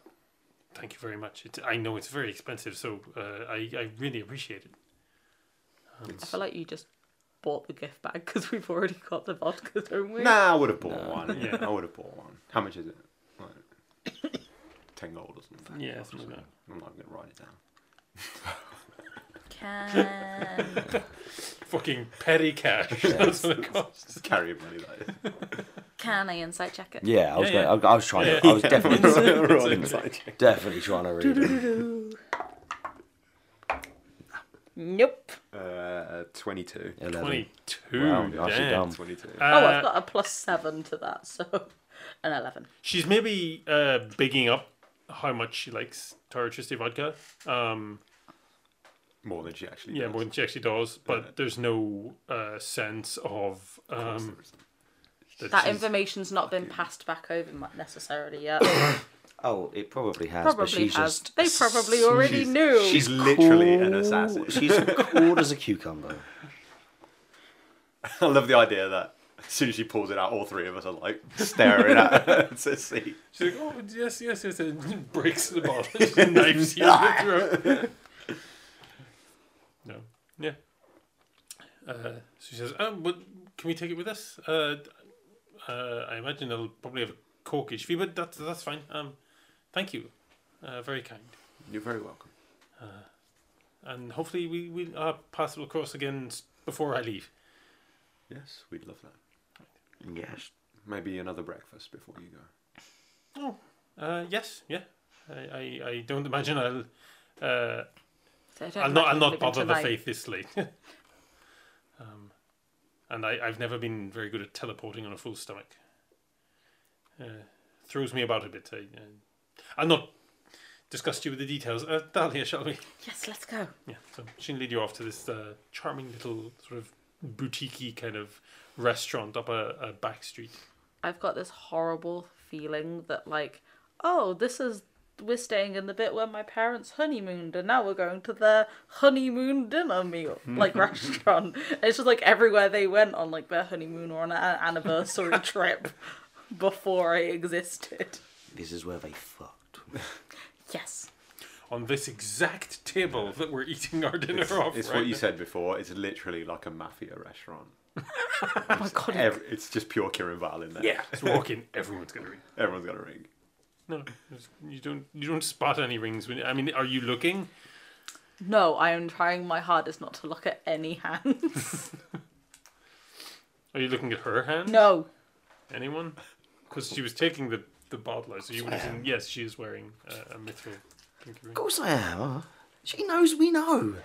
S1: thank you very much. It, I know it's very expensive, so uh, I, I really appreciate it.
S5: I feel like you just bought the gift bag because we've already got the vodka, don't we?
S4: Nah, I would have bought one.
S1: Yeah.
S4: Yeah, I would have bought one. How much is it? Like, Ten gold or something.
S1: Yeah, something like that.
S4: I'm not gonna write it down.
S5: Can.
S1: Fucking petty cash. That's what it costs.
S4: Just carry money like this.
S5: Can I insight check it?
S2: Yeah, I was
S1: Yeah,
S2: Going, I, I was trying to, I was definitely
S4: Roll inside check.
S2: definitely trying to read it.
S5: Nope.
S4: Uh, 22.
S2: 11.
S1: Twenty-two.
S2: Wow, you're actually
S1: damn.
S2: dumb.
S4: 22.
S5: oh,
S1: Uh,
S5: I've got a plus seven to that, so an 11.
S1: She's maybe uh, bigging up how much she likes Tara Triste vodka. Um,
S4: More than she actually
S1: Yeah,
S4: does.
S1: more than she actually does, but
S4: Yeah.
S1: there's no uh, sense of
S4: Of course
S1: um,
S4: there is.
S1: that
S5: That
S1: she's-
S5: information's not been passed back over mu- necessarily yet.
S2: Oh, it probably has.
S5: probably
S2: but she's
S5: has.
S2: Just,
S5: They probably already knew.
S4: She's literally an
S2: cool-
S4: assassin.
S2: She's cold as a cucumber.
S4: I love the idea that as soon as she pulls it out, all three of us are like staring at her to see.
S1: She's like, oh yes, yes, yes, and breaks the bottle, just knives you in the throat. no, yeah. Uh, so she says, um, but can we take it with us? Uh, uh, I imagine they'll probably have a cork each for you, but that's that's fine. Um, thank you, uh, very kind,
S4: You're very welcome.
S1: and hopefully we we our paths will cross again s- before I leave.
S4: Yes, we'd love that.
S2: Yes.
S4: Maybe another breakfast before you go.
S1: Oh, uh, yes, yeah. I, I, I don't imagine I'll. Uh,
S5: So I don't
S1: I'll not. I'll
S5: imagine
S1: not
S5: they've
S1: bother
S5: been
S1: the
S5: tonight.
S1: faith this late. um, and I, I've never been very good at teleporting on a full stomach. Uh, throws me about a bit. I, uh, I'll not discuss you with the details. Uh, Dahlia, shall we?
S5: Yes, let's go.
S1: Yeah. So she'll lead you off to this uh, charming little sort of boutique kind of restaurant up a, a back street.
S5: I've got this horrible feeling that like, oh, this is we're staying in the bit where my parents honeymooned and now we're going to their honeymoon dinner meal like restaurant. And it's just like everywhere they went on like their honeymoon or on an anniversary trip before I existed.
S2: This is where they fucked.
S5: Yes.
S1: On this exact table that we're eating our dinner off.
S4: It's
S1: right
S4: what you
S1: now.
S4: said before. It's literally like a mafia restaurant.
S5: Oh my god.
S4: Every, it's just pure Kirin Val in there.
S1: Yeah, just walk in. Everyone's gonna ring.
S4: Everyone's got a ring.
S1: No, there's- you don't. You don't spot any rings. When I mean, are you looking?
S5: No, I am trying my hardest not to look at any hands.
S1: Are you looking at her hand?
S5: No.
S1: Anyone? Because she was taking the the bottle, out, so you would have seen. Yes, she is wearing uh, a mithril. pinky ring.
S2: Of course I am. huh? She knows we know.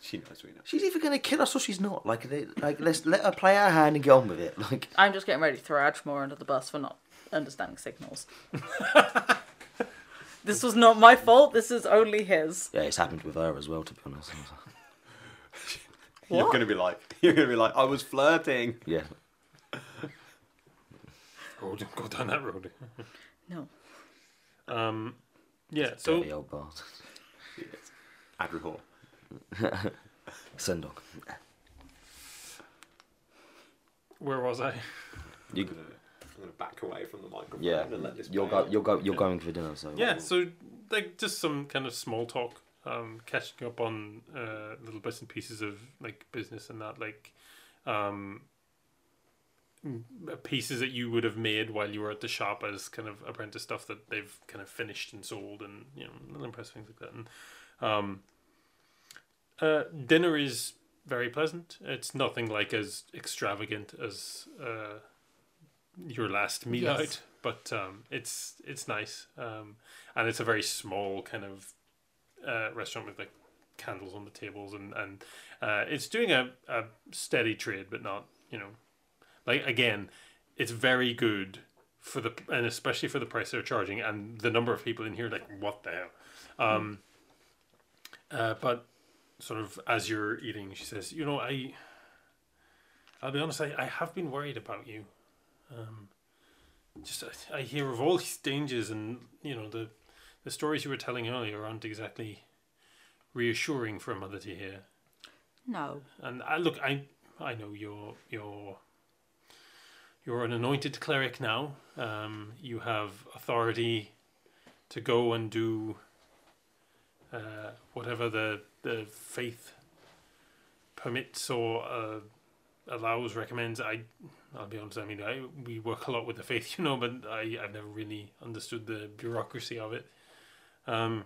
S4: She knows we know.
S2: She's either going to kill us or she's not. Like, they, like let's let her play our hand and get on with it. Like,
S5: I'm just getting ready to throw Admore under the bus for not understanding signals. this was not my fault. This is only his.
S2: yeah, it's happened with her as well. To be honest,
S4: You're gonna be like, you're gonna be like, I was flirting.
S2: yeah.
S1: Oh, don't go down that road.
S5: No.
S1: Um, yeah. So
S2: Dirty old bastard.
S4: Adri Hall.
S2: Sendog.
S1: where was I?
S2: You,
S4: I'm gonna, I'm gonna back away from the microphone
S2: yeah.
S4: and let this.
S2: You're
S4: play
S2: go,
S4: out.
S2: you're go, you're going for dinner. So
S1: Yeah. So like just some kind of small talk, um, catching up on uh, little bits and pieces of like business and that like, um, m- pieces that you would have made while you were at the shop as kind of apprentice stuff that they've kind of finished and sold and you know little impressive things like that. And um, uh, dinner is very pleasant. It's nothing like as extravagant as uh, your last meal
S5: Yes.
S1: out, but um, it's it's nice, um, and it's a very small kind of uh, restaurant with like candles on the tables, and and uh, it's doing a, a steady trade, but not you know, like again, it's very good for the and especially for the price they're charging and the number of people in here. Like what the hell, um, uh, but sort of as you're eating, she says, "You know, I, I'll be honest, I, I have been worried about you. Um, just I, I hear of all these dangers, and you know the, the stories you were telling earlier aren't exactly reassuring for a mother to hear.
S5: No.
S1: And I look, I, I know you're you're." You're an anointed cleric now. Um, you have authority to go and do uh, whatever the the faith permits or uh, allows, recommends. I, I'll be honest. I mean, I we work a lot with the faith, you know, but I I've never really understood the bureaucracy of it. Um,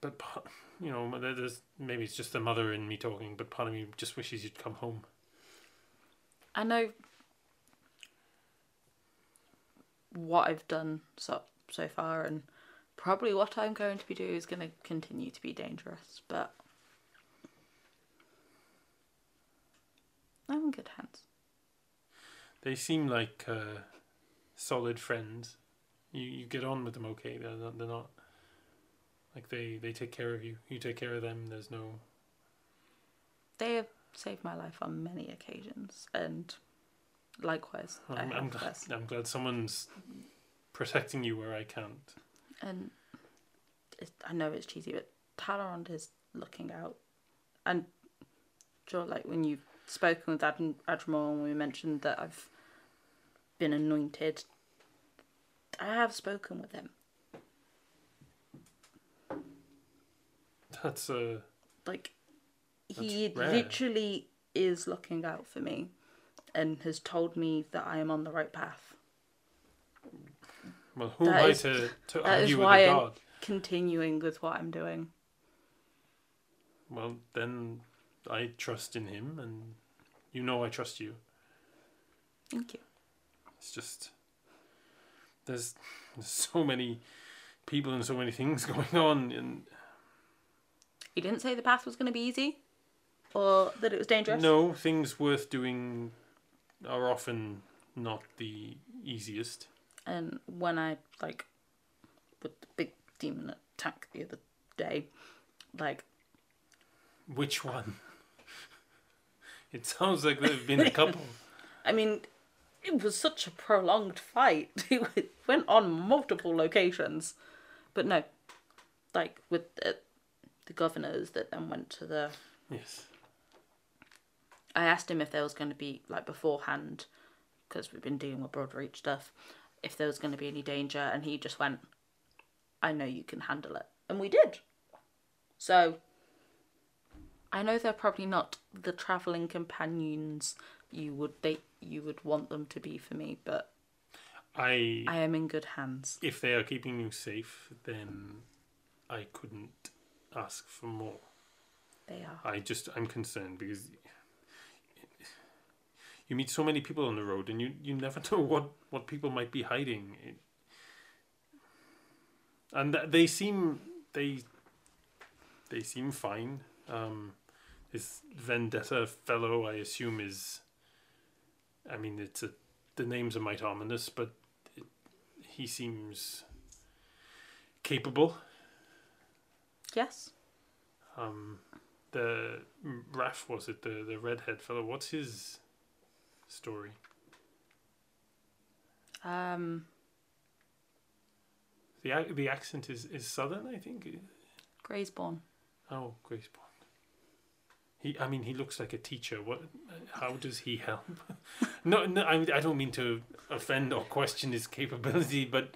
S1: but pa- you know, there- there's maybe it's just the mother in me talking, but part of me just wishes you'd come home.
S5: I know what I've done so so far, and probably what I'm going to be doing is going to continue to be dangerous. But I'm in good hands.
S1: They seem like uh, solid friends. You you get on with them okay. They're not, they're not like they they take care of you. You take care of them. There's no
S5: They have saved my life on many occasions, and likewise, I
S1: I'm, I'm,
S5: have
S1: glad,
S5: this.
S1: I'm glad someone's protecting you where I can't.
S5: And it, I know it's cheesy, but Talleyrand is looking out. And sure, like when you've spoken with Ad- Adramor and we mentioned that I've been anointed, I have spoken with him.
S1: That's uh,
S5: Like, he
S1: That's rare.
S5: literally is looking out for me and has told me that I am on the right path.
S1: well, who
S5: That
S1: am
S5: is-
S1: I to to
S5: that is
S1: argue with
S5: why
S1: a
S5: I-
S1: god?
S5: Continuing with what I'm doing.
S1: Well, then I trust in him, and you know I trust you.
S5: Thank you.
S1: It's just there's, there's so many people and so many things going on, and
S5: He didn't say the path was going to be easy or that it was dangerous.
S1: No, things worth doing are often not the easiest.
S5: And when I like with the big demon attack the other day, like
S1: Which one? It sounds like there've been a couple.
S5: I mean, it was such a prolonged fight. It went on multiple locations, but no, like with uh, the governors that then went to the.
S1: Yes.
S5: I asked him if there was going to be like beforehand, because we've been dealing with broad reach stuff, if there was going to be any danger, and he just went, "I know you can handle it," and we did. So I know they're probably not the traveling companions you would they you would want them to be for me, but
S1: I,
S5: I am in good hands.
S1: if they are keeping you safe, then I couldn't ask for more.
S5: They are.
S1: I just I'm concerned because you meet so many people on the road and you you never know what what people might be hiding. It- And th- they seem they they seem fine. Um, this vendetta fellow, I assume, is. I mean, it's a the names are might ominous, but it, he seems capable.
S5: Yes.
S1: Um, the Raph was it the the redhead fellow? What's his story?
S5: Um,
S1: The ac- the accent is is southern, I think.
S5: Graysborn.
S1: Oh, Grace Bond. He, I mean, he looks like a teacher. What? How does he help? no, no. I, I don't mean to offend or question his capability, but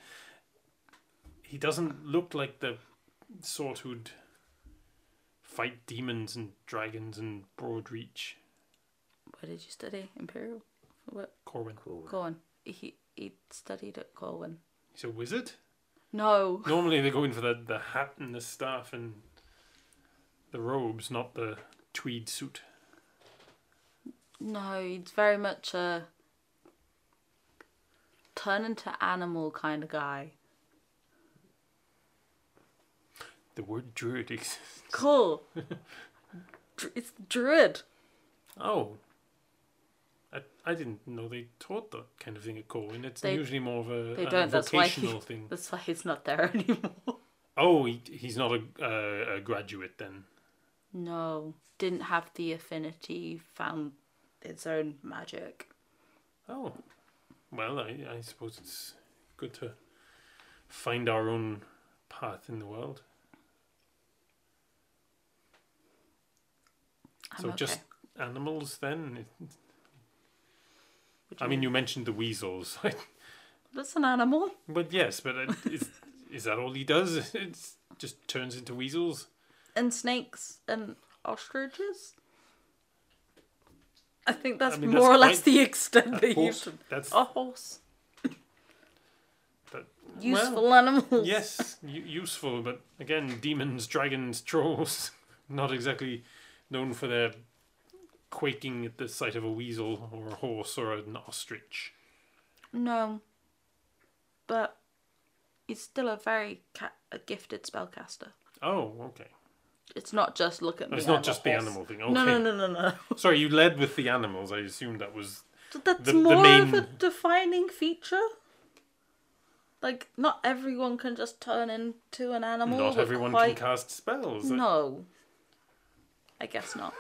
S1: he doesn't look like the sort who'd fight demons and dragons and broad reach.
S5: Where did you study? Imperial. What?
S1: Corwin.
S5: Corwin. He he studied at Corwin.
S1: He's a wizard.
S5: No.
S1: Normally they go in for the, the hat and the staff and the robes, not the tweed suit.
S5: No, he's very much a turn into animal kind of guy.
S1: The word druid exists.
S5: Cool. Dr- it's druid.
S1: Oh. I, I didn't know they taught that kind of thing at Corwin. It's
S5: They-
S1: usually more of a,
S5: They
S1: a
S5: don't. That's why
S1: Uh, vocational
S5: he,
S1: thing.
S5: That's why he's not there anymore.
S1: Oh, he, he's not a, uh, a graduate then.
S5: No, didn't have the affinity. Found its own magic.
S1: Oh. Well, I, I suppose it's good to find our own path in the world.
S5: I'm
S1: so
S5: okay.
S1: just animals then? It-
S5: Would
S1: I mean, you mentioned the weasels.
S5: that's an animal.
S1: but yes, but it- is, is that all he does? It just turns into weasels?
S5: and snakes and ostriches. I think that's
S1: I mean,
S5: more
S1: that's
S5: or less
S1: quite-
S5: the extent that you
S1: Horse?
S5: can.
S1: That's
S5: A horse,
S1: that,
S5: useful
S1: Well,
S5: animals.
S1: yes, u- useful, but again, demons, dragons, trolls, not exactly known for their quaking at the sight of a weasel or a horse or an ostrich.
S5: No, but he's still a very ca- a gifted spellcaster.
S1: Oh, okay.
S5: It's not just look at me.
S1: It's
S5: I'm
S1: not
S5: a
S1: just the
S5: horse.
S1: animal thing. Okay.
S5: No, no, no, no, no.
S1: Sorry, you led with the animals. I assumed that was.
S5: So that's
S1: The- the
S5: more of a
S1: main-
S5: defining feature. Like, not everyone can just turn into an animal.
S1: Not
S5: but
S1: everyone
S5: quite...
S1: can cast spells.
S5: No. I guess not.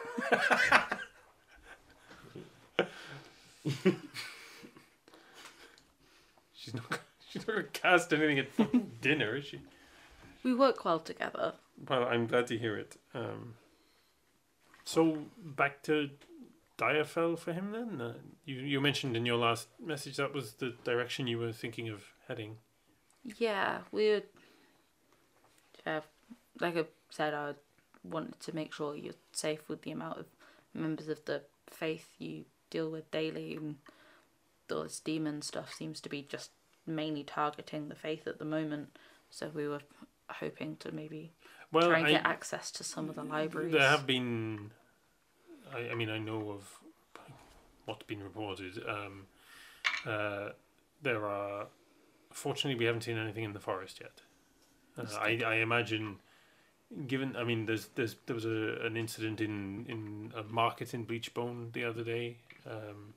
S1: She's not. gonna- She's not going to cast anything at fucking dinner, is she?
S5: We work well together.
S1: Well, I'm glad to hear it. Um, so back to Diafel for him then. Uh, you you mentioned in your last message that was the direction you were thinking of heading.
S5: Yeah, we yeah, like I said, I wanted to make sure you're safe with the amount of members of the faith you deal with daily, and all this demon stuff seems to be just mainly targeting the faith at the moment. So we were hoping to maybe
S1: Well,
S5: try and
S1: I,
S5: get access to some of the libraries.
S1: there have been. I, I mean, I know of what's been reported. Um, uh, there are. Fortunately, we haven't seen anything in the forest yet. Uh, I, I imagine, given I mean, there's there's there was a, an incident in in a market in Bleachbone the other day. Um,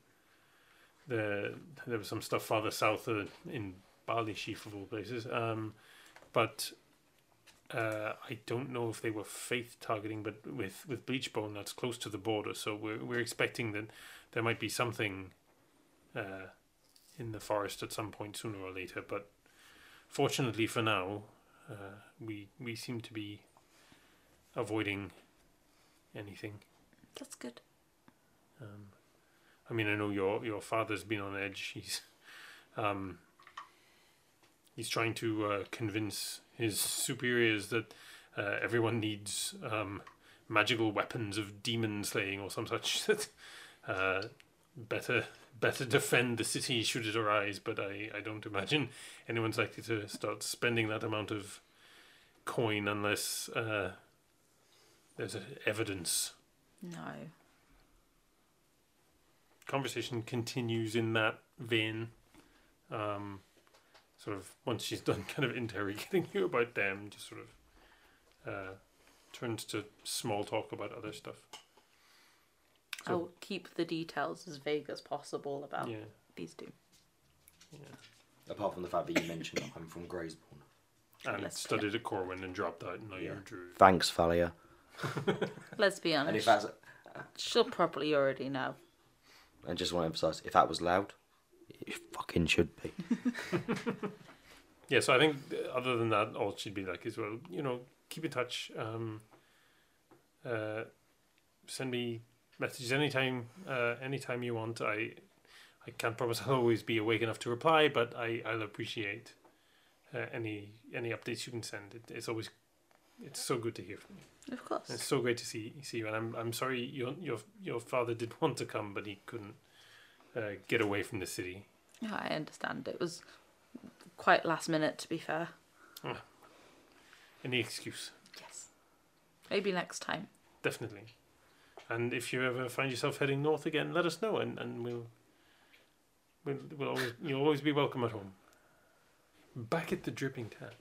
S1: the there was some stuff farther south uh, in Barleysheaf of all places. Um, but uh, I don't know if they were faith targeting, but with with Bleachbone, that's close to the border, so we're we're expecting that there might be something uh, in the forest at some point sooner or later. But fortunately for now, uh, we we seem to be avoiding anything.
S5: That's good.
S1: Um, I mean, I know your your father's been on edge. He's um, he's trying to uh, convince his superiors that uh, everyone needs um, magical weapons of demon slaying or some such. That uh, better better defend the city should it arise. But I, I don't imagine anyone's likely to start spending that amount of coin unless uh, there's uh, evidence
S5: No.
S1: conversation continues in that vein. Um, sort of once she's done kind of interrogating you about them, just sort of uh, turns to small talk about other stuff.
S5: I'll keep the details as vague as possible about
S1: Yeah.
S5: these two.
S2: Apart from the fact that you mentioned I'm from Graysbourne.
S1: And
S5: Let's-
S1: studied at Corwin and dropped out, and now you're Drew.
S2: Thanks, Falia.
S5: Let's be
S2: And if
S5: honest,
S2: that's,
S5: she'll probably already know.
S2: I just want to emphasise, if that was loud, it fucking should be.
S1: Yeah, so I think uh, other than that, all she'd be like is, well, you know, keep in touch. Um, uh, send me messages anytime, uh, anytime you want. I, I can't promise I'll always be awake enough to reply, but I, I'll appreciate uh, any any updates you can send. It, it's always, it's so good to hear from you.
S5: Of course.
S1: It's so great to see see you. And I'm I'm sorry your your your father did want to come, but he couldn't uh, get away from the city.
S5: Yeah, I understand. It was quite last minute, to be fair.
S1: Any excuse.
S5: Yes. Maybe next time.
S1: Definitely. And if you ever find yourself heading north again, let us know, and, and we'll, we'll, we'll always, you'll always be welcome at home. Back at the Dripping Tap.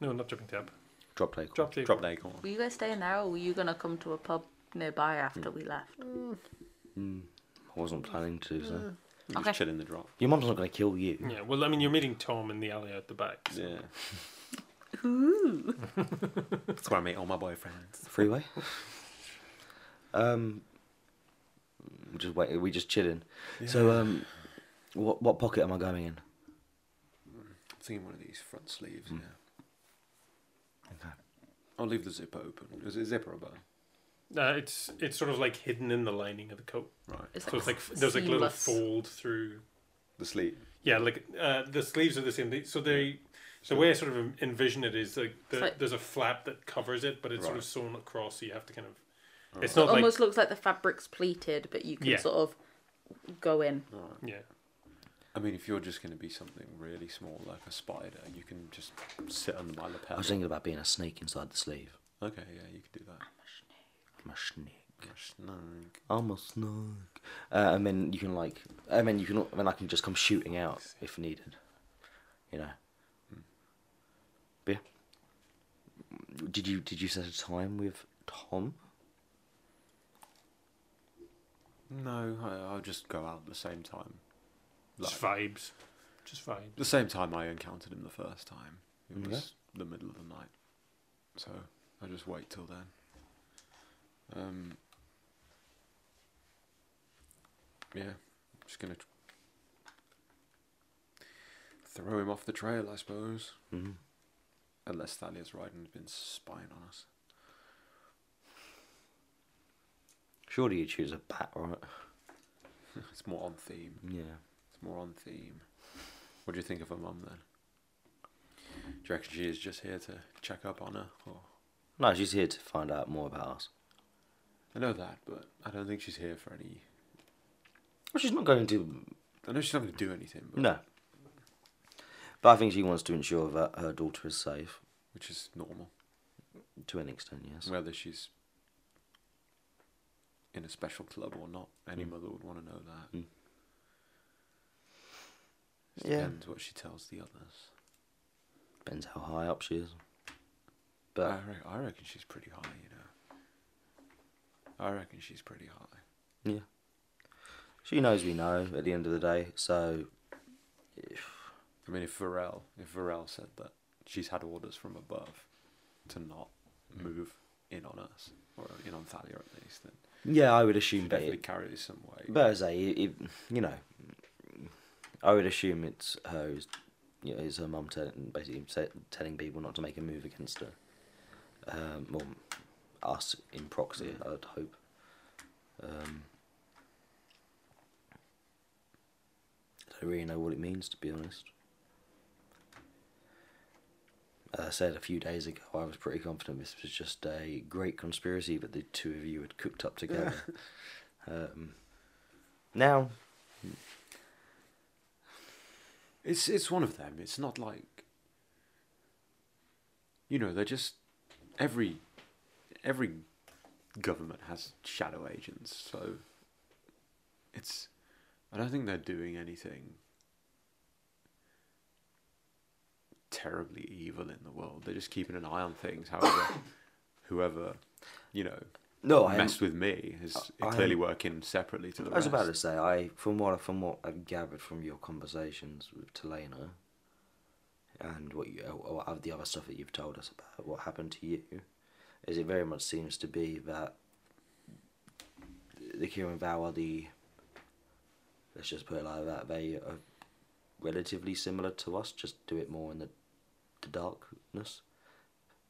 S1: No, not Dripping Tap.
S2: Drop take.
S1: Drop Table.
S4: Drop an acorn.
S5: Were you guys staying there or were you going to come to a pub nearby after we left?
S2: I wasn't planning to do so.
S4: You
S5: Okay.
S4: Just chill in the drop.
S2: Your mum's not going to kill you.
S1: Yeah, well, I mean, you're meeting Tom in the alley out the back. so-
S4: Yeah. That's where I meet all my boyfriends.
S2: Freeway. um, we just wait. We just chilling. So um, what what pocket am I going in?
S4: I'm thinking one of these front sleeves. Yeah.
S2: Okay.
S4: I'll leave the zipper open. Is it zipper or button?
S1: Uh, it's it's sort of like hidden in the lining of the coat.
S4: Right.
S5: It's
S1: So it's like f- there's like little
S5: seamless.
S1: fold through.
S4: The sleeve.
S1: Yeah, like uh, the sleeves are the same. They, so they, the way I sort of envision it is like, the,
S5: It's like-
S1: there's a flap that covers it, but it's sort of
S4: Right.
S1: sewn across, so you have to kind of. It's not like
S5: Almost looks like the fabric's pleated, but you can
S1: Yeah.
S5: sort of go in.
S1: yeah.
S4: I mean, if you're just going to be something really small, like a spider, you can just sit under my
S2: I was
S4: lapel.
S2: thinking about being a snake inside the sleeve.
S4: Okay, yeah, you could do that.
S2: I'm a snake.
S4: Snug.
S2: I'm a snake. Uh, and then you can like, and then you can, and then I can just come shooting out if needed. You know. But yeah. Did you did you set a time with Tom?
S4: No, I, I'll just go out at the same time.
S1: Just
S4: Like,
S1: vibes. Just vibes.
S4: the same time I encountered him the first time. It
S2: Okay.
S4: was the middle of the night. So I just wait till then. Um, yeah, I'm just going to throw him off the trail, I suppose.
S2: Mm-hmm.
S4: Unless Thalia's riding has been spying on us.
S2: Surely you choose a bat, right?
S4: It's more on theme.
S2: Yeah.
S4: It's more on theme. What do you think of her mum then? Do you reckon she is just here to check up on her? Or...
S2: No, she's here to find out more about us.
S4: I know that, but I don't think she's here for any.
S2: Well, she's not going to.
S4: I know she's not going to do anything, but
S2: No. But I think she wants to ensure that her daughter is safe,
S4: which is normal.
S2: to an extent, yes.
S4: Whether she's in a special club or not, any mother would want to know that.
S2: Mm.
S4: It
S2: Yeah.
S4: depends what she tells the others.
S2: Depends how high up she is. But
S4: I, re- I reckon she's pretty high, you know. I reckon she's pretty high.
S2: yeah, she knows we know at the end of the day. So
S4: I mean, if Varel, if Varel said that she's had orders from above to not
S2: Mm.
S4: move in on us or in on Thalia at least, then
S2: yeah, I would assume
S4: she
S2: that.
S4: definitely
S2: It,
S4: carries some weight.
S2: but as I say, it, it- you know, I would assume it's her. Who's, you know, it's her mum tell, basically say, telling people not to make a move against her, um, or us in proxy. I'd hope. Um, I don't really know what it means, to be honest. As I said a few days ago, I was pretty confident this was just a great conspiracy that the two of you had cooked up together. um, now,
S4: It's it's one of them. It's not like you know they're just every every government has shadow agents, so it's I don't think they're doing anything terribly evil in the world. They're just keeping an eye on things, however whoever, you know,
S2: No, Oh, I
S4: messed with me is
S2: I-
S4: clearly working separately to the
S2: I was
S4: rest.
S2: about to say, I from what from what I gathered from your conversations with Telena, and what you or or the other stuff that you've told us about what happened to you, is it very much seems to be that the Kieran Vow are the let's just put it like that they are relatively similar to us, just do it more in the the darkness.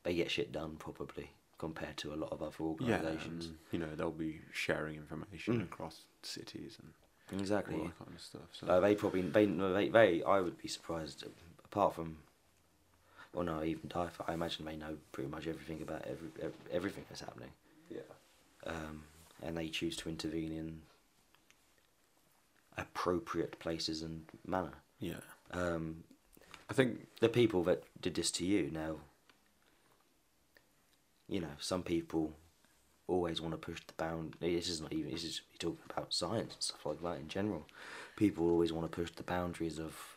S2: They get shit done probably compared to a lot of other
S4: yeah,
S2: organisations.
S4: and, you know, they'll be sharing information across cities and
S2: Exactly.
S4: all Mm. that kind of stuff. So
S2: Uh, they probably they, no, they they I would be surprised apart from well no even Diver I imagine they know pretty much everything about every, ev everything that's happening
S4: yeah,
S2: um, and they choose to intervene in appropriate places and manner
S4: yeah.
S2: um,
S4: I think
S2: the people that did this to you now you know some people always want to push the bound this is not even this is we're talking about science and stuff like that in general people always want to push the boundaries of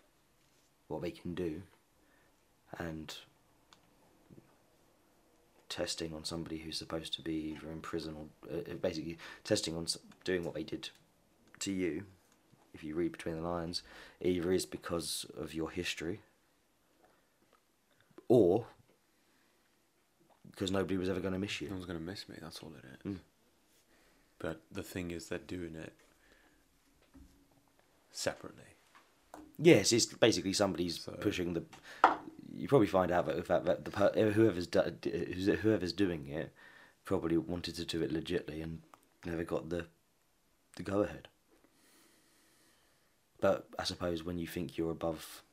S2: what they can do and testing on somebody who's supposed to be either in prison or uh, uh, basically testing on s- doing what they did to you if you read between the lines either is because of your history or because nobody was ever going to miss
S4: no
S2: you.
S4: one's gonna miss me. That's all it is. Mm. But the thing is, they're doing it separately.
S2: Yes, it's basically somebody's
S4: So-
S2: pushing the. You probably find out that, that, that the per, eh, whoever's do, who's- whoever's doing it probably wanted to do it legitly and never got the the go ahead. But I suppose when you think you're above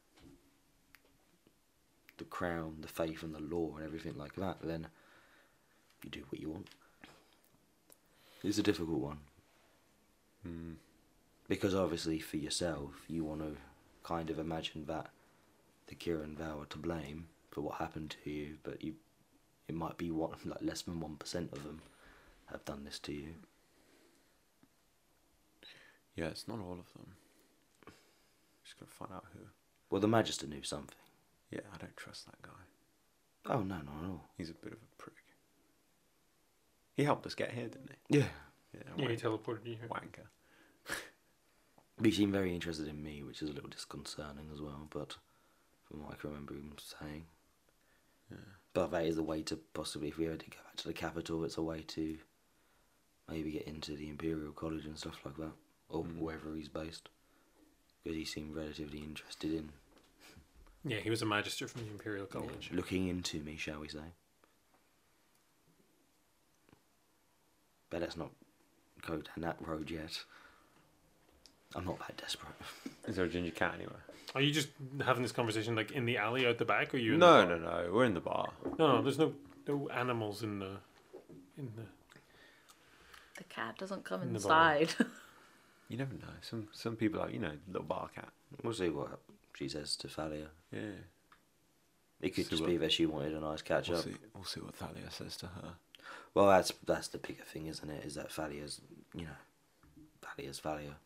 S2: the crown, the faith, and the law, and everything like that, then you do what you want. It's a difficult one.
S4: Mm.
S2: Because obviously, for yourself, you want to kind of imagine that the Kieran Vow are to blame for what happened to you, but you, it might be one, like less than one percent of them have done this to you.
S4: Yeah, it's not all of them. Just gotta find out who.
S2: Well, the Magister knew something.
S4: Yeah, I don't trust that guy.
S2: Oh no, not at all.
S4: He's a bit of a prick. He helped us get here, didn't
S2: Yeah,
S4: he?
S1: Yeah, he
S4: wank-
S1: teleported you here.
S4: wanker.
S2: he seemed very interested in me, which is a little disconcerting as well. But from what I can remember him saying, but that is a way to possibly, if we ever did go back to the capital, it's a way to maybe get into the Imperial College and stuff like that, or
S4: Mm.
S2: wherever he's based, because he seemed relatively interested in
S1: Yeah, he was a magister from the Imperial College.
S2: looking into me, shall we say. But let's not go down that road yet. I'm not that desperate.
S4: Is there a ginger cat anywhere?
S1: Are you just having this conversation like in the alley out the back, or are you? In
S4: No,
S1: the
S4: no, no. We're in the bar.
S1: no, no, no. There's no no animals in the in the.
S5: The cat doesn't come
S1: In the bar.
S5: inside.
S4: You never know. Some some people are, you know, little bar cat.
S2: We'll see what she says to Thalia.
S4: Yeah.
S2: It could
S4: See
S2: just
S4: what-
S2: be that she wanted a nice catch
S4: We'll
S2: up.
S4: see, we'll see what Thalia says to her.
S2: Well, that's that's the bigger thing, isn't it? Is that Thalia's, you know, Thalia's Thalia.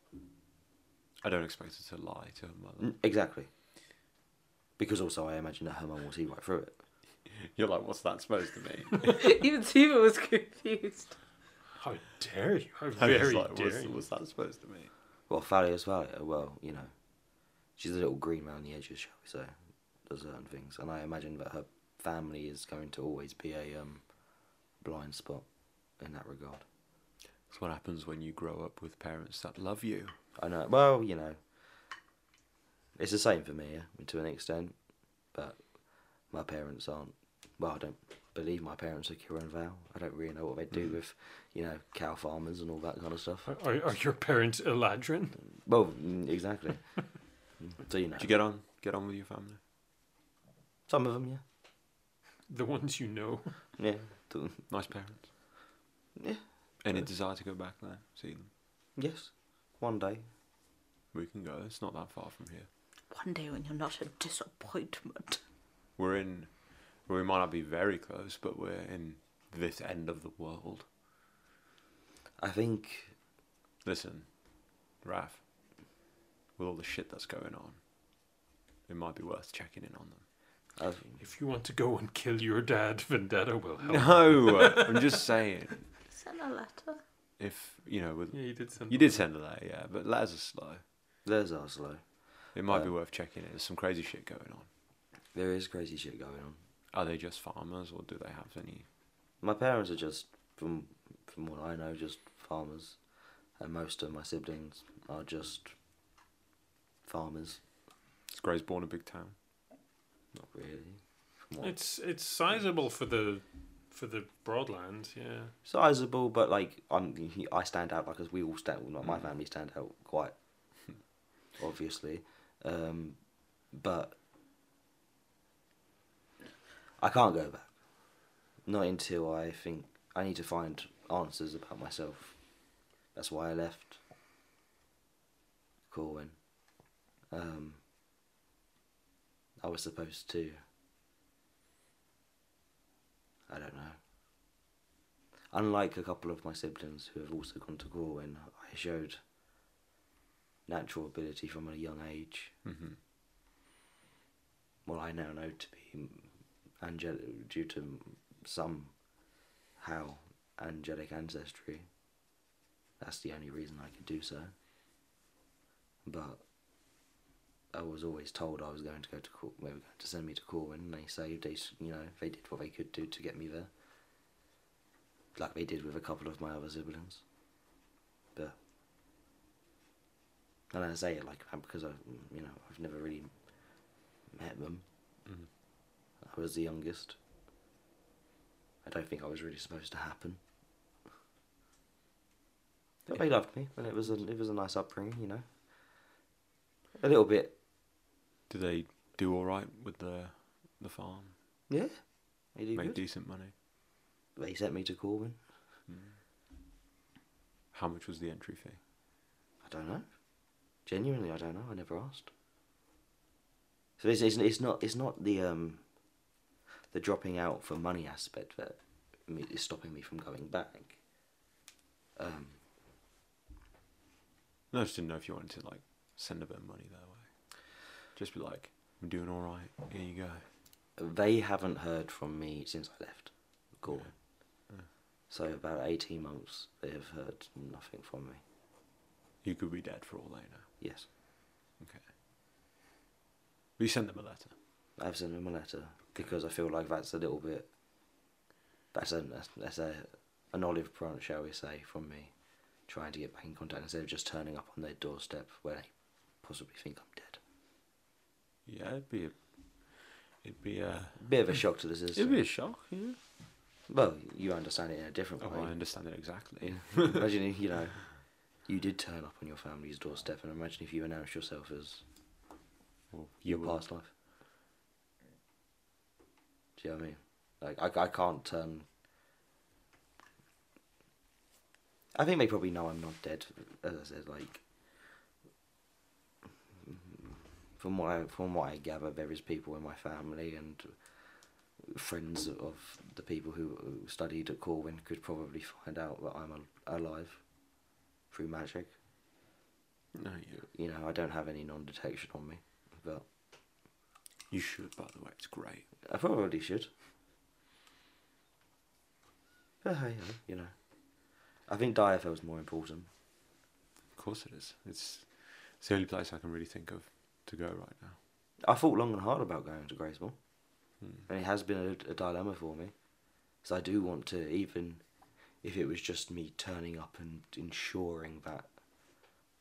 S4: I don't expect her to lie to her mother.
S2: Mm, Exactly. Because also, I imagine that her mum will see right through it.
S4: You're like, what's that supposed to mean?
S5: Even Tiva was confused.
S1: How dare you? How
S4: I was
S1: very
S4: like,
S1: dare
S4: what's,
S1: you?
S4: what's that supposed to mean?
S2: Well, Thalia's Thalia, well, you know, she's a little green round the edges, shall we say, does certain things. And I imagine that her family is going to always be a um, blind spot in that regard.
S4: That's what happens when you grow up with parents that love you.
S2: I know. Well, you know, it's the same for me yeah, to an extent, but my parents aren't. Well, I don't believe my parents are Kieran Val. I don't really know what they
S4: Mm.
S2: do with, you know, cow farmers and all that kind of stuff.
S1: Are, are, are your parents Eladrin?
S2: Well, mm, exactly. so you know,
S4: Did you get on? Get on with your family?
S2: some of them,
S1: The ones you know.
S2: yeah, yeah. Th-
S4: Nice parents?
S2: Yeah.
S4: Any desire to go back there? See them?
S2: Yes, one day.
S4: We can go. It's not that far from here.
S5: One day when you're not a disappointment.
S4: We're in. We might not be very close, but we're in this end of the world.
S2: I think.
S4: Listen, Raph, with all the shit that's going on, it might be worth checking in on them.
S2: Uh,
S1: If you want to go and kill your dad, Vendetta will help.
S4: No, uh, I'm just saying.
S5: Send a letter.
S4: If you know, with,
S1: Yeah, you did send.
S4: you did send a letter, yeah, but letters are slow.
S2: there's Oslo.
S4: It might be
S2: Um,
S4: worth checking it. There's some crazy shit going on.
S2: There is crazy shit going on.
S4: Are they just farmers, or do they have any?
S2: My parents are just, from from what I know, just farmers, and most of my siblings are just farmers.
S4: Is Gray's born a big town?
S2: Not really. From what-
S1: It's it's sizable for the for the broadlands. Yeah,
S2: sizable, but like I'm, I stand out like as we all stand, well, not my family stand out quite obviously, um, but I can't go back. Not until I think I need to find answers about myself. That's why I left Corwin. Um, I was supposed to. I don't know. Unlike a couple of my siblings who have also gone to Corwin, I showed natural ability from a young age.
S4: Mhm.
S2: What I now know to be angelic, due to some how angelic ancestry. That's the only reason I could do so. But I was always told I was going to go to Corwin, they were going to send me to Corwin, and they saved, they, s- you know, they did what they could do to get me there like they did with a couple of my other siblings. But and I say it like that because I, you know, I've never really met them. I was the youngest. I don't think I was really supposed to happen. But they loved me, and it was a it was a nice upbringing, you know. A little bit,
S4: Do they do all right with the the farm?
S2: yeah. They did
S4: Make
S2: good.
S4: decent money.
S2: They sent me to Corwin.
S4: How much was the entry fee?
S2: I don't know. Genuinely, I don't know. I never asked. So it's, it's, it's not it's not the um the dropping out for money aspect that me- is stopping me from going back. Um,
S4: No, I just didn't know if you wanted to like send a bit of money their way. Just be like, I'm doing all right. Here you go.
S2: they haven't heard from me since I left. Cool.
S4: Hmm.
S2: So about eighteen months, they have heard nothing from me.
S4: You could be dead for all they know.
S2: Yes,
S4: Okay. Will you send them a letter?
S2: I've sent them a letter because I feel like that's a little bit. That's a that's, that's a an olive branch, shall we say, from me, trying to get back in contact instead of just turning up on their doorstep where they possibly think I'm dead.
S4: Yeah, it'd be a, it'd be a,
S2: Bit of a shock to the
S4: Hmm. it'd
S2: system.
S4: be a shock. Yeah.
S2: Well, you understand it in a different
S4: Oh, I
S2: way.
S4: understand it exactly.
S2: imagine if, you know, you did turn up on your family's doorstep, and imagine if you announced yourself as
S4: Well,
S2: your
S4: you will.
S2: past life. Do you know what I mean? Like, I, I can't turn. I think they probably know I'm not dead, as I said. Like, from what I, from what I gather, there is people in my family and friends of the people who who studied at Corwin could probably find out that I'm al- alive through magic
S4: No, you.
S2: you know, I don't have any non-detection on me, but
S4: You should. By the way, it's great.
S2: I probably should. But hey, hey, you know, I think Diafel's more important.
S4: Of course it is. It's it's the only place I can really think of to go right now.
S2: I thought long and hard about going to Graceville,
S4: Hmm.
S2: and it has been a, a dilemma for me, because I do want to, even if it was just me turning up and ensuring that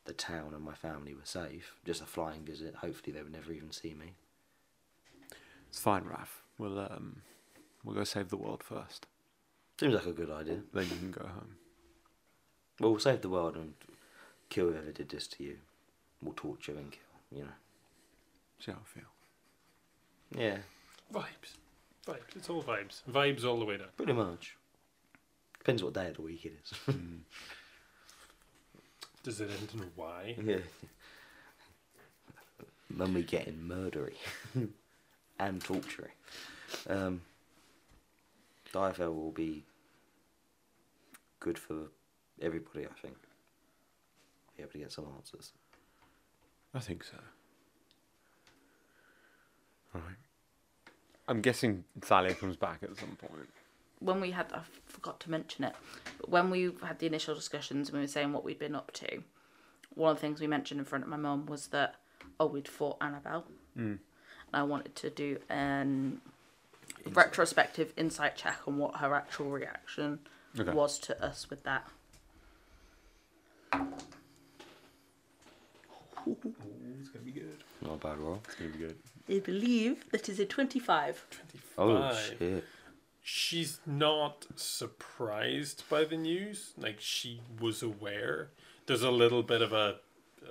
S2: the town and my family were safe, just a flying visit. Hopefully, they would never even see me.
S4: It's fine, Raf. We'll um, we'll go save the world first.
S2: Seems like a good idea.
S4: Then you can go home.
S2: Well, we'll save the world and kill whoever did this to you. We'll torture and kill, you know.
S4: See how I feel.
S2: Yeah,
S1: vibes, vibes. It's all vibes, vibes all the way down.
S2: pretty much. Depends what day of the week it is.
S4: Hmm.
S1: Does it end in Y?
S2: yeah. Then we get in murdery and torturing. Um, Diafel will be good for everybody, I think. Be able to get some answers.
S4: I think so. All right. I'm guessing Thalia comes back at some point.
S5: when we had I forgot to mention it, but when we had the initial discussions and we were saying what we'd been up to, one of the things we mentioned in front of my mum was that oh we'd fought Annabelle,
S1: Hmm.
S5: mm. and I wanted to do an retrospective insight check on what her actual reaction
S4: Okay.
S5: was to us with that.
S1: It's gonna be good.
S2: Not a bad roll.
S4: It's gonna be good.
S5: I believe that is a twenty-five.
S2: Oh
S1: Five.
S2: shit.
S1: she's not surprised by the news. Like she was aware. There's a little bit of a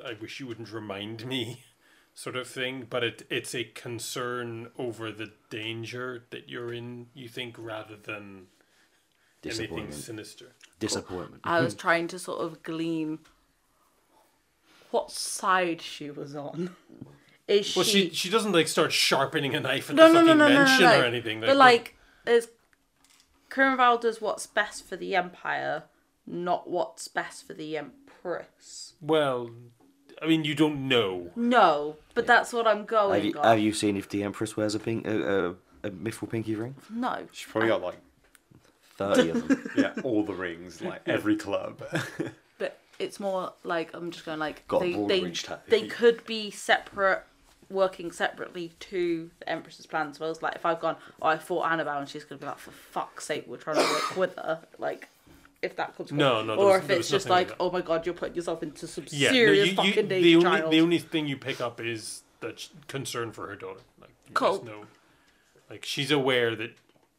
S1: I wish you wouldn't remind me sort of thing, but it it's a concern over the danger that you're in, you think, rather than anything
S2: Disappointment.
S1: sinister.
S2: Disappointment.
S5: I was trying to sort of glean what side she was on. Is
S1: Well she she doesn't like start sharpening a knife at
S5: no,
S1: the
S5: no,
S1: fucking
S5: no, no, no, no,
S1: mansion
S5: no.
S1: or anything.
S5: But like, is Kurnval does what's best for the Empire, not what's best for the Empress.
S1: Well I mean you don't know.
S5: No, but that's what I'm
S2: Have
S5: going
S2: you,
S5: on.
S2: have you seen if the Empress wears a pink, a, a, a mithril pinky ring?
S5: No,
S4: She's probably got like
S2: Thirty of them.
S4: yeah, all the rings, like every club.
S5: but it's more like I'm just going like
S2: Got a
S5: they
S2: broad
S5: they,
S2: range type.
S5: they could be separate. Working separately to the Empress's plans. Whereas, like, if I've gone, oh, I fought Annabelle, and she's gonna be like, for fuck's sake, we're trying to work with her. Like, if that comes,
S1: No, no, there
S5: or
S1: was-
S5: if
S1: there was
S5: it's just
S1: nothing like
S5: like,
S1: that.
S5: oh my god, you're putting yourself into some
S1: Yeah, no,
S5: serious
S1: you- you-
S5: fucking
S1: the,
S5: danger,
S1: only,
S5: child.
S1: the only thing you pick up is that sh- concern for her daughter. Like, you
S5: Cool.
S1: just know, like she's aware that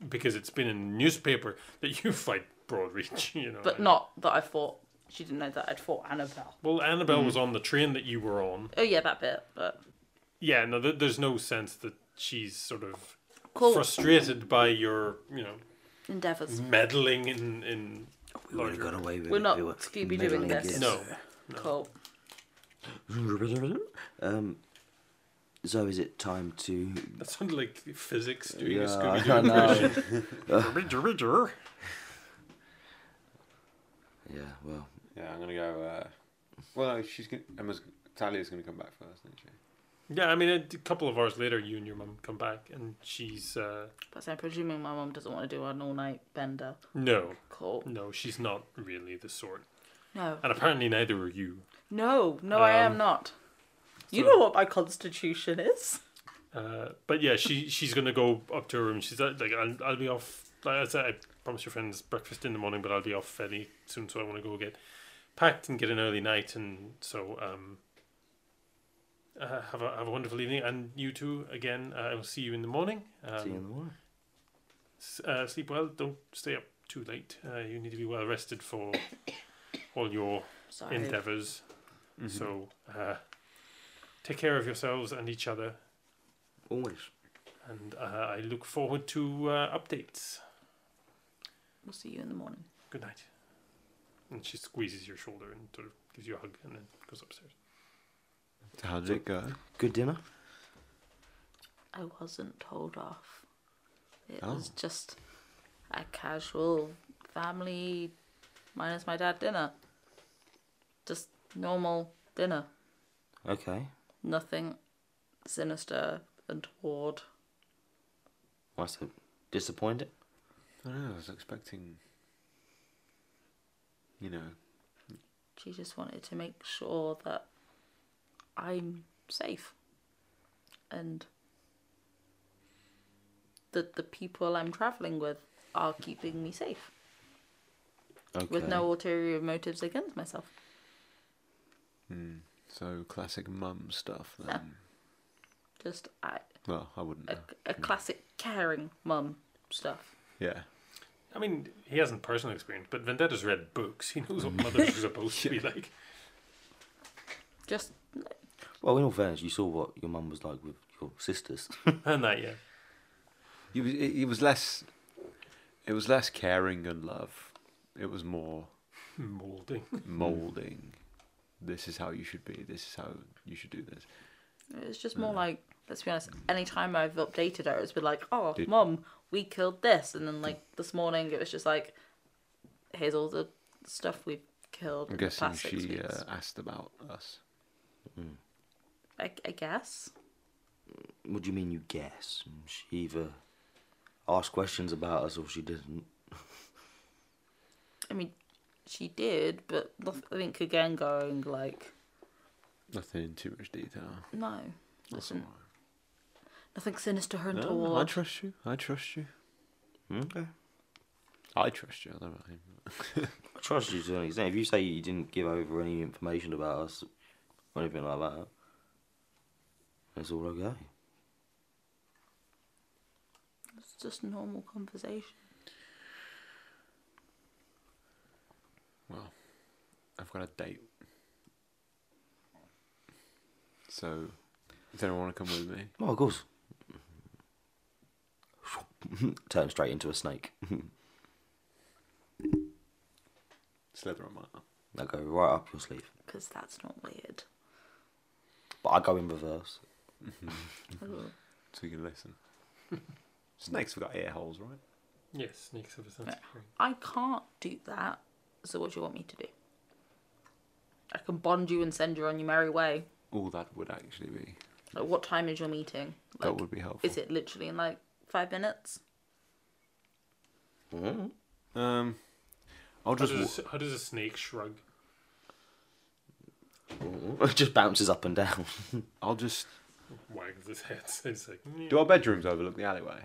S1: because it's been in the newspaper that you fight Broadreach. You know,
S5: but
S1: and-
S5: not that I thought she didn't know that I'd fought Annabelle.
S1: Well, Annabelle was on the train that you were on.
S5: Oh yeah, that bit. But
S1: Yeah, no, th- there's no sense that she's sort of
S5: Cool.
S1: frustrated by your, you know,
S5: endeavors.
S1: meddling in in.
S2: We would have got away with
S5: We're
S2: it.
S5: not
S2: We were
S5: Scooby-Dooing
S2: meddling
S5: this.
S2: again.
S1: No,
S5: Cool.
S2: um, so is it time to?
S1: that sounded like physics doing
S2: Yeah,
S1: a
S2: I
S1: Scooby Doo
S2: know.
S1: impression.
S2: yeah. Well,
S4: yeah, I'm gonna go. Uh, well, she's gonna. Emma's Talia's gonna come back first, isn't she?
S1: Yeah, I mean, a d- couple of hours later, you and your mum come back, and she's uh,
S5: But so I'm presuming my mum doesn't want to do an all-night bender.
S1: no,
S5: Cool.
S1: no, she's not really the sort,
S5: No.
S1: and apparently neither are you.
S5: No. No, I am
S1: Um,
S5: not. You
S1: so-
S5: know what my constitution is.
S1: Uh, but yeah, she she's gonna go up to her room. She's like, like, I'll, I'll be off. Like I said, I promised your friends breakfast in the morning, but I'll be off fairly soon, so I want to go get packed and get an early night, and so um, uh, have a have a wonderful evening, and you too. Again, uh, I will see you in the morning. Um,
S2: see you in the morning.
S1: S- uh, sleep well. Don't stay up too late. Uh, you need to be well rested for all your
S5: Sorry.
S1: endeavors.
S4: Mm-hmm.
S1: So uh, take care of yourselves and each other.
S2: Always.
S1: And uh, I look forward to uh, updates.
S5: We'll see you in the morning.
S1: Good night. And she squeezes your shoulder and sort of gives you a hug and then goes upstairs.
S4: How did it go?
S2: Good dinner.
S5: I wasn't told off. It
S4: Oh.
S5: was just a casual family minus my dad dinner. Just normal dinner.
S2: Okay.
S5: Nothing sinister and toward.
S2: Well, so disappointed.
S4: I don't know. I was expecting, you know,
S5: She just wanted to make sure that I'm safe. And that the people I'm travelling with are keeping me safe.
S2: Okay.
S5: With no ulterior motives against myself.
S4: hmm, so classic mum stuff. Then.
S5: Just I
S4: Well, I wouldn't.
S5: a,
S4: know.
S5: a classic caring mum stuff.
S4: Yeah.
S1: I mean, he hasn't personal experience, but Vendetta's read books. He knows what
S4: Mm.
S1: mothers are supposed to be like.
S5: Just
S2: Well, in all fairness, you saw what your mum was like with your sisters.
S1: And that, yeah.
S4: It was, it, it was less. It was less caring and love. It was more
S1: Molding.
S4: molding. this is how you should be. This is how you should do this.
S5: it's just
S4: Hmm.
S5: more like let's be honest. Anytime I've updated her, it's been like, oh,
S4: Did-
S5: mum, we killed this, and then like this morning, it was just like, here's all the stuff we've killed
S4: I'm
S5: in the
S4: guessing
S5: past six
S4: she
S5: weeks.
S4: uh, asked about us.
S5: I, I guess
S2: what do you mean you guess? She either asked questions about us, or she didn't.
S5: I mean, she did, but nothing again going like
S4: Nothing in too much detail.
S5: no, nothing, nothing sinister or
S4: No, I
S5: untoward.
S4: trust you. I trust you.
S2: Okay.
S4: I trust you. I don't know.
S2: I trust you to an extent. If you say you didn't give over any information about us or anything like that, it's all okay.
S5: It's just normal conversation.
S4: Well, I've got a date. So, does anyone want to come with me?
S2: Oh, of course. Turn straight into a snake.
S4: Slither on my arm.
S2: I go right up your sleeve.
S5: Because that's not weird.
S2: But I go in reverse.
S4: Mm-hmm. so you can listen. Snakes have got ear holes, right?
S1: Yes, snakes have a sense of hearing.
S5: I can't do that. So what do you want me to do? I can bond you and send you on your merry way.
S4: Oh, that would actually be.
S5: Like, what time is your meeting? Like,
S4: that would be helpful.
S5: is it literally in like five minutes?
S4: Um, I'll
S1: How
S4: just. wa-
S1: does, how does a snake shrug?
S2: It just bounces up and down.
S4: I'll just.
S1: Wags his head. So it's like, "Mm,
S4: Do our bedrooms overlook the alleyway?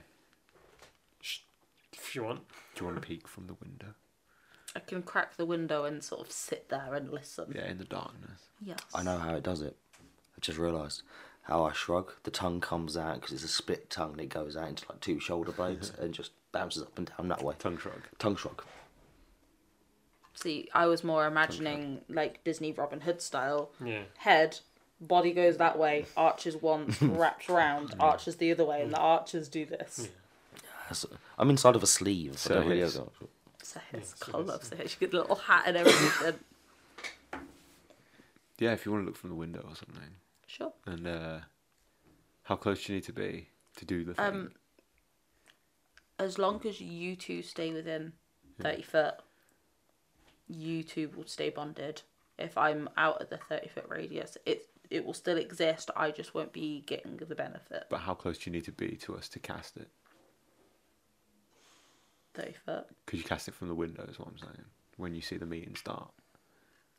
S1: if you want.
S4: Do you want to peek from the window?
S5: I can crack the window and sort of sit there and listen.
S4: Yeah, in the darkness.
S5: Yes.
S2: I know how it does it. I just realised how I shrug. The tongue comes out because it's a split tongue and it goes out into like two shoulder blades and just bounces up and down that way.
S4: Tongue shrug.
S2: Tongue shrug.
S5: See, I was more imagining like Disney Robin Hood style.
S1: Yeah.
S5: Head, body goes that way, arches once, wraps round, arches the other way, and the arches do this.
S2: That's, I'm inside of a sleeve.
S4: So
S2: I don't really
S4: it's-
S2: have-
S5: So
S1: so
S5: his
S1: it's-
S5: colour, so his little hat and everything.
S4: Yeah, if you want to look from the window or something.
S5: sure.
S4: And uh, how close do you need to be to do the thing?
S5: Um, as long as you two stay within 30 foot, you two will stay bonded. If I'm out of the 30 foot radius, it, it will still exist. I just won't be getting the benefit.
S4: but how close do you need to be to us to cast it?
S5: 30 foot.
S4: Could you cast it from the window? Is what I'm saying. When you see the meeting start.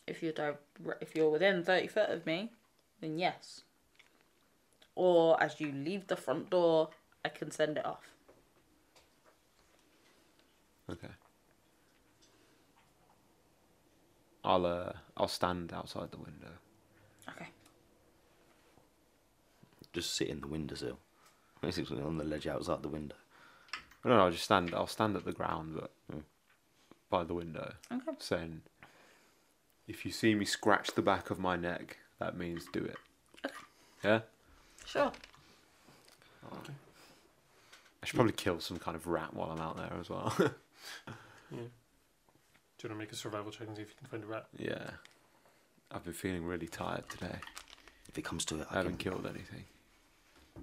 S5: If you're di- if you're within 30 foot of me, then yes. Or as you leave the front door, I can send it off.
S4: Okay. I'll uh, I'll stand outside the window.
S5: Okay.
S2: Just sit in the windowsill. Basically on the ledge outside the window.
S4: No, no, I'll just stand. I'll stand at the ground, but by the window,
S5: Okay.
S4: saying, "If you see me scratch the back of my neck, that means do it." Yeah.
S5: Sure.
S4: I should probably kill some kind of rat while I'm out there as well.
S1: Do you want to make a survival check and see if you can find a rat?
S4: yeah. I've been feeling really tired today.
S2: If it comes to it,
S4: I
S2: I
S4: haven't
S2: can.
S4: killed anything.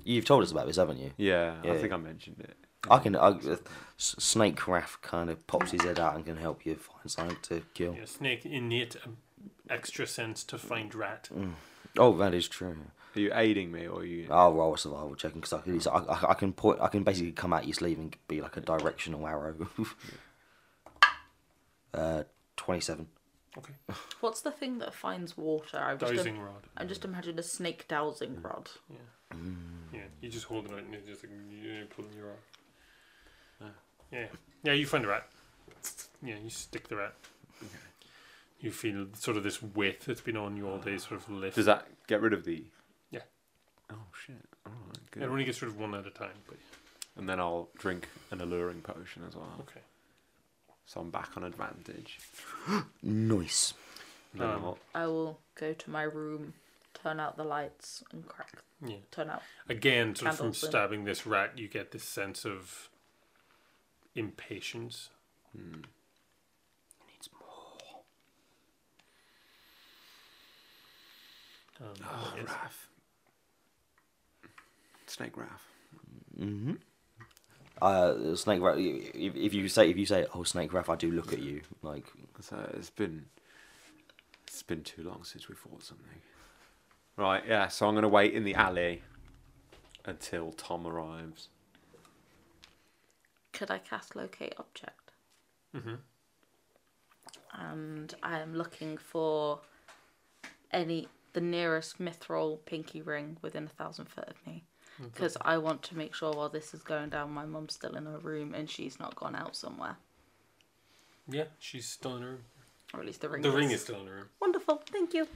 S2: You've told us about this, haven't you?
S4: Yeah, I
S2: Yeah.
S4: think I mentioned it.
S2: I can. I, uh, S- Snake Raff kind of pops his head out and can help you find something to kill.
S1: Yeah, snake innate um, extra sense to find rat.
S4: Mm.
S2: Oh, that is true.
S4: Are you aiding me or are you?
S2: I'll roll a survival check because I can. so I, I, I can point. I can basically come out your sleeve and be like a directional arrow. uh, twenty-seven.
S1: Okay.
S5: What's the thing that finds water? I've just
S1: Dowsing rod.
S5: I just imagine a snake dowsing rod.
S1: Yeah.
S2: Mm,
S1: Yeah. You just hold it out and you just like, you pull your arm.
S4: Ah.
S1: Yeah. Yeah, you find a rat. Yeah, you stick the rat. You feel sort of this weight that's been on you all day sort of lift.
S4: Does that get rid of the?
S1: Yeah.
S4: Oh shit! All right,
S1: It
S4: good.
S1: only gets rid of one at a time, but
S4: And then I'll drink an alluring potion as well,
S1: okay.
S4: so I'm back on advantage.
S2: Nice.
S4: And then
S1: Um,
S4: I'll-
S5: I will go to my room, turn out the lights, and crack.
S1: Yeah.
S5: Turn out.
S1: Again, sort of from
S5: Candles then.
S1: stabbing this rat, you get this sense of impatience.
S2: Needs more.
S1: Um,
S4: Oh,
S1: yes.
S4: Raph. Snake Raph.
S2: Uh, Snake Raff. If, if you say if you say oh Snake Raff, I do look at you like
S4: So it's been it's been too long since we fought something. Right, yeah, so I'm gonna wait in the alley until Tom arrives.
S5: could I cast locate object? Mm-hmm. And I am looking for any the nearest mithril pinky ring within a thousand foot of me.
S1: Mm-hmm.
S5: Because I want to make sure while this is going down, my mum's still in her room and she's not gone out somewhere.
S1: Yeah, she's still in her room.
S5: Or at least the ring.
S1: The ring is still in her room.
S5: wonderful. Thank you.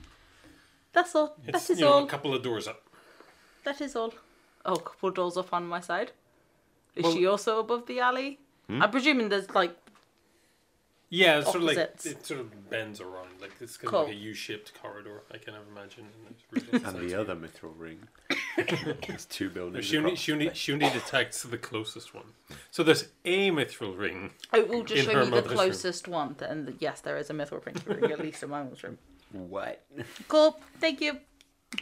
S5: That's all.
S1: It's
S5: that is
S1: you know,
S5: all.
S1: a couple of doors up.
S5: That is all. Oh, couple doors off on my side. Is
S1: Well-
S5: she also above the alley? I'm presuming there's like
S1: Yeah, it's sort of like
S5: Opposites.
S1: it sort of bends around. Like it's kind of
S5: Cool.
S1: like a U-shaped corridor. I kind of imagine. And it's really
S4: And the other mithril ring. It's two buildings.
S1: She only,
S4: across.
S1: she, only, she only detects the closest one. So there's a mithril ring.
S5: It will just
S1: In her
S5: show you the
S1: mother's room.
S5: closest one, and yes, there is a mithril printer ring at least in my mum's room.
S2: What?
S5: Cool, thank you.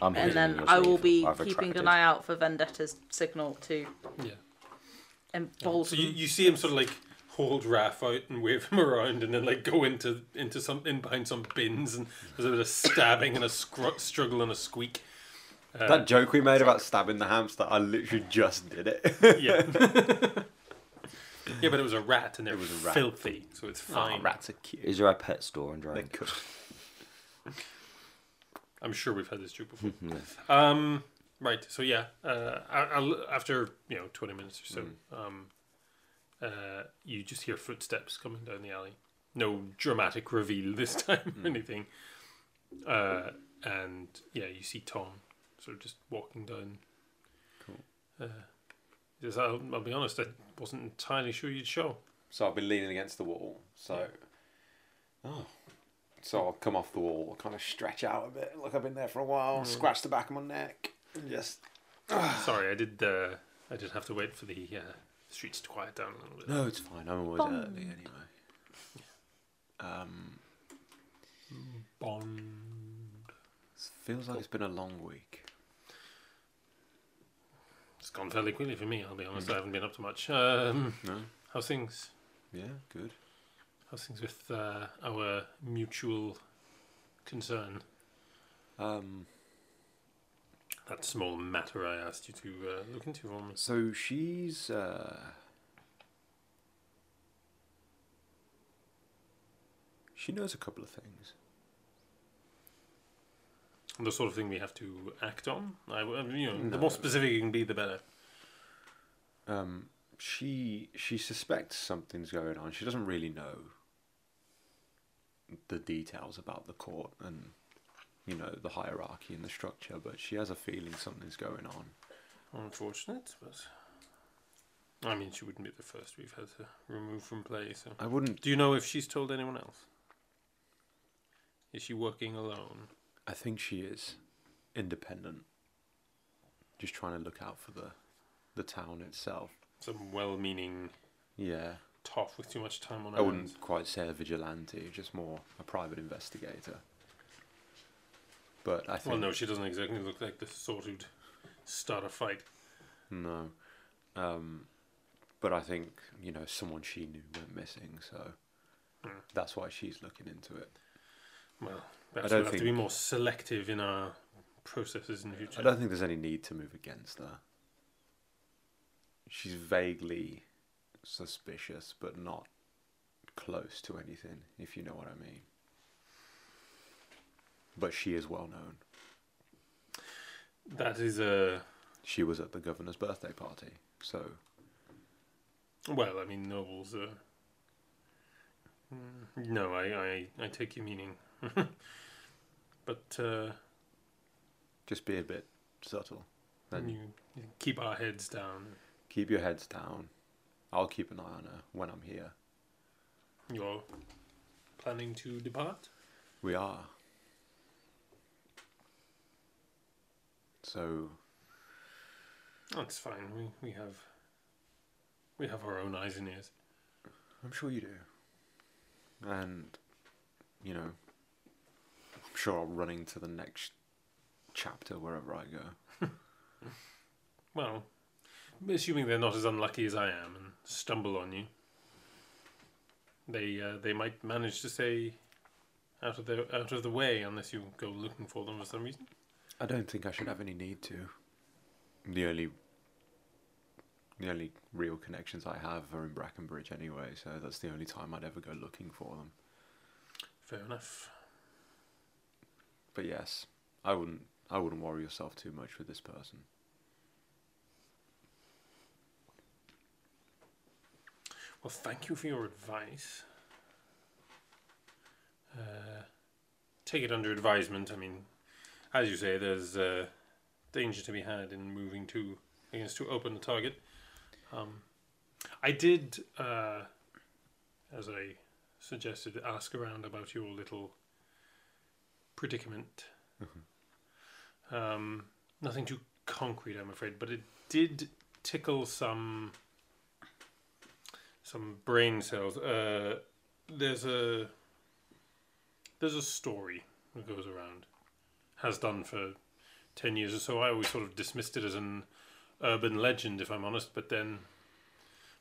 S2: I'm
S5: And
S2: hidden in
S5: then
S2: your
S5: I will
S2: sleeve.
S5: be
S2: I've
S5: keeping
S2: attracted.
S5: an eye out for Vendetta's signal to
S1: Yeah. So
S5: embolden.
S1: you, you see him sort of like hold Raph out and wave him around, and then like go into into some in behind some bins, and there's a bit of stabbing and a scru- struggle and a squeak. Uh,
S4: That joke we made about stabbing the hamster, I literally just did it.
S1: Yeah. yeah, but it was a rat, and it was
S4: was a rat.
S1: filthy, so it's
S4: Oh,
S1: fine.
S4: Rats are cute.
S2: Is there a pet store and
S4: They're
S2: drone?
S4: cool.
S1: I'm sure we've had this joke before. um, right. So yeah, uh, I- I'll, after you know 20 minutes or so, um, uh, you just hear footsteps coming down the alley. No dramatic reveal this time or anything. Uh, and yeah, you see Tom sort of just walking down. Cool. Uh, he says, I'll, I'll be honest, I wasn't entirely sure you'd show.
S4: So I've been leaning against the wall. So, oh, so I'll come off the wall, kind of stretch out a bit, look I've been there for a while, scratch the back of my neck, and just
S1: Sorry, I did. Uh, I did have to wait for the uh, streets to quiet down a little bit.
S4: no, it's fine. I'm always early anyway. Um,
S1: Bond.
S4: feels like it's been a long week.
S1: It's gone fairly quickly for me, I'll be honest. I haven't been up to much. Um,
S4: Mm. No,
S1: how's things?
S4: yeah, good.
S1: How's things with uh, our mutual concern?
S4: Um,
S1: That small matter I asked you to uh, look into for me.
S4: so she's uh, she knows a couple of things.
S1: The sort of thing we have to act on. I, I mean, you know, The more specific you can be, the better.
S4: um, she she suspects something's going on. She doesn't really know the details about the court and you know the hierarchy and the structure, but she has a feeling something's going on.
S1: Unfortunate, but. I mean, she wouldn't be the first we've had to remove from play, so.
S4: I wouldn't.
S1: Do you know if she's told anyone else? Is she working alone?
S4: I think she is independent. Just trying to look out for the the town itself.
S1: Some well meaning
S4: Yeah,
S1: toff with too much time on her
S4: I
S1: hands.
S4: wouldn't quite say a vigilante, just more a private investigator. But I think
S1: Well, no, she doesn't exactly look like the sort who'd start a fight.
S4: No. Um, but I think, you know, someone she knew went missing, so that's why she's looking into it.
S1: Well, perhaps
S4: don't
S1: we'll have to be
S4: think-
S1: more selective in our processes in the
S4: I
S1: future.
S4: don't think there's any need to move against her. She's vaguely suspicious, but not close to anything, if you know what I mean. But she is well known.
S1: That is a
S4: She was at the governor's birthday party, so
S1: well. I mean, nobles are. Mm, No, I, I, I take your meaning, but uh,
S4: just be a bit subtle. Then
S1: you you keep our heads down.
S4: keep your heads down. I'll keep an eye on her when I'm here.
S1: You're planning to depart.
S4: We are. So,
S1: That's Oh, fine. We we have. We have our own eyes and ears.
S4: I'm sure you do. And, you know, I'm sure I'll run into the next chapter wherever I go.
S1: Well, assuming they're not as unlucky as I am and stumble on you, they uh, they might manage to stay out of their out of the way unless you go looking for them for some reason.
S4: I don't think I should have any need to. The only the only real connections I have are in Brackenbridge anyway, so that's the only time I'd ever go looking for them.
S1: Fair enough.
S4: But yes, I wouldn't I wouldn't worry yourself too much with this person.
S1: Well, thank you for your advice. Uh, take it under advisement. I mean, as you say, there's uh, danger to be had in moving too against too open a target. Um, I did, uh, as I suggested, ask around about your little predicament. Um, nothing too concrete, I'm afraid, but it did tickle some some brain cells. Uh, there's a there's a story that goes around, has done for ten years or so. I always sort of dismissed it as an urban legend, if I'm honest. But then,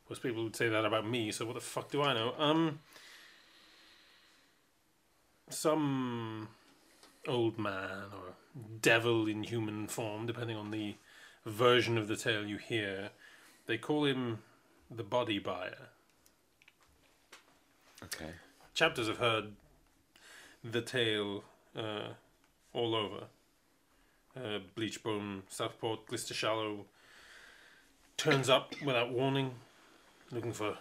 S1: most people would say that about me. So what the fuck do I know? Um, some old man or devil in human form, depending on the version of the tale you hear. They call him the Body Buyer.
S4: Okay.
S1: Chapters have heard the tale uh, all over. Uh, Bleachbone, Southport, Glister Shallow turns up without warning, looking for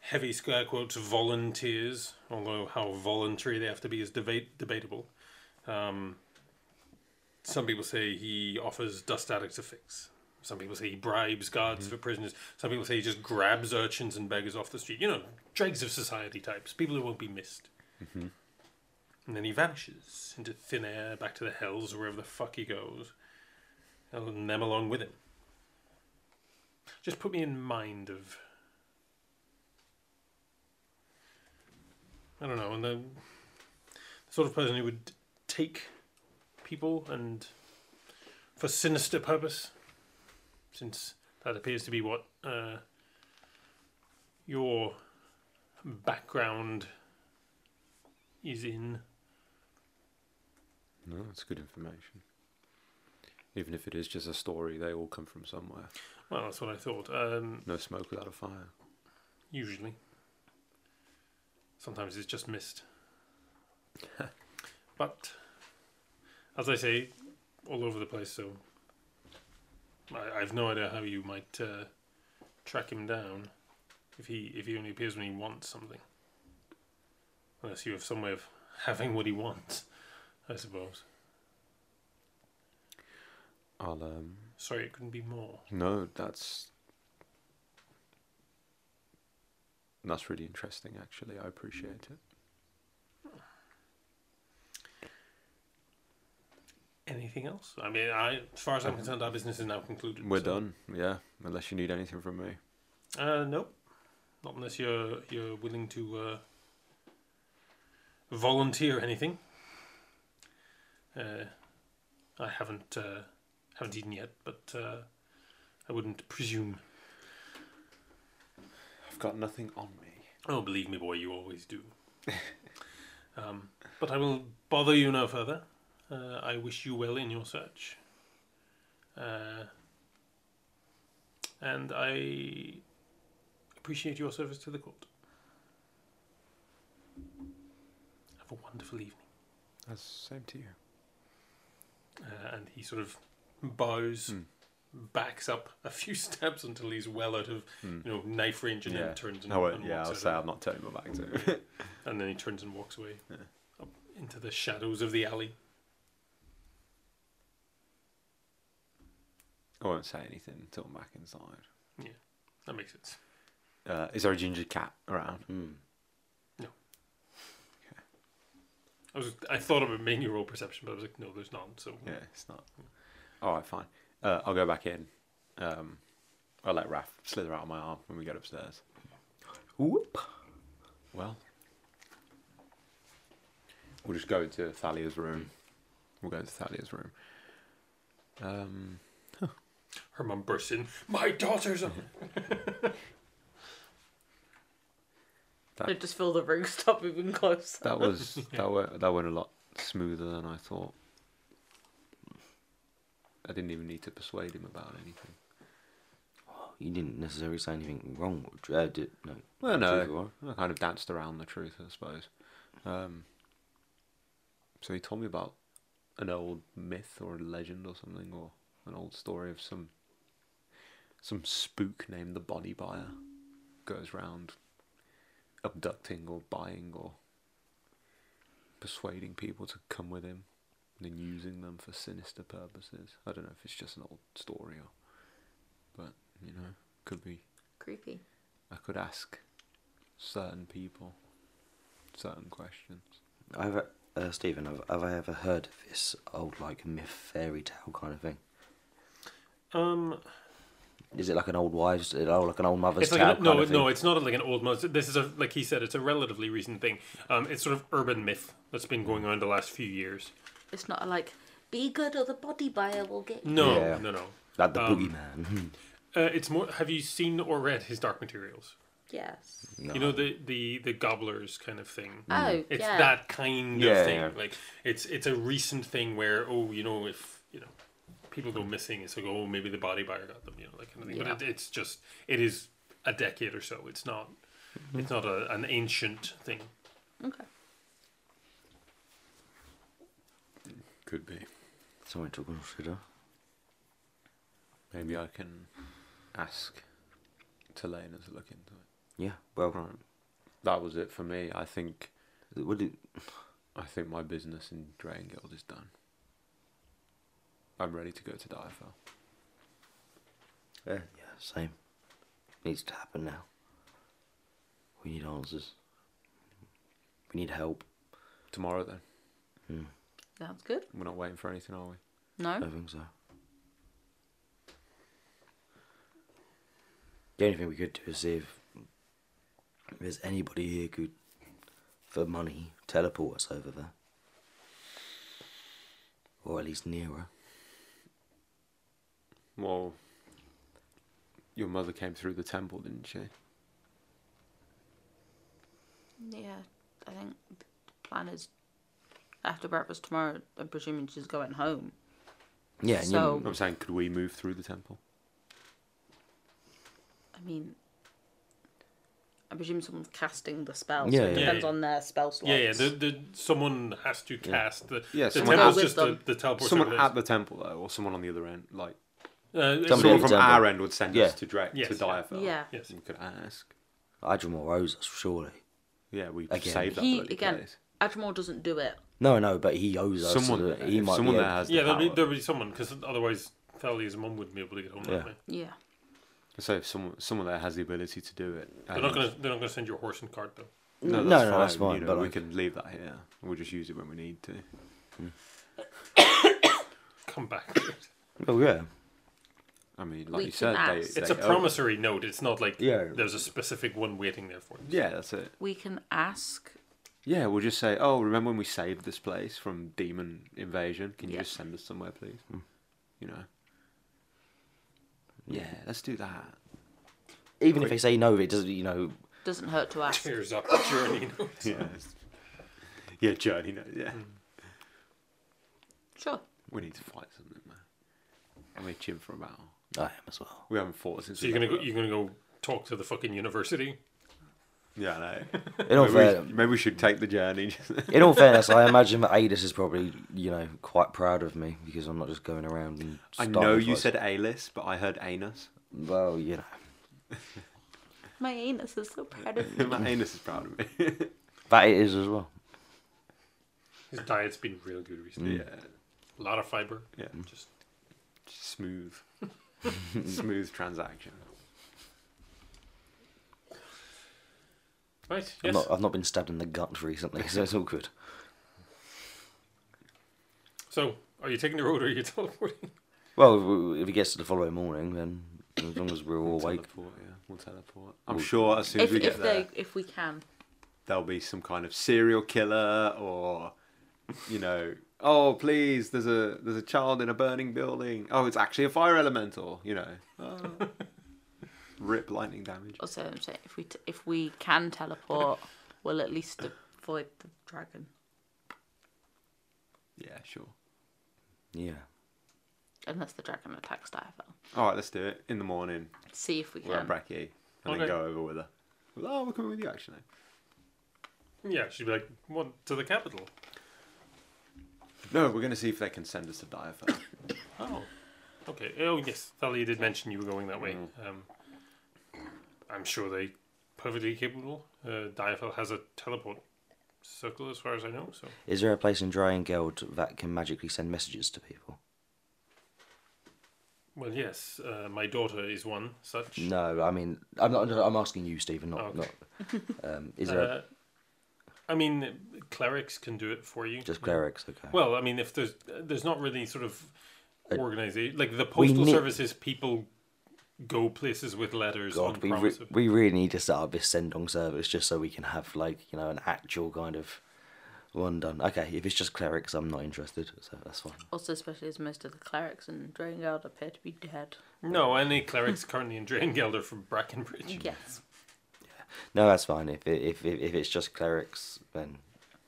S1: heavy scare quotes volunteers, although how voluntary they have to be is debate- debatable. Um, some people say he offers dust addicts a fix. Some people say he bribes guards for prisoners. Some people say he just grabs urchins and beggars off the street. You know, dregs of society types, people who won't be missed. And then he vanishes into thin air, back to the hells, wherever the fuck he goes. And them along with him. Just put me in mind of. I don't know, and the, the sort of person who would take people and for sinister purpose since that appears to be what uh, your background is in.
S4: No, that's good information. Even if it is just a story, they all come from somewhere.
S1: Well, that's what I thought. Um,
S4: No smoke without a fire.
S1: usually, sometimes it's just missed. but as I say, all over the place. So I, I've no idea how you might uh, track him down if he if he only appears when he wants something. Unless you have some way of having what he wants, I suppose.
S4: I'll um
S1: Sorry, it couldn't be more.
S4: no, that's that's really interesting actually. I appreciate it.
S1: Anything else? I mean, I, as far as I'm concerned, our business is now concluded.
S4: Mm. We're
S1: so-
S4: done, yeah. Unless you need anything from me.
S1: Uh, nope. Not unless you're you're willing to uh, volunteer anything. Uh, I haven't uh, haven't eaten yet, but uh, I wouldn't presume.
S4: I've got nothing on me.
S1: Oh, believe me, boy, you always do. um, but I will bother you no further. Uh, I wish you well in your search. Uh, and I appreciate your service to the court. Have a wonderful evening.
S4: That's same to you.
S1: Uh, and he sort of bows,
S4: Hmm.
S1: backs up a few steps until he's well out of
S4: Hmm.
S1: you know knife range, and
S4: yeah.
S1: then turns and,
S4: I won't-
S1: and
S4: yeah,
S1: walks
S4: I'll
S1: out
S4: say
S1: of-
S4: I'm not turning my back to it.
S1: And then he turns and walks away
S4: Yeah.
S1: up into the shadows of the alley.
S4: I won't say anything until I'm back inside.
S1: That makes sense.
S4: Uh, is there a ginger cat around?
S2: Mm.
S1: I was I thought of it making you roll perception, but I was like, no, there's none. So
S4: Yeah, it's not. All right, fine. Uh, I'll go back in. Um, I'll let Raph slither out of my arm when we get upstairs.
S2: Whoop.
S4: Well, we'll just go into Thalia's room. We'll go into Thalia's room. Um,
S1: her mum bursts in. My daughter's.
S4: Mm-hmm.
S1: A-.
S4: That-
S5: I just feel the ring stop moving closer.
S4: that was that went that went a lot smoother than I thought. I didn't even need to persuade him about anything.
S2: Oh, you didn't necessarily say anything wrong. Uh, did, no.
S4: Well,
S2: Truth or-
S4: no, I kind of danced around the truth, I suppose. Um, so he told me about an old myth or legend or something, or an old story of some some spook named the Body Buyer goes round abducting or buying or persuading people to come with him and then using them for sinister purposes. I don't know if it's just an old story or, but you know, could be
S6: Creepy.
S4: I could ask certain people certain questions.
S2: I've, uh, Stephen, have, have I ever heard of this old like myth fairy tale kind of thing?
S1: Um,
S2: Is it like an old wives, oh, like an old mother's
S1: it's like
S2: tale?
S1: an, no,
S2: kind of
S1: no,
S2: thing?
S1: it's not like an old myth. This is a like he said, it's a relatively recent thing. Um, it's sort of urban myth that's been going on the last few years.
S5: It's not like
S6: Be good or the body buyer will get you.
S1: No,
S2: Yeah.
S1: no, no.
S2: like the
S1: um,
S2: boogeyman.
S1: Uh, it's more. Have you seen or read his Dark Materials?
S5: yes.
S2: no.
S1: You know the the the gobblers kind of thing.
S6: Oh,
S1: It's
S6: yeah.
S1: that kind
S2: Yeah,
S1: of thing.
S2: yeah.
S1: Like it's it's a recent thing where oh you know if you know people go missing it's like oh maybe the body buyer got them you know that kind of thing. But it, it's just it is a decade or so. It's not it's not a, an ancient thing.
S5: Okay.
S4: Could be.
S2: something to consider.
S4: Maybe I can ask Telena to look into it.
S2: Yeah, well,
S4: Right. That was it for me. I think
S2: would it,
S4: I think my business in Drakengeld is done. I'm ready to go to Diafel.
S2: yeah, same. Needs to happen now. We need answers. We need help.
S4: Tomorrow then.
S5: Sounds good.
S4: We're not waiting for anything, are we?
S2: I
S5: No.
S2: don't think so. The only thing we could do is see if there's anybody here could, for money, teleport us over there. Or at least nearer.
S4: Well your mother came through the temple, didn't she?
S5: Yeah. I think the plan is after breakfast tomorrow. I'm presuming she's going home.
S2: Yeah, and you-
S5: So-
S4: I'm saying could we move through the temple?
S5: I mean, I presume someone's casting the spell.
S2: Yeah,
S5: so it
S2: yeah.
S5: depends
S1: Yeah.
S5: on their spell slots.
S1: Yeah, yeah. The, the someone has to cast the
S4: Yeah,
S1: the
S4: someone
S1: temple's
S5: has-
S1: just the, the teleport.
S4: Someone
S1: service.
S4: at the temple though, or someone on the other end, like
S1: Uh, it's-
S2: Somebody-
S4: Someone
S2: Yeah,
S4: from
S2: example.
S4: our end would send
S2: Yeah.
S4: us to direct
S1: Yes,
S4: to
S1: yeah.
S4: Diafel.
S5: Yeah.
S1: Yes.
S4: We could ask.
S2: Adrimal Rose, surely.
S4: Yeah, we
S2: Again.
S4: saved that
S5: He
S4: bloody
S5: again.
S4: place.
S5: Admiral doesn't do it.
S2: No, no, but he owes us. so
S4: Someone,
S2: that he
S4: if
S2: might
S4: someone
S2: be
S4: there
S2: able-
S4: has
S1: yeah,
S4: yeah, the
S1: there'll
S4: power.
S1: be, there'll be someone because otherwise Thalia's mum wouldn't be able to get home
S2: Yeah.
S1: that way.
S5: Yeah.
S4: So if someone, someone there has the ability to do it.
S1: They're not gonna they're not gonna send your horse and cart though.
S2: No, no,
S4: that's fine.
S2: that's fine,
S4: you know,
S2: but
S4: we
S2: like-
S4: can leave that here. We'll just use it when we need to.
S1: Come back.
S2: Oh, yeah.
S4: I mean, like
S5: We
S4: you
S5: can
S4: said, they,
S5: ask.
S1: It's
S4: they
S1: a
S4: owe-
S1: promissory note. It's not like
S2: oh. Yeah.
S1: there's a specific one waiting there for you.
S4: Yeah, that's it.
S5: We can ask.
S4: Yeah, we'll just say, oh, remember when we saved this place from demon invasion? Can you
S5: Yeah.
S4: just send us somewhere, please?
S2: Hmm.
S4: You know. Yeah, let's do that.
S2: Even if they say no, it doesn't, you know.
S5: Doesn't hurt to ask.
S1: Tears up the journey notes.
S4: Yeah. yeah, journey. No, yeah.
S5: Sure.
S4: We need to fight something, man. And we're chin for a battle.
S2: I am as well.
S4: We haven't fought since.
S1: So
S4: we
S1: you're gonna
S4: got
S1: go, you're gonna go talk to the fucking university.
S4: here. Yeah, I know.
S2: In all,
S4: maybe,
S2: fair,
S4: we, maybe we should take the journey.
S2: in all fairness, I imagine that Adis is probably, you know, quite proud of me because I'm not just going around and.
S4: I know
S2: starting
S4: you
S2: fights.
S4: said A-list, but I heard anus.
S2: Well, you know.
S5: My anus is so proud of me.
S4: My anus is proud of me.
S2: That it is as well.
S1: His diet's been real good recently.
S2: Mm.
S4: yeah, Mm.
S1: A lot of fiber.
S4: yeah.
S1: Just
S4: Smooth, smooth transaction.
S1: right.
S2: I'm
S1: Yes.
S2: not, uh, I've not been stabbed in the gut recently, so it's all good.
S1: So are you taking the road or are you teleporting?
S2: Well, if we- if it gets to the following morning, then as long as we're all awake.
S4: Teleport. Yeah, we'll teleport. I'm sure as soon as
S5: if
S4: we get
S5: if
S4: there,
S5: they if we can.
S4: there'll be some kind of serial killer or, you know, oh please, there's a there's a child in a burning building. Oh, it's actually a fire elemental. You know, Oh. rip lightning damage.
S5: Also, I'm saying if we t- if we can teleport, we'll at least avoid the dragon.
S4: Yeah, sure.
S2: Yeah.
S5: Unless the dragon attacks Diafel.
S4: All right, let's do it in the morning.
S5: see if we
S4: We're on
S5: can.
S4: Brecky and
S1: Okay.
S4: then go over with her. Well, oh, we're coming with you actually.
S1: Yeah, she'd be like, "What to the capital?"
S4: No, we're going to see if they can send us to Diafer.
S1: Oh, okay. Oh yes, Thalia did mention you were going that way.
S2: Mm.
S1: Um, I'm sure they perfectly capable. Uh, Diafel has a teleport circle, as far as I know. So
S2: Is there a place in Dryan Guild that can magically send messages to people?
S1: well, yes, uh, my daughter is one such.
S2: No, I mean, I'm not. I'm asking you, Stephen. Not.
S1: Okay.
S2: not um, is there
S1: Uh, I mean, clerics can do it for you.
S2: just clerics? Okay.
S1: Well, I mean, if there's there's not really sort of organization like the
S2: Uh, We
S1: postal
S2: need-
S1: services people go places with letters on
S2: God, we, re-
S1: promise of
S2: we really need to set up this Sendong service just so we can have like you know an actual kind of one done. Okay, if it's just clerics, I'm not interested. So that's fine.
S5: Also, especially as most of the clerics and Drangeld appear to be dead.
S1: no any clerics currently in Drangelder from Brackenbridge.
S5: Yes.
S2: No, that's fine. If it, if, if if it's just clerics, then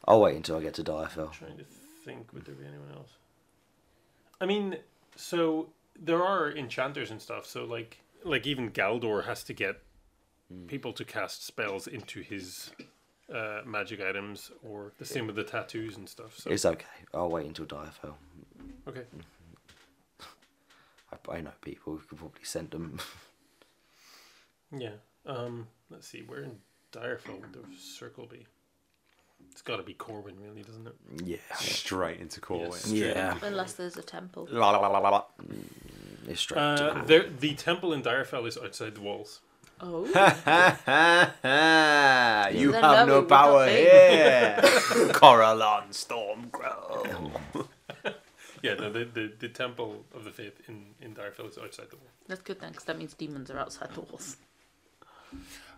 S2: I'll wait until I get to Diafel.
S1: trying to think, would there be anyone else? I mean, so there are enchanters and stuff. So like, like even Galdor has to get people to cast spells into his uh, magic items, or the same with the tattoos and stuff. So
S2: It's okay. I'll wait until Diafel.
S1: okay,
S2: I, I know people who could probably send them.
S1: yeah. Um, let's see, where in Direfell would the circle be? It's got to be Corwin, really, doesn't it?
S2: yeah.
S4: Straight into Corwin.
S1: Yes.
S2: Yeah.
S6: Unless there's a temple.
S4: La la la la la. la.
S2: It's straight. to
S1: Uh, there, the temple in Direfell is outside the walls.
S5: Oh.
S4: you
S5: Then no,
S4: have no
S5: we would not
S4: power
S5: be.
S4: here. Coralon Stormcrow.
S1: Yeah, no, the, the, the temple of the faith in in Direfell is outside the wall.
S5: That's good then, 'cause that means demons are outside the walls.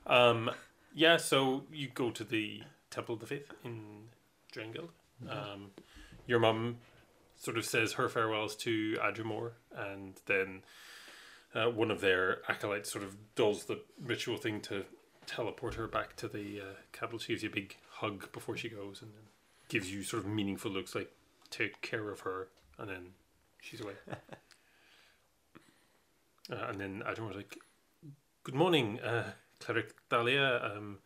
S1: Um, yeah, so you go to the Temple of the Faith in Drangel. Um, your mum sort of says her farewells to Adramore, and then uh, one of their acolytes sort of does the ritual thing to teleport her back to the uh, capital. She gives you a big hug before she goes, and then gives you sort of meaningful looks like, take care of her, and then she's away. uh, and then Adramore's like, Good morning, uh, Cleric Dahlia, um,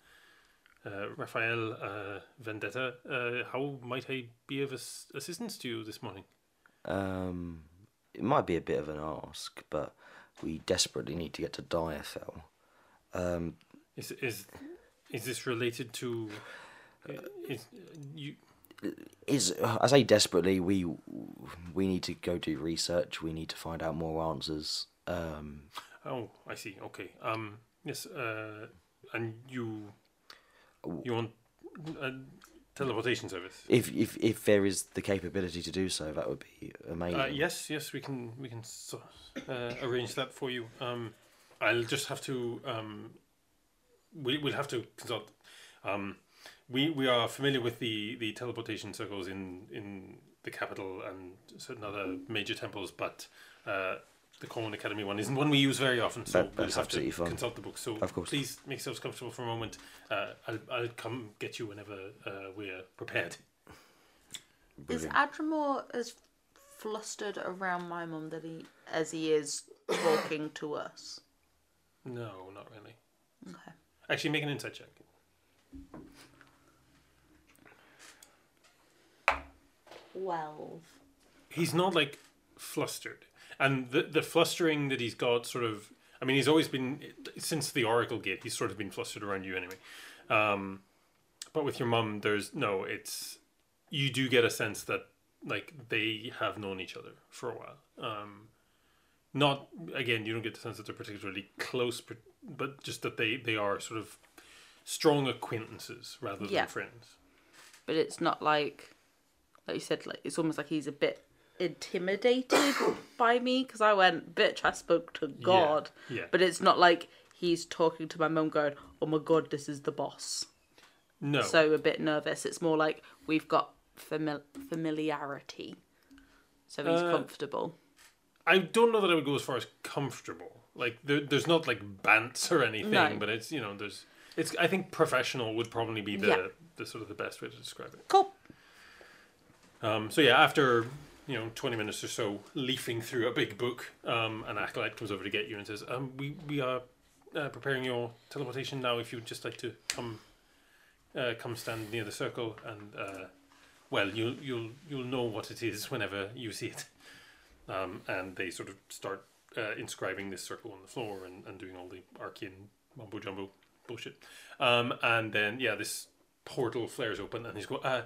S1: uh, Raphael uh, Vendetta. Uh, how might I be of ass- assistance to you this morning?
S2: Um, it might be a bit of an ask, but we desperately need to get to Diafel. Um,
S1: Is is is this related to? uh, Is you?
S2: is I say desperately, we we need to go do research. We need to find out more answers. Um,
S1: Oh, I see. Okay. Um. Yes. Uh. And you. You want a teleportation service?
S2: if if if there is the capability to do so, that would be amazing.
S1: Uh, yes, yes, we can we can so- uh, arrange that for you. Um, I'll just have to um, we we'll have to consult. Um, we we are familiar with the, the teleportation circles in in the capital and certain other major temples, but uh, the Common Academy one isn't one we use very often. So
S2: That-
S1: we'll
S2: that's
S1: just have to
S2: absolutely fine.
S1: consult the book. So
S2: Of course.
S1: please make yourselves comfortable for a moment. Uh, I'll I'll come get you whenever uh, we're prepared.
S5: Is Adramore as flustered around my mum that he as he is talking to us?
S1: No, not really.
S5: Okay.
S1: Actually, make an insight check.
S6: Twelve.
S1: he's not like flustered and the the flustering that he's got sort of i mean he's always been since the oracle gate he's sort of been flustered around you anyway um but with your mum there's no it's you do get a sense that like they have known each other for a while um not again you don't get the sense that they're particularly close but- but just that they they are sort of strong acquaintances rather than
S5: Yeah.
S1: friends
S5: But it's not like like you said, like it's almost like he's a bit intimidated by me because I went, bitch, I spoke to God.
S1: yeah.
S5: But it's not like he's talking to my mum going, Oh my god, this is the boss.
S1: no
S5: So a bit nervous. It's more like we've got famil- familiarity. So he's
S1: Uh,
S5: comfortable.
S1: I don't know that I would go as far as comfortable. Like there, there's not like bants or anything,
S5: No.
S1: but it's you know there's it's I think professional would probably be the,
S5: Yeah.
S1: the sort of the best way to describe it.
S5: Cool.
S1: Um, so yeah, after you know, 20 minutes or so leafing through a big book, um, an acolyte comes over to get you and says, um, we, we are uh, preparing your teleportation now if you would just like to come uh, come stand near the circle and, uh, well, you'll, you'll, you'll know what it is whenever you see it. Um, and they sort of start uh, inscribing this circle on the floor and, and doing all the Archean mumbo jumbo bullshit. Um, and then, yeah, this portal flares open and he's going, uh,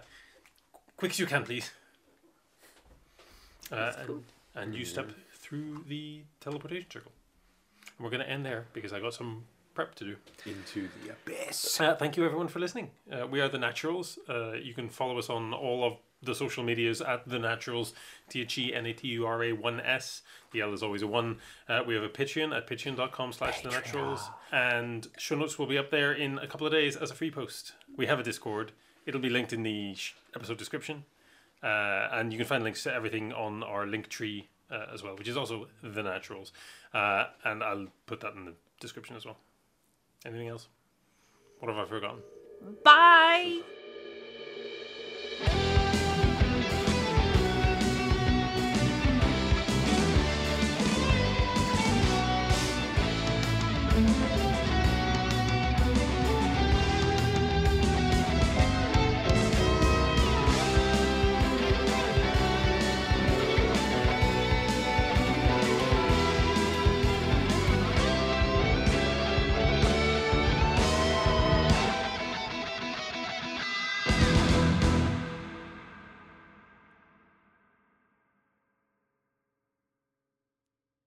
S1: quick as you can, please. Uh, and, and you step through the teleportation circle. And we're going to end there because I got some prep to do.
S4: Into the abyss.
S1: Uh, thank you, everyone, for listening. Uh, we are The Naturals. Uh, you can follow us on all of the social medias at The Naturals, T H E N A T U R A 1 S. The L is always a 1. Uh, we have a Patreon at patreon.com slash The Naturals. And show notes will be up there in a couple of days as a free post. We have a Discord. It'll be linked in the sh- episode description. Uh, and you can find links to everything on our link tree uh, as well, which is also The Naturals. Uh, and I'll put that in the description as well. Anything else? What have I forgotten?
S5: Bye.